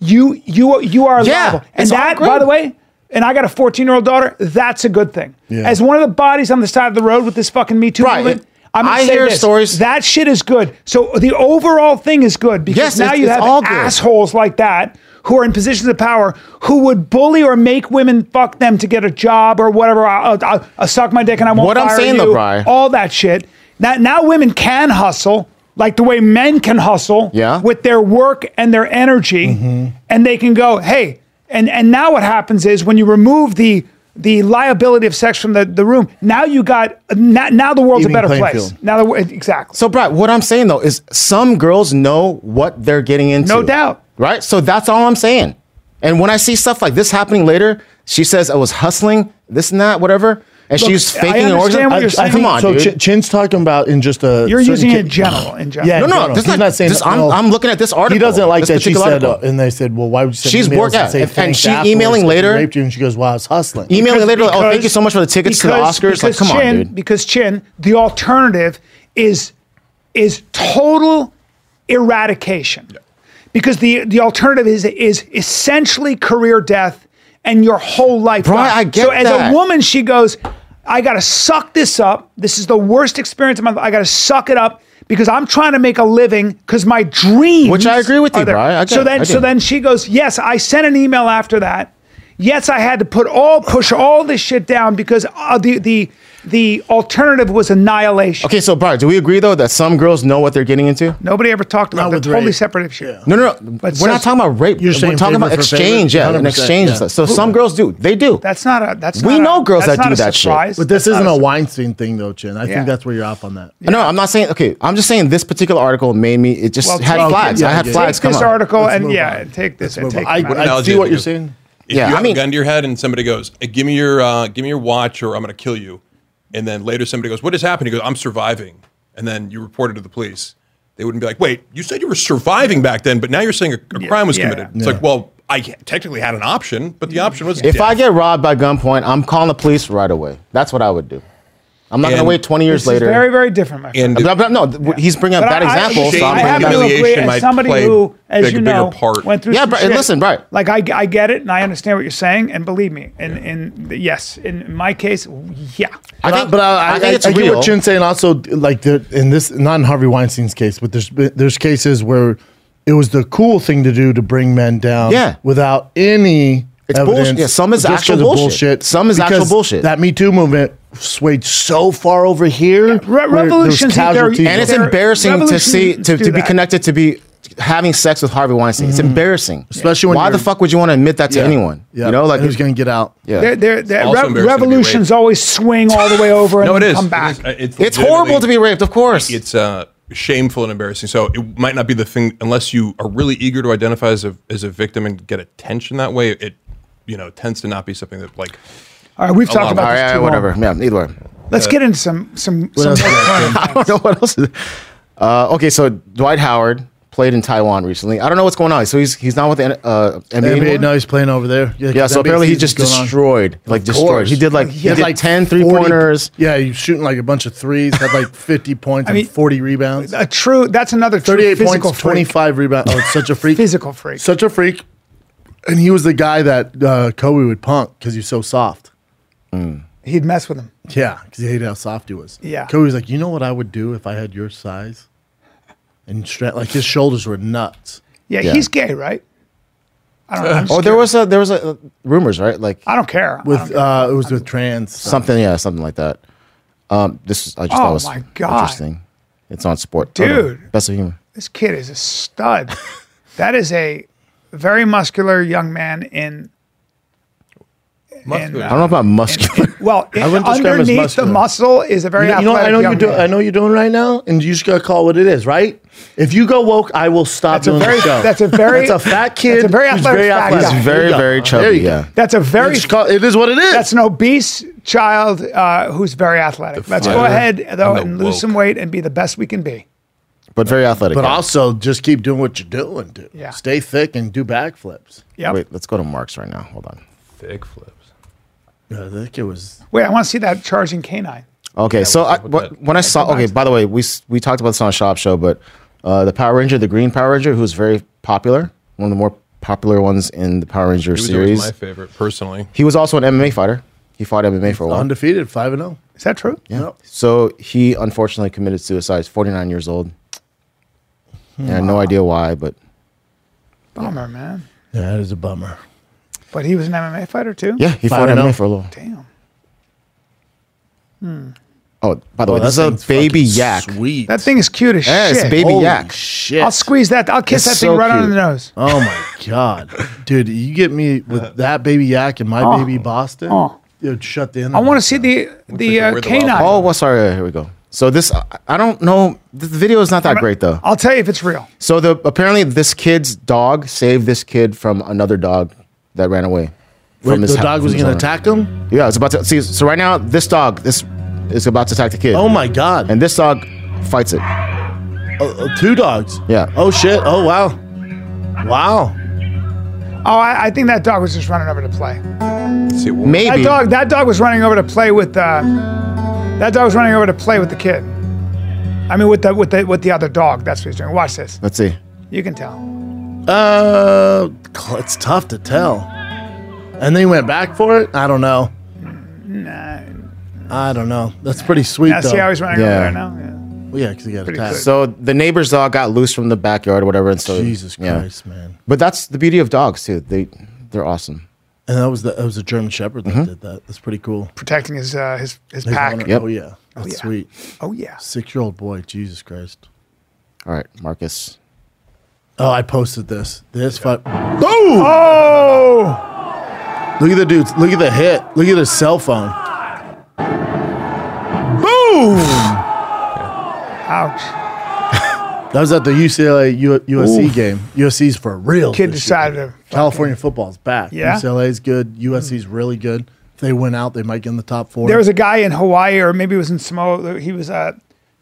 Speaker 1: you you you are
Speaker 8: Mm. Yeah,
Speaker 1: liable. And
Speaker 8: it's all
Speaker 1: that,
Speaker 8: great.
Speaker 1: by the way, and I got a 14 year old daughter, that's a good thing.
Speaker 2: Yeah.
Speaker 1: As one of the bodies on the side of the road with this fucking Me Too
Speaker 8: Right.
Speaker 1: movement, I'm gonna
Speaker 8: I
Speaker 1: say
Speaker 8: hear
Speaker 1: this.
Speaker 8: stories-
Speaker 1: That shit is good. So the overall thing is good because
Speaker 8: Yes,
Speaker 1: now
Speaker 8: it's-
Speaker 1: you
Speaker 8: it's
Speaker 1: have
Speaker 8: all good.
Speaker 1: assholes like that who are in positions of power who would bully or make women fuck them to get a job or whatever. uh, I'll, I'll, I'll suck my dick and I won't.
Speaker 8: What I'm
Speaker 1: fire
Speaker 8: saying
Speaker 1: you,
Speaker 8: though, Bri-
Speaker 1: all that shit. Now, now women can hustle like the way men can hustle
Speaker 8: Yeah. Mm-hmm.
Speaker 1: with their work and their energy, and they can go, hey. And and now what happens is when you remove the the liability of sex from the, the room, now you got now, now the world's
Speaker 2: Even
Speaker 1: a better
Speaker 2: playing
Speaker 1: place.
Speaker 2: field.
Speaker 1: Now the wor- exactly.
Speaker 8: So, Brad, what I'm saying though is some girls know what they're getting into.
Speaker 1: No doubt.
Speaker 8: Right? So that's all I'm saying. And when I see stuff like this happening later, she says I was hustling, this and that, whatever. And she's
Speaker 1: I
Speaker 8: faking an
Speaker 1: understand
Speaker 8: orgasm.
Speaker 1: what you're saying.
Speaker 8: Come on,
Speaker 2: so
Speaker 8: dude.
Speaker 2: Chin- Chin's talking about in just a.
Speaker 1: You're
Speaker 2: certain
Speaker 1: using
Speaker 2: ca-
Speaker 1: it in general. In general.
Speaker 2: Yeah,
Speaker 8: No, no,
Speaker 2: no,
Speaker 8: this
Speaker 2: he's
Speaker 8: not-
Speaker 2: not saying
Speaker 8: this-
Speaker 2: that-
Speaker 8: I'm-
Speaker 2: no.
Speaker 8: I'm looking at this
Speaker 2: He
Speaker 8: article,
Speaker 2: doesn't like
Speaker 8: this
Speaker 2: that she
Speaker 8: particular
Speaker 2: said, uh,
Speaker 8: article.
Speaker 2: and they said, well, why would you send
Speaker 8: She's
Speaker 2: emails
Speaker 8: worked-
Speaker 2: and
Speaker 8: yeah,
Speaker 2: say
Speaker 8: and- and
Speaker 2: thanks
Speaker 8: she
Speaker 2: afterwards
Speaker 8: emailing
Speaker 2: that he
Speaker 8: later-
Speaker 2: raped you, and she goes, wow, I was hustling.
Speaker 8: Emailing
Speaker 1: Because-
Speaker 8: later, like, oh, thank you
Speaker 1: because-
Speaker 8: so much for the tickets to the
Speaker 1: because-
Speaker 8: Oscars. Like,
Speaker 1: because
Speaker 8: come
Speaker 1: Chin,
Speaker 8: on, dude.
Speaker 1: Because Chin, the alternative is is total eradication. Because the the alternative is is essentially career death and your whole life.
Speaker 8: Brian,
Speaker 1: gone.
Speaker 8: I get
Speaker 1: so as
Speaker 8: that.
Speaker 1: a woman, she goes, I gotta suck this up. This is the worst experience of my life. I gotta suck it up because I'm trying to make a living because my dreams
Speaker 8: Which I agree with
Speaker 1: are
Speaker 8: you,
Speaker 1: there.
Speaker 8: Brian. I get
Speaker 1: so
Speaker 8: it. I
Speaker 1: then
Speaker 8: get
Speaker 1: so
Speaker 8: it.
Speaker 1: then she goes, Yes, I sent an email after that. Yes, I had to put all push all this shit down because uh, the the the alternative was annihilation.
Speaker 8: Okay, so Brian, do we agree though that some girls know what they're getting into?
Speaker 1: Nobody ever talked about
Speaker 2: Not
Speaker 1: that.
Speaker 2: with
Speaker 1: Totally
Speaker 2: rape.
Speaker 1: separate issue.
Speaker 8: No, no, no. we're not
Speaker 2: says-
Speaker 8: talking about rape.
Speaker 2: You're
Speaker 8: we're
Speaker 2: saying
Speaker 8: talking
Speaker 2: favor
Speaker 8: about
Speaker 2: for favor?
Speaker 8: exchange, yeah, an
Speaker 2: 100%,
Speaker 8: exchange.
Speaker 2: yeah.
Speaker 8: and stuff. So some girls do. They do.
Speaker 1: That's not a that's
Speaker 8: We
Speaker 1: not
Speaker 8: know
Speaker 1: a,
Speaker 8: girls
Speaker 1: that's
Speaker 8: that do
Speaker 1: not a
Speaker 8: that shit.
Speaker 1: surprise.
Speaker 2: But this
Speaker 1: That's
Speaker 2: isn't
Speaker 1: not
Speaker 2: a Weinstein thing, though, Chin. I
Speaker 1: Yeah.
Speaker 2: think that's where you're off on that.
Speaker 8: No, I'm not saying. Okay, I'm just saying this particular article made me. It just
Speaker 1: Well,
Speaker 8: had
Speaker 1: take
Speaker 8: flags.
Speaker 1: this-
Speaker 8: I had
Speaker 2: yeah,
Speaker 8: flags.
Speaker 1: Take
Speaker 8: Come
Speaker 1: this
Speaker 8: on.
Speaker 1: article
Speaker 2: Let's
Speaker 1: and
Speaker 2: move
Speaker 1: yeah,
Speaker 2: on.
Speaker 1: take this and
Speaker 2: move
Speaker 1: take
Speaker 2: on. I-
Speaker 1: them out.
Speaker 2: I-
Speaker 7: Analogy
Speaker 2: see what
Speaker 7: is
Speaker 2: you're
Speaker 7: good.
Speaker 2: saying.
Speaker 7: If
Speaker 8: Yeah,
Speaker 7: you
Speaker 8: I
Speaker 7: have
Speaker 8: mean-
Speaker 7: a gun to your head and somebody goes, "Eh, "Give me your, uh, give me your watch, or I'm going to kill you," and then later somebody goes, "What has happened?" He goes, "I'm surviving," and then you report it to the police. They wouldn't be like, "Wait, you said you were surviving back then, but now you're saying a, a crime was
Speaker 1: yeah,
Speaker 7: committed." It's like, well, I technically had an option, but the option was
Speaker 8: If
Speaker 7: death.
Speaker 8: I get robbed by gunpoint, I'm calling the police right away. That's what I would do. I'm not going to
Speaker 7: And
Speaker 8: wait 20
Speaker 1: This
Speaker 8: years
Speaker 1: is
Speaker 8: later.
Speaker 1: very very different, my friend.
Speaker 7: and
Speaker 8: But- but no, th- he's bringing up
Speaker 1: But
Speaker 8: bad examples.
Speaker 7: shame
Speaker 8: So I'm
Speaker 7: and
Speaker 8: bringing
Speaker 1: have to
Speaker 8: that up.
Speaker 7: humiliation
Speaker 1: agree, as
Speaker 7: might
Speaker 1: somebody
Speaker 7: play
Speaker 1: who, as
Speaker 7: big-
Speaker 1: you
Speaker 7: a bigger
Speaker 1: know,
Speaker 7: part.
Speaker 1: went through
Speaker 8: Yeah,
Speaker 1: some
Speaker 8: bro,
Speaker 1: shit.
Speaker 8: listen, right.
Speaker 1: Like I, I get it, and I understand what you're saying, and believe me, in in the- yes, in my case, yeah.
Speaker 8: I
Speaker 2: But
Speaker 8: think,
Speaker 2: but
Speaker 8: I, think it's
Speaker 2: I get
Speaker 8: real.
Speaker 2: what Chin's saying. Also, like there, in this, not in Harvey Weinstein's case, but there's been- there's cases where it was the cool thing to do to bring men down,
Speaker 8: Yeah.
Speaker 2: without any.
Speaker 8: It's
Speaker 2: evidence,
Speaker 8: bullshit. Yeah, some is
Speaker 2: just
Speaker 8: actual
Speaker 2: 'cause of
Speaker 8: bullshit. Some is actual
Speaker 2: Because
Speaker 8: bullshit.
Speaker 2: That Me Too movement swayed so far over here.
Speaker 1: re-
Speaker 2: where there's
Speaker 1: revolutions eat their-
Speaker 2: casualties.
Speaker 8: And it's
Speaker 1: They're-
Speaker 8: embarrassing to
Speaker 1: revolutions
Speaker 8: see to,
Speaker 1: do
Speaker 8: to be
Speaker 1: that.
Speaker 8: connected to be having sex with Harvey Weinstein. It's embarrassing,
Speaker 2: Especially when
Speaker 8: why the
Speaker 2: you're-
Speaker 8: fuck would you want to admit that to anyone?
Speaker 2: yeah.
Speaker 8: You know, like
Speaker 2: And who's going to get out?
Speaker 8: yeah.
Speaker 1: They're, they're, they're,
Speaker 7: also
Speaker 1: re-
Speaker 7: embarrassing to be
Speaker 1: revolutions always swing all the way over and
Speaker 7: No, it
Speaker 1: then
Speaker 7: is.
Speaker 1: come
Speaker 7: It
Speaker 1: back.
Speaker 7: is. Uh, It's,
Speaker 8: It's
Speaker 7: legitimately-
Speaker 8: horrible to be raped, of course.
Speaker 7: It's uh, shameful and embarrassing. So it might not be the thing unless you are really eager to identify as a as a victim and get attention that way. It you know tends to not be something that like
Speaker 1: all right, we've talked
Speaker 7: lot.
Speaker 1: about
Speaker 8: all
Speaker 1: this
Speaker 8: right, all
Speaker 1: too
Speaker 8: right,
Speaker 1: long.
Speaker 8: whatever. Yeah, either way.
Speaker 1: Let's get into some some. some
Speaker 2: else
Speaker 1: more
Speaker 8: I
Speaker 1: fun.
Speaker 8: don't know what else. Is uh, okay, so Dwight Howard played in Taiwan recently. I don't know what's going on. So he's he's not with the uh, NBA.
Speaker 2: NBA,
Speaker 8: anymore?
Speaker 2: now he's playing over there.
Speaker 8: Yeah,
Speaker 2: 'cause
Speaker 8: so
Speaker 2: NBA
Speaker 8: apparently he
Speaker 2: season's
Speaker 8: just
Speaker 2: going on.
Speaker 8: destroyed, like destroyed.
Speaker 2: course.
Speaker 8: He did like he, did like 10 three
Speaker 2: 40
Speaker 8: pointers.
Speaker 2: Yeah, he's shooting like a bunch of threes, had like 50 points
Speaker 1: mean,
Speaker 2: and 40 rebounds.
Speaker 1: A true. That's another true
Speaker 2: 38 points,
Speaker 1: physical freak.
Speaker 2: 25 rebounds. Oh, it's such a freak.
Speaker 1: Physical freak.
Speaker 2: Such a freak. And he was the guy that uh, Kobe would punk because he's so soft.
Speaker 1: He'd mess with him.
Speaker 2: Yeah, because he hated how soft he was.
Speaker 1: Yeah.
Speaker 2: Kobe was like, you know what I would do if I had your size? And stra- like his shoulders were nuts.
Speaker 1: Yeah,
Speaker 8: Yeah.
Speaker 1: he's gay, right? I don't know. I'm
Speaker 8: Oh,
Speaker 1: just
Speaker 8: there
Speaker 1: curious.
Speaker 8: was a there was a rumors, right? Like
Speaker 1: I don't care. I don't
Speaker 2: With
Speaker 1: care.
Speaker 2: uh, it was with trans stuff.
Speaker 8: something, yeah, something like that. Um, this is- I just
Speaker 1: Oh
Speaker 8: thought was
Speaker 1: my God.
Speaker 8: interesting. It's on sport, Oh, no.
Speaker 1: Dude.
Speaker 8: Best of humor.
Speaker 1: this kid is a stud. that is a very muscular young man in uh,
Speaker 7: muscular.
Speaker 8: I don't know about muscular.
Speaker 1: well in,
Speaker 2: wouldn't describe him as
Speaker 1: underneath the
Speaker 2: muscular.
Speaker 1: muscle is a very
Speaker 2: You know, you know,
Speaker 1: athletic
Speaker 2: I know
Speaker 1: young
Speaker 2: you're doing.
Speaker 1: man.
Speaker 2: I know you're doing right now, and you just gotta call it what it is, right? If you go woke, I will stop
Speaker 1: a
Speaker 2: doing
Speaker 1: very-
Speaker 2: the show.
Speaker 1: that's a very-
Speaker 2: That's a fat kid.
Speaker 1: that's a very
Speaker 2: who's
Speaker 1: athletic fat guy.
Speaker 2: There
Speaker 8: He's
Speaker 2: you
Speaker 8: very,
Speaker 2: go.
Speaker 8: very
Speaker 2: There
Speaker 8: chubby.
Speaker 2: you go.
Speaker 8: Yeah.
Speaker 1: That's a very
Speaker 2: Just call- it is what it is.
Speaker 1: that's an obese child uh, who's very athletic. Let's go
Speaker 7: fighter
Speaker 1: ahead though
Speaker 7: and the
Speaker 1: and lose
Speaker 7: woke.
Speaker 1: some weight and be the best we can be.
Speaker 8: But very athletic.
Speaker 2: but
Speaker 8: yeah.
Speaker 2: also, just keep doing what you're doing, dude.
Speaker 1: Yeah.
Speaker 2: Stay thick and do backflips.
Speaker 1: Yep. Wait.
Speaker 8: Wait, let's go to Mark's right now. Hold on.
Speaker 7: thick flips.
Speaker 2: Yeah, I think it was.
Speaker 1: I want to see that charging canine.
Speaker 8: Okay, so I,
Speaker 7: with
Speaker 8: what,
Speaker 7: that.
Speaker 8: when I saw, okay, by the way, we s- we talked about this on Shop Show, but uh, the Power Ranger, the Green Power Ranger, who's very popular, one of the more popular ones in the Power Ranger
Speaker 7: He was always
Speaker 8: series.
Speaker 7: my favorite personally.
Speaker 8: he was also an MMA fighter. He fought MMA for a while.
Speaker 2: Undefeated, five and oh. zero.
Speaker 1: Is that true?
Speaker 8: Oh. Yeah. So he unfortunately committed suicide. He's 49 years old. And I had no idea why, but
Speaker 1: Bummer, man.
Speaker 2: Yeah, that is a bummer.
Speaker 1: But he was an MMA fighter too.
Speaker 8: yeah, he
Speaker 2: Five
Speaker 8: fought
Speaker 2: and
Speaker 8: MMA
Speaker 2: oh.
Speaker 8: for a little.
Speaker 1: Damn.
Speaker 8: Oh, by the way,
Speaker 2: Well,
Speaker 8: this is
Speaker 2: that
Speaker 8: a
Speaker 2: thing's
Speaker 8: baby
Speaker 2: fucking
Speaker 8: yak.
Speaker 2: Sweet.
Speaker 1: That thing is cute as
Speaker 8: Yeah,
Speaker 1: shit.
Speaker 8: it's a baby
Speaker 2: Holy
Speaker 8: yak.
Speaker 2: shit.
Speaker 1: I'll squeeze that. I'll kiss
Speaker 8: It's
Speaker 1: that thing
Speaker 8: so
Speaker 1: right under the
Speaker 8: cute.
Speaker 1: nose.
Speaker 2: Oh my god, dude! You get me with that baby yak and my baby Boston.
Speaker 1: oh.
Speaker 2: Dude, shut the.
Speaker 1: Uh-huh. I want to see the the
Speaker 7: like
Speaker 1: uh,
Speaker 7: we're the wild
Speaker 1: canine.
Speaker 8: Oh, well, sorry. Here we go. So this, I, I don't know. The video is not that great though.
Speaker 1: I'll tell you if it's real.
Speaker 8: So the apparently this kid's dog saved this kid from another dog that ran away.
Speaker 2: Wait, the
Speaker 8: hou-
Speaker 2: dog was
Speaker 8: from his
Speaker 2: gonna
Speaker 8: owner.
Speaker 2: attack him.
Speaker 8: Yeah, it's about to see. So right now, this dog this is about to attack the kid.
Speaker 2: Oh my god!
Speaker 8: And this dog fights it.
Speaker 2: Uh, two dogs.
Speaker 8: Yeah.
Speaker 2: Oh shit. Oh wow. Wow.
Speaker 1: Oh, I, I think that dog was just running over to play.
Speaker 7: Let's see, well,
Speaker 1: That
Speaker 8: Maybe
Speaker 1: dog, that dog was running over to play with uh, that dog was running over to play with the kid. I mean, with the with the with the other dog. That's what he's doing. Watch this.
Speaker 8: Let's see.
Speaker 1: You can tell.
Speaker 2: Uh, cl- it's tough to tell. And they went back for it. I don't know. Nah. I don't know. That's pretty sweet
Speaker 1: Yeah,
Speaker 2: though.
Speaker 1: see how he's running
Speaker 8: Yeah.
Speaker 1: over there now. Yeah.
Speaker 2: Well, yeah, because he got attacked.
Speaker 8: So the neighbor's dog got loose from the backyard or whatever, and so
Speaker 2: Jesus
Speaker 8: yeah.
Speaker 2: Christ, man.
Speaker 8: But that's the beauty of dogs too. They they're awesome.
Speaker 2: And that was the that was a German Shepherd that did that. That's pretty cool.
Speaker 1: Protecting his uh, his his
Speaker 2: His
Speaker 1: pack.
Speaker 2: owner-
Speaker 8: Mm-hmm. Yep.
Speaker 2: Oh yeah. That's
Speaker 1: yeah.
Speaker 2: sweet.
Speaker 1: Oh yeah.
Speaker 2: Six year old boy. Jesus Christ.
Speaker 8: All right, Marcus.
Speaker 2: Oh, I posted this. This fuck.
Speaker 1: Oh,
Speaker 2: Look at the dudes. Look at the hit. Look at his cell phone.
Speaker 1: ouch!
Speaker 2: That was at the UCLA U- USC game. USC's for real.
Speaker 1: Kid
Speaker 2: this
Speaker 1: decided
Speaker 2: year.
Speaker 1: to
Speaker 2: California football's back.
Speaker 1: Yeah? Hmm.
Speaker 2: UCLA's good. USC's really good. If they win out, they might get in the top four.
Speaker 1: There was a guy in Hawaii, or maybe it was in Samoa. He was uh,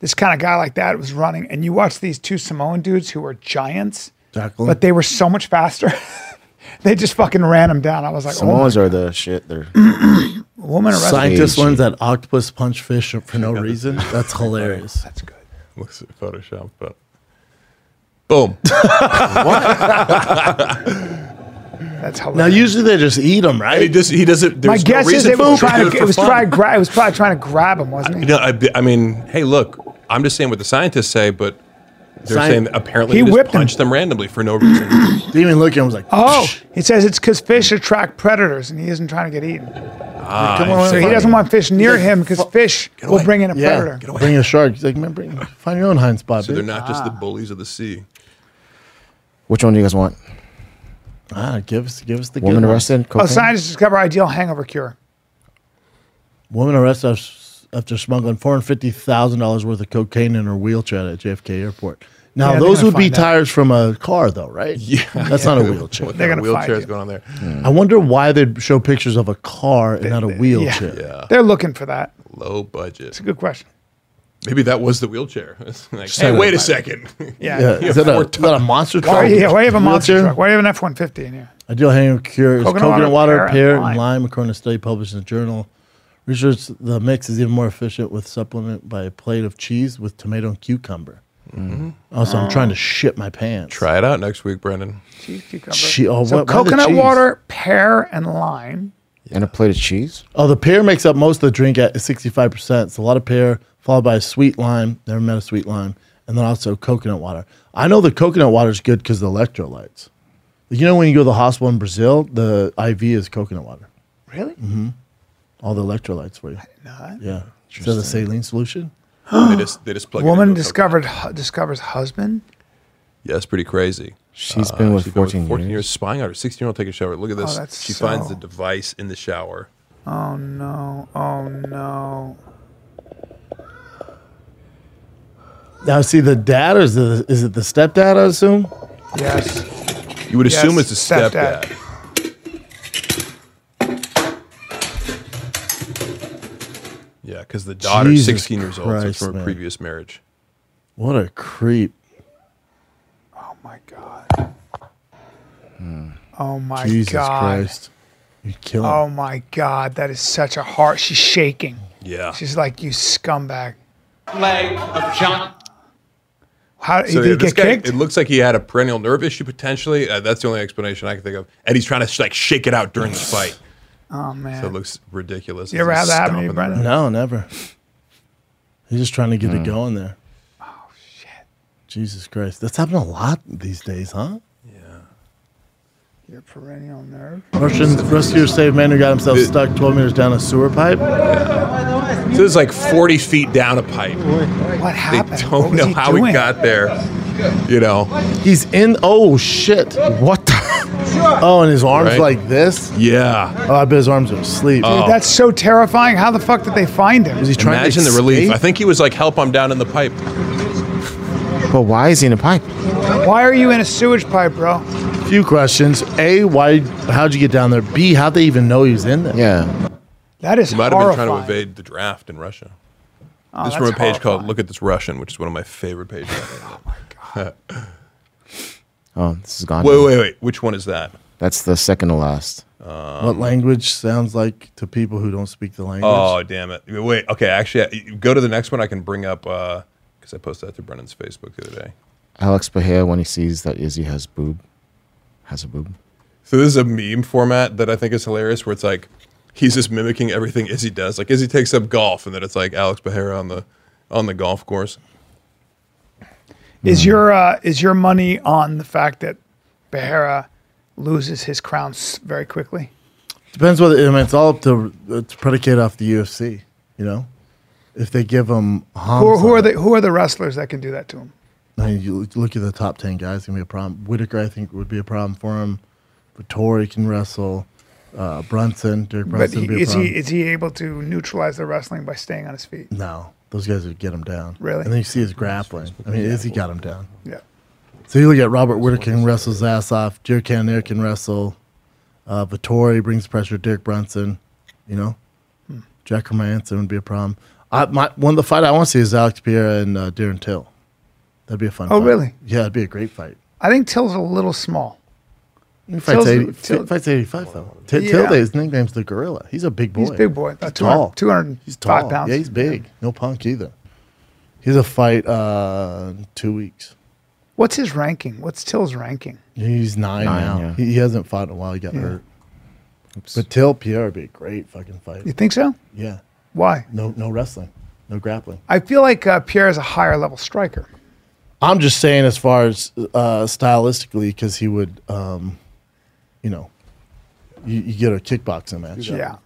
Speaker 1: this kind of guy like that was running, and you watch these two Samoan dudes who were giants,
Speaker 2: Jacqueline.
Speaker 1: but they were so much faster. they just fucking ran him down. I was like, oh,
Speaker 8: Samoans are the shit. They're
Speaker 1: woman arrested.
Speaker 2: scientist
Speaker 8: Hey,
Speaker 2: learns that octopus punch fish for no reason. That's hilarious.
Speaker 1: That's good.
Speaker 7: looks at Photoshop, but boom.
Speaker 1: That's
Speaker 2: Now,
Speaker 1: hilarious.
Speaker 2: usually they just eat them,
Speaker 7: he
Speaker 2: right?
Speaker 7: just he doesn't.
Speaker 1: My
Speaker 7: There's no
Speaker 1: guess is
Speaker 7: reason
Speaker 1: it
Speaker 7: for
Speaker 1: was
Speaker 7: him to
Speaker 1: trying
Speaker 7: do
Speaker 1: to.
Speaker 7: it
Speaker 1: It
Speaker 7: for
Speaker 1: was
Speaker 7: fun.
Speaker 1: trying. Gra- it was probably trying to grab him, wasn't
Speaker 7: You
Speaker 1: it?
Speaker 7: know, I, I mean, hey, look, I'm just saying what the scientists say, but They're saying that apparently
Speaker 1: He
Speaker 7: he,
Speaker 1: whipped
Speaker 7: just
Speaker 1: him.
Speaker 7: punched them randomly for no reason.
Speaker 2: Didn't even look at him. Was like,
Speaker 1: Oh, he says it's because fish attract predators, and he isn't trying to get eaten.
Speaker 7: ah,
Speaker 2: Come on,
Speaker 1: So he
Speaker 2: Funny.
Speaker 1: doesn't want fish near him because fish will bring in a
Speaker 2: yeah,
Speaker 1: predator.
Speaker 2: bring a shark. He's like, man, bring, find your own hind spot.
Speaker 7: So they're
Speaker 2: bitch."
Speaker 7: not just the
Speaker 1: Ah.
Speaker 7: bullies of the sea.
Speaker 8: Which one do you guys want?
Speaker 2: Ah, give us, give us the
Speaker 8: Woman
Speaker 2: good one.
Speaker 8: arrested?
Speaker 1: Oh,
Speaker 8: Cocaine?
Speaker 1: scientists discover ideal hangover cure.
Speaker 2: Woman arrested af- after smuggling four hundred fifty thousand dollars worth of cocaine in her wheelchair at JFK Airport.
Speaker 1: Yeah,
Speaker 2: Now
Speaker 1: they're
Speaker 2: those
Speaker 1: gonna
Speaker 2: would be
Speaker 1: find out.
Speaker 2: tires from a car, though, right? Yeah, that's not a wheelchair.
Speaker 7: What kind
Speaker 1: gonna
Speaker 7: of
Speaker 1: find
Speaker 7: wheelchair is
Speaker 1: you. Hmm.
Speaker 7: going on there?
Speaker 2: I wonder why they'd show pictures of a car and not a wheelchair.
Speaker 1: Yeah. They're looking for that.
Speaker 7: Low budget.
Speaker 1: It's a good question.
Speaker 7: Maybe that was the wheelchair. It's like, hey, wait a second.
Speaker 1: Yeah.
Speaker 2: Yeah, Is, that a, is that a monster truck?
Speaker 1: Why, yeah, why you have a monster
Speaker 2: Wheelchair?
Speaker 1: truck? Why do you have an F one fifty in here?
Speaker 2: Ideal hangover cure is
Speaker 1: Coconut
Speaker 2: coconut,
Speaker 1: water, pear,
Speaker 2: water,
Speaker 1: and
Speaker 2: pear,
Speaker 1: lime.
Speaker 2: and lime, according to a study published in the journal. Research the mix is even more efficient with supplement by a plate of cheese with tomato and cucumber.
Speaker 1: Mm-hmm.
Speaker 2: Also, I'm
Speaker 1: Oh.
Speaker 2: trying to shit my pants.
Speaker 7: Try it out next week, Brendan.
Speaker 1: Cheese cucumber.
Speaker 2: Che- oh,
Speaker 1: so
Speaker 2: what- why the
Speaker 1: coconut
Speaker 2: cheese?
Speaker 1: water, pear, and lime.
Speaker 8: And a plate of cheese?
Speaker 2: Oh, the pear makes up most of the drink at 65%. It's a lot of pear, followed by a sweet lime. Never met a sweet lime. And then also coconut water. I know the coconut water is good because of the electrolytes. You know, when you go to the hospital in Brazil, the IV is coconut water.
Speaker 1: Really?
Speaker 2: All the electrolytes for you. Yeah. Is that a saline solution?
Speaker 7: they just they just plug it
Speaker 1: Woman
Speaker 7: into a
Speaker 1: discovered
Speaker 7: coconut.
Speaker 1: hu- discovers husband.
Speaker 7: Yeah, it's pretty crazy.
Speaker 8: She's been with
Speaker 7: She's been with
Speaker 8: 14,
Speaker 7: 14
Speaker 8: years.
Speaker 7: years. Spying on her 16 year old taking a shower. Look at this.
Speaker 1: Oh, that's
Speaker 7: she finds
Speaker 1: so-
Speaker 7: the device in the shower.
Speaker 1: Oh no! Oh no!
Speaker 2: Now, see, the dad, or is, the, is it the stepdad, I assume?
Speaker 1: Yes.
Speaker 7: You would assume
Speaker 1: Yes,
Speaker 7: it's a stepdad. Yeah, because the daughter's
Speaker 2: Jesus
Speaker 7: 16 years old, so it's
Speaker 2: Christ,
Speaker 7: from a
Speaker 2: man.
Speaker 7: previous marriage.
Speaker 2: What a creep.
Speaker 1: Oh my god. Oh my
Speaker 2: Jesus
Speaker 1: god.
Speaker 2: Christ. You're killing
Speaker 1: Oh my god. That is such a heart. She's shaking.
Speaker 7: Yeah.
Speaker 1: She's like, you scumbag.
Speaker 11: leg of John.
Speaker 1: How
Speaker 7: So
Speaker 1: did
Speaker 7: yeah,
Speaker 1: he
Speaker 7: this
Speaker 1: get
Speaker 7: guy,
Speaker 1: kicked? Oh,
Speaker 7: it looks like he had a perennial nerve issue potentially. Uh, that's the only explanation I can think of. And he's trying to sh- like shake it out during the fight.
Speaker 1: oh man.
Speaker 7: So it looks ridiculous.
Speaker 1: You ever
Speaker 7: He's
Speaker 1: have that happen to you,
Speaker 7: stomping
Speaker 1: Brendan?
Speaker 7: around.
Speaker 2: No, never. He's just trying to get it going there. Oh shit! Jesus Christ, that's happening a lot these days, huh?
Speaker 1: Your perennial nerve.
Speaker 2: Russian rescuers saved man who got himself
Speaker 7: Dude.
Speaker 2: stuck 12 meters down a sewer pipe.
Speaker 7: So this is like 40 feet down a pipe.
Speaker 1: What
Speaker 7: They
Speaker 1: happened? what
Speaker 7: don't
Speaker 1: was
Speaker 7: know
Speaker 1: he
Speaker 7: how
Speaker 1: doing?
Speaker 7: he got there. You know,
Speaker 2: He's in. Oh shit!
Speaker 8: What the?
Speaker 2: Oh, and his arms
Speaker 7: Right.
Speaker 2: like this.
Speaker 7: yeah.
Speaker 2: Oh, I bet his arms are asleep.
Speaker 1: Dude, that's so terrifying. How the fuck did they find him?
Speaker 2: Was he trying
Speaker 7: Imagine
Speaker 2: to
Speaker 7: the relief. I
Speaker 2: escape?
Speaker 7: think he was like, "Help! I'm down in the pipe."
Speaker 8: But why is he in a pipe?
Speaker 1: Why are you in a sewage pipe, bro?
Speaker 2: Few questions. A. Why? How'd you get down there? B. How'd they even know he was in there?
Speaker 8: Yeah.
Speaker 1: That is
Speaker 7: He might have been
Speaker 1: horrifying.
Speaker 7: trying to evade the draft in Russia.
Speaker 1: Oh,
Speaker 7: this is
Speaker 1: that's
Speaker 7: from a page called
Speaker 1: horrifying.
Speaker 7: "Look at This Russian," which is one of my favorite pages.
Speaker 8: Oh, this is gone.
Speaker 7: wait, wait, wait. Which one is that?
Speaker 8: That's the second to last.
Speaker 2: What language sounds like to people who don't speak the language?
Speaker 1: Uh,
Speaker 7: Oh, damn it! Wait. Okay, actually, I- go to the next one. I can bring up because I posted that to Brendan's Facebook the other day.
Speaker 8: Alex Bahia, when he sees that Izzy has boob, has a boob.
Speaker 7: So this is a meme format that I think is hilarious, where it's like he's just mimicking everything Izzy does. Like Izzy takes up golf, and then it's like Alex Behera on the on the golf course.
Speaker 1: Is your uh, is your money on the fact that Behera loses his crown s- very quickly?
Speaker 2: Depends whether I mean, it's all up to it's predicated off the UFC. You know, if they give him
Speaker 1: Who, are- who are the who are the wrestlers that can do that to him?
Speaker 2: I mean, you look- look at the top ten guys, it's gonna be a problem. Whitaker, I think, would be a problem for him. Vittori can wrestle. Uh, Brunson, Derek
Speaker 1: But
Speaker 2: Brunson,
Speaker 1: he,
Speaker 2: would be a
Speaker 1: is
Speaker 2: problem.
Speaker 1: he is he able to neutralize the wrestling by staying on his feet?
Speaker 2: no, those guys would get him down.
Speaker 1: Really?
Speaker 2: And then you see his grappling. I mean, Izzy got him down.
Speaker 1: Yeah.
Speaker 2: So you look at Robert Whitaker can wrestle his ass off. Derek Cannonier can wrestle. Uh, Vittori brings pressure. Derek Brunson, you know,
Speaker 1: Hmm.
Speaker 2: Jack Hermanson would be a problem. I, my, one of the fight I want to see is Alex Pierre and uh, Darren Till. That'd be a fun.
Speaker 1: Oh,
Speaker 2: fight.
Speaker 1: really?
Speaker 2: Yeah, it'd be a great fight.
Speaker 1: I think Till's a little small.
Speaker 2: He fights,
Speaker 1: Till's-
Speaker 2: 80,
Speaker 1: Till-
Speaker 2: Till, fights 85, though. T-
Speaker 1: Yeah.
Speaker 2: Till, his nickname's the Gorilla. He's a big boy.
Speaker 1: He's a big boy, Uh, about 200
Speaker 2: tall.
Speaker 1: 205
Speaker 2: He's tall.
Speaker 1: pounds.
Speaker 2: Yeah, he's big. No punk either. He's a fight uh, in two weeks.
Speaker 1: What's his ranking? What's Till's ranking?
Speaker 2: He's nine,
Speaker 8: Nine,
Speaker 2: now.
Speaker 8: yeah.
Speaker 2: He, he hasn't fought in a while. He got hurt. But Till Pierre would be a great fucking
Speaker 1: You
Speaker 2: fight.
Speaker 1: think so?
Speaker 2: Yeah.
Speaker 1: Why?
Speaker 2: No, no wrestling. No grappling.
Speaker 1: I feel like uh, Pierre is a higher level striker.
Speaker 2: I'm just saying as far as uh, stylistically, because he would, um, you know, you, you get a kickboxing match.
Speaker 1: Yeah.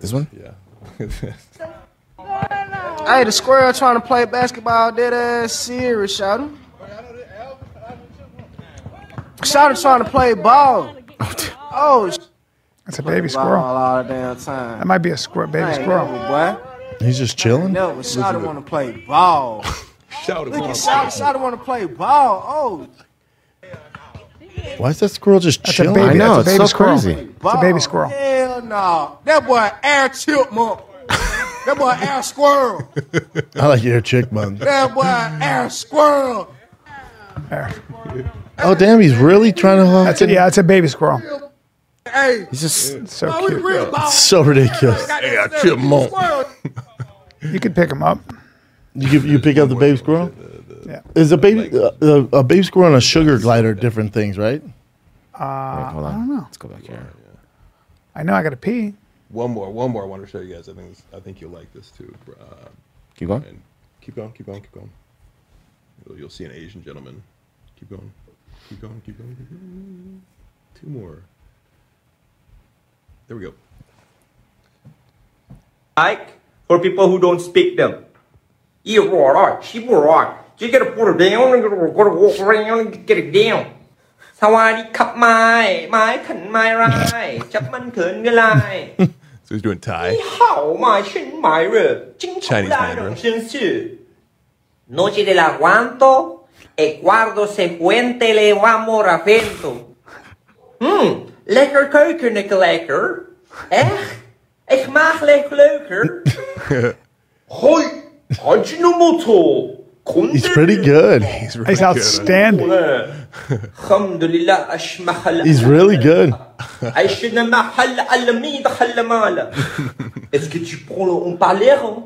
Speaker 8: This one?
Speaker 7: Yeah.
Speaker 12: Hey, the squirrel trying to play basketball dead ass serious, shout him. Shout trying to play ball. Oh, sh-
Speaker 1: That's a baby
Speaker 12: ball
Speaker 1: squirrel.
Speaker 12: all the damn time.
Speaker 1: That might be a squirrel, baby
Speaker 12: Hey,
Speaker 1: squirrel.
Speaker 12: boy.
Speaker 2: He's just chilling.
Speaker 12: No, but Shotta want to play ball.
Speaker 7: Shout it
Speaker 12: Look at
Speaker 7: out.
Speaker 12: Shotta. Shotta want to play ball. Oh,
Speaker 2: Why is that squirrel just
Speaker 1: That's a
Speaker 2: chilling?
Speaker 1: baby.
Speaker 8: I know,
Speaker 1: that's a
Speaker 8: it's
Speaker 1: baby
Speaker 8: so
Speaker 1: squirrel.
Speaker 8: crazy.
Speaker 1: It's a
Speaker 12: ball.
Speaker 1: baby squirrel.
Speaker 12: oh, Hell no. That boy air chipmunk. that boy air squirrel.
Speaker 2: I like your chick bun.
Speaker 12: That boy air squirrel.
Speaker 2: Oh damn, he's really trying to.
Speaker 1: That's a, yeah, that's a baby squirrel.
Speaker 12: Hey,
Speaker 8: He's just
Speaker 1: So
Speaker 12: are we
Speaker 1: cute.
Speaker 12: real ball?
Speaker 2: So
Speaker 1: Oh
Speaker 2: ridiculous.
Speaker 7: Hey, a chipmunk.
Speaker 12: Squirrel.
Speaker 1: You could pick him up.
Speaker 2: You you pick up the baby squirrel.
Speaker 1: Yeah.
Speaker 2: Is a baby uh, uh, a baby squirrel and a sugar glider different things, right?
Speaker 8: hold on. I don't know. Let's go back here.
Speaker 1: I know I got to pee.
Speaker 7: One more, one more. I want to show you guys. I think this, I think you'll like this too. Uh,
Speaker 8: Keep going.
Speaker 7: and keep going, keep going, keep going. You'll, you'll see an Asian gentleman. Keep going, keep going, keep going, keep going. Two more. There we go.
Speaker 11: Like for people who don't speak them. You roar out, she roar out. You gotta put her down and gotta gotta walk around and get it down. สวัสดีครับไม้ไม้ขันไม้ไรจับมันเขินกันไร
Speaker 7: So he's doing Thai.
Speaker 11: 好嘛ฉันหมายเรอจริง
Speaker 7: Chinese
Speaker 11: ได้
Speaker 7: Mandarin.
Speaker 11: ฉันชื่อ Noche del aguanto e guardo se fuente le vamos a vento Hmm, lekker keuken lekker Echt? Ik maak lekker leuker Hoi, had je nog motto? Komt er
Speaker 2: He's pretty good.
Speaker 7: He's really
Speaker 1: He's
Speaker 7: good.
Speaker 1: outstanding.
Speaker 11: Alhamdulillah, ashmahala
Speaker 2: He's really good.
Speaker 11: عشنا محل علمي دخل مالا Est-ce que tu prends le on parlera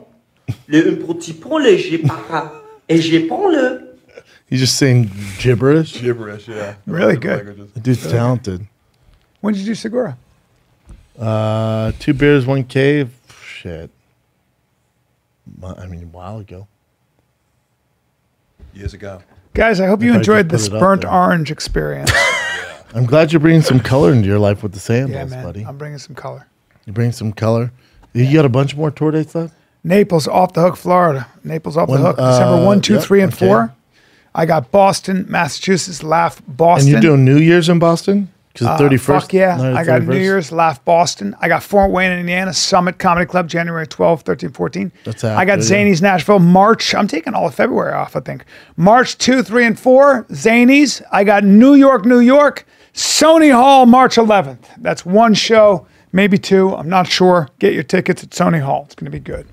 Speaker 11: Le un petit prend le j'ai para et j'ai prends le
Speaker 2: He's just saying gibberish.
Speaker 7: Gibberish, yeah.
Speaker 1: Really
Speaker 7: Different
Speaker 1: good.
Speaker 7: languages.
Speaker 2: The dude's talented.
Speaker 1: When did you do Segura?
Speaker 2: Uh, two beers, one cave. Shit. Mu- I mean, a while ago.
Speaker 7: Years ago.
Speaker 1: Guys, I hope you
Speaker 2: I could
Speaker 1: enjoyed
Speaker 2: put
Speaker 1: this
Speaker 2: it up
Speaker 1: burnt
Speaker 2: there.
Speaker 1: orange experience.
Speaker 2: I'm glad you're bringing some color into your life with the sandals,
Speaker 1: yeah, man.
Speaker 2: buddy.
Speaker 1: I'm bringing some color.
Speaker 2: You bring some color. You got a bunch more tour dates left.
Speaker 1: Naples off the hook, Florida. Naples off
Speaker 2: One-
Speaker 1: the hook. December
Speaker 2: uh,
Speaker 1: one, two,
Speaker 2: yeah,
Speaker 1: three, and
Speaker 2: okay.
Speaker 1: 4. I got Boston, Massachusetts, Laugh
Speaker 2: And
Speaker 1: Boston.
Speaker 2: you're doing New Year's in Boston because thirty first.
Speaker 1: Uh, Fuck yeah. I got New Year's, Laugh Boston. I got Fort Wayne, Indiana, Summit Comedy Club, January 12, 13, 14.
Speaker 2: That's
Speaker 1: I got
Speaker 2: after, yeah.
Speaker 1: Zanies, Nashville, March. I'm taking all of February off, I think. March 2, 3, and 4, Zanies. I got New York, New York, Sony Hall, March 11th. That's one show, maybe two. I'm not sure. Get your tickets at Sony Hall. It's going to be good.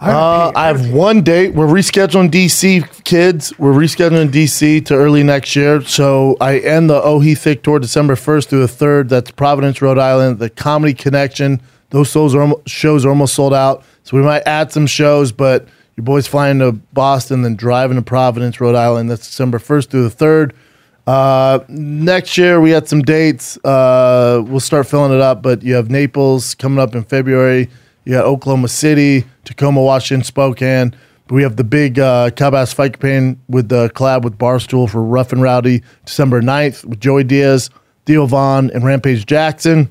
Speaker 1: I
Speaker 2: Uh,
Speaker 1: gotta pee.
Speaker 2: I have one date. We're rescheduling DC, kids. We're rescheduling DC to early next year. So I end the Oh He Thick tour December 1st through the 3rd. That's Providence, Rhode Island. The Comedy Connection. Those shows are, almo- shows are almost sold out. So we might add some shows, but your boy's flying to Boston, then driving to Providence, Rhode Island. That's December 1st through the 3rd. Uh, next year we had some dates. Uh, we'll start filling it up, but you have Naples coming up in February. You got Oklahoma City, Tacoma, Washington, Spokane. But we have the big uh, Cabas Fight Campaign with the collab with Barstool for Rough and Rowdy December 9th with Joey Diaz, Theo Vaughn, and Rampage Jackson.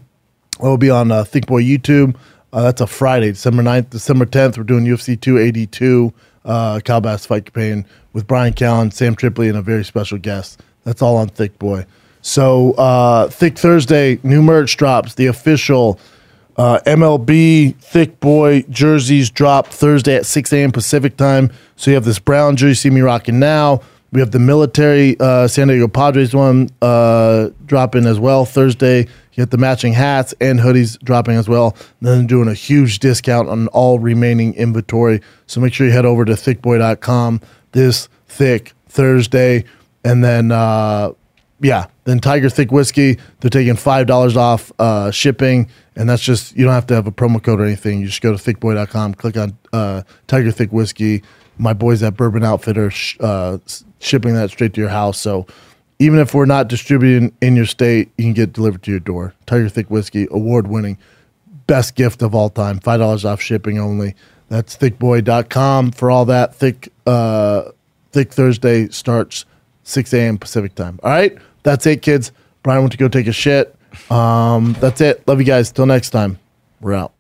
Speaker 2: It will be on uh, Think Boy YouTube. Uh, that's a Friday, December 9th, December 10th. We're doing UFC 282, uh, Kyle Bass Fight Campaign with Brian Callen, Sam Tripley, and a very special guest. That's all on Thick Boy. So, uh, Thick Thursday, new merch drops, the official uh, MLB Thick Boy jerseys drop Thursday at 6 a.m. Pacific time. So you have this brown jersey you see me rocking now. We have the military uh, San Diego Padres one uh, dropping as well Thursday. You get the matching hats and hoodies dropping as well. And then doing a huge discount on all remaining inventory. So make sure you head over to thickboy.com this thick Thursday. And then uh, yeah, then Tiger Thick Whiskey, they're taking $5 off uh, shipping. And that's just, you don't have to have a promo code or anything. You just go to thickboy.com, click on uh, Tiger Thick Whiskey. My boys at Bourbon Outfit are sh- uh, s- shipping that straight to your house. So even if we're not distributing in your state, you can get it delivered to your door. Tiger Thick Whiskey, award winning best gift of all time. Five dollars off shipping only. That's thickboy.com for all that thick uh, Thick Thursday starts 6 a.m. Pacific time. All right. That's it, kids. Brian went to go take a shit. Um, that's it. Love you guys. Till next time. We're out.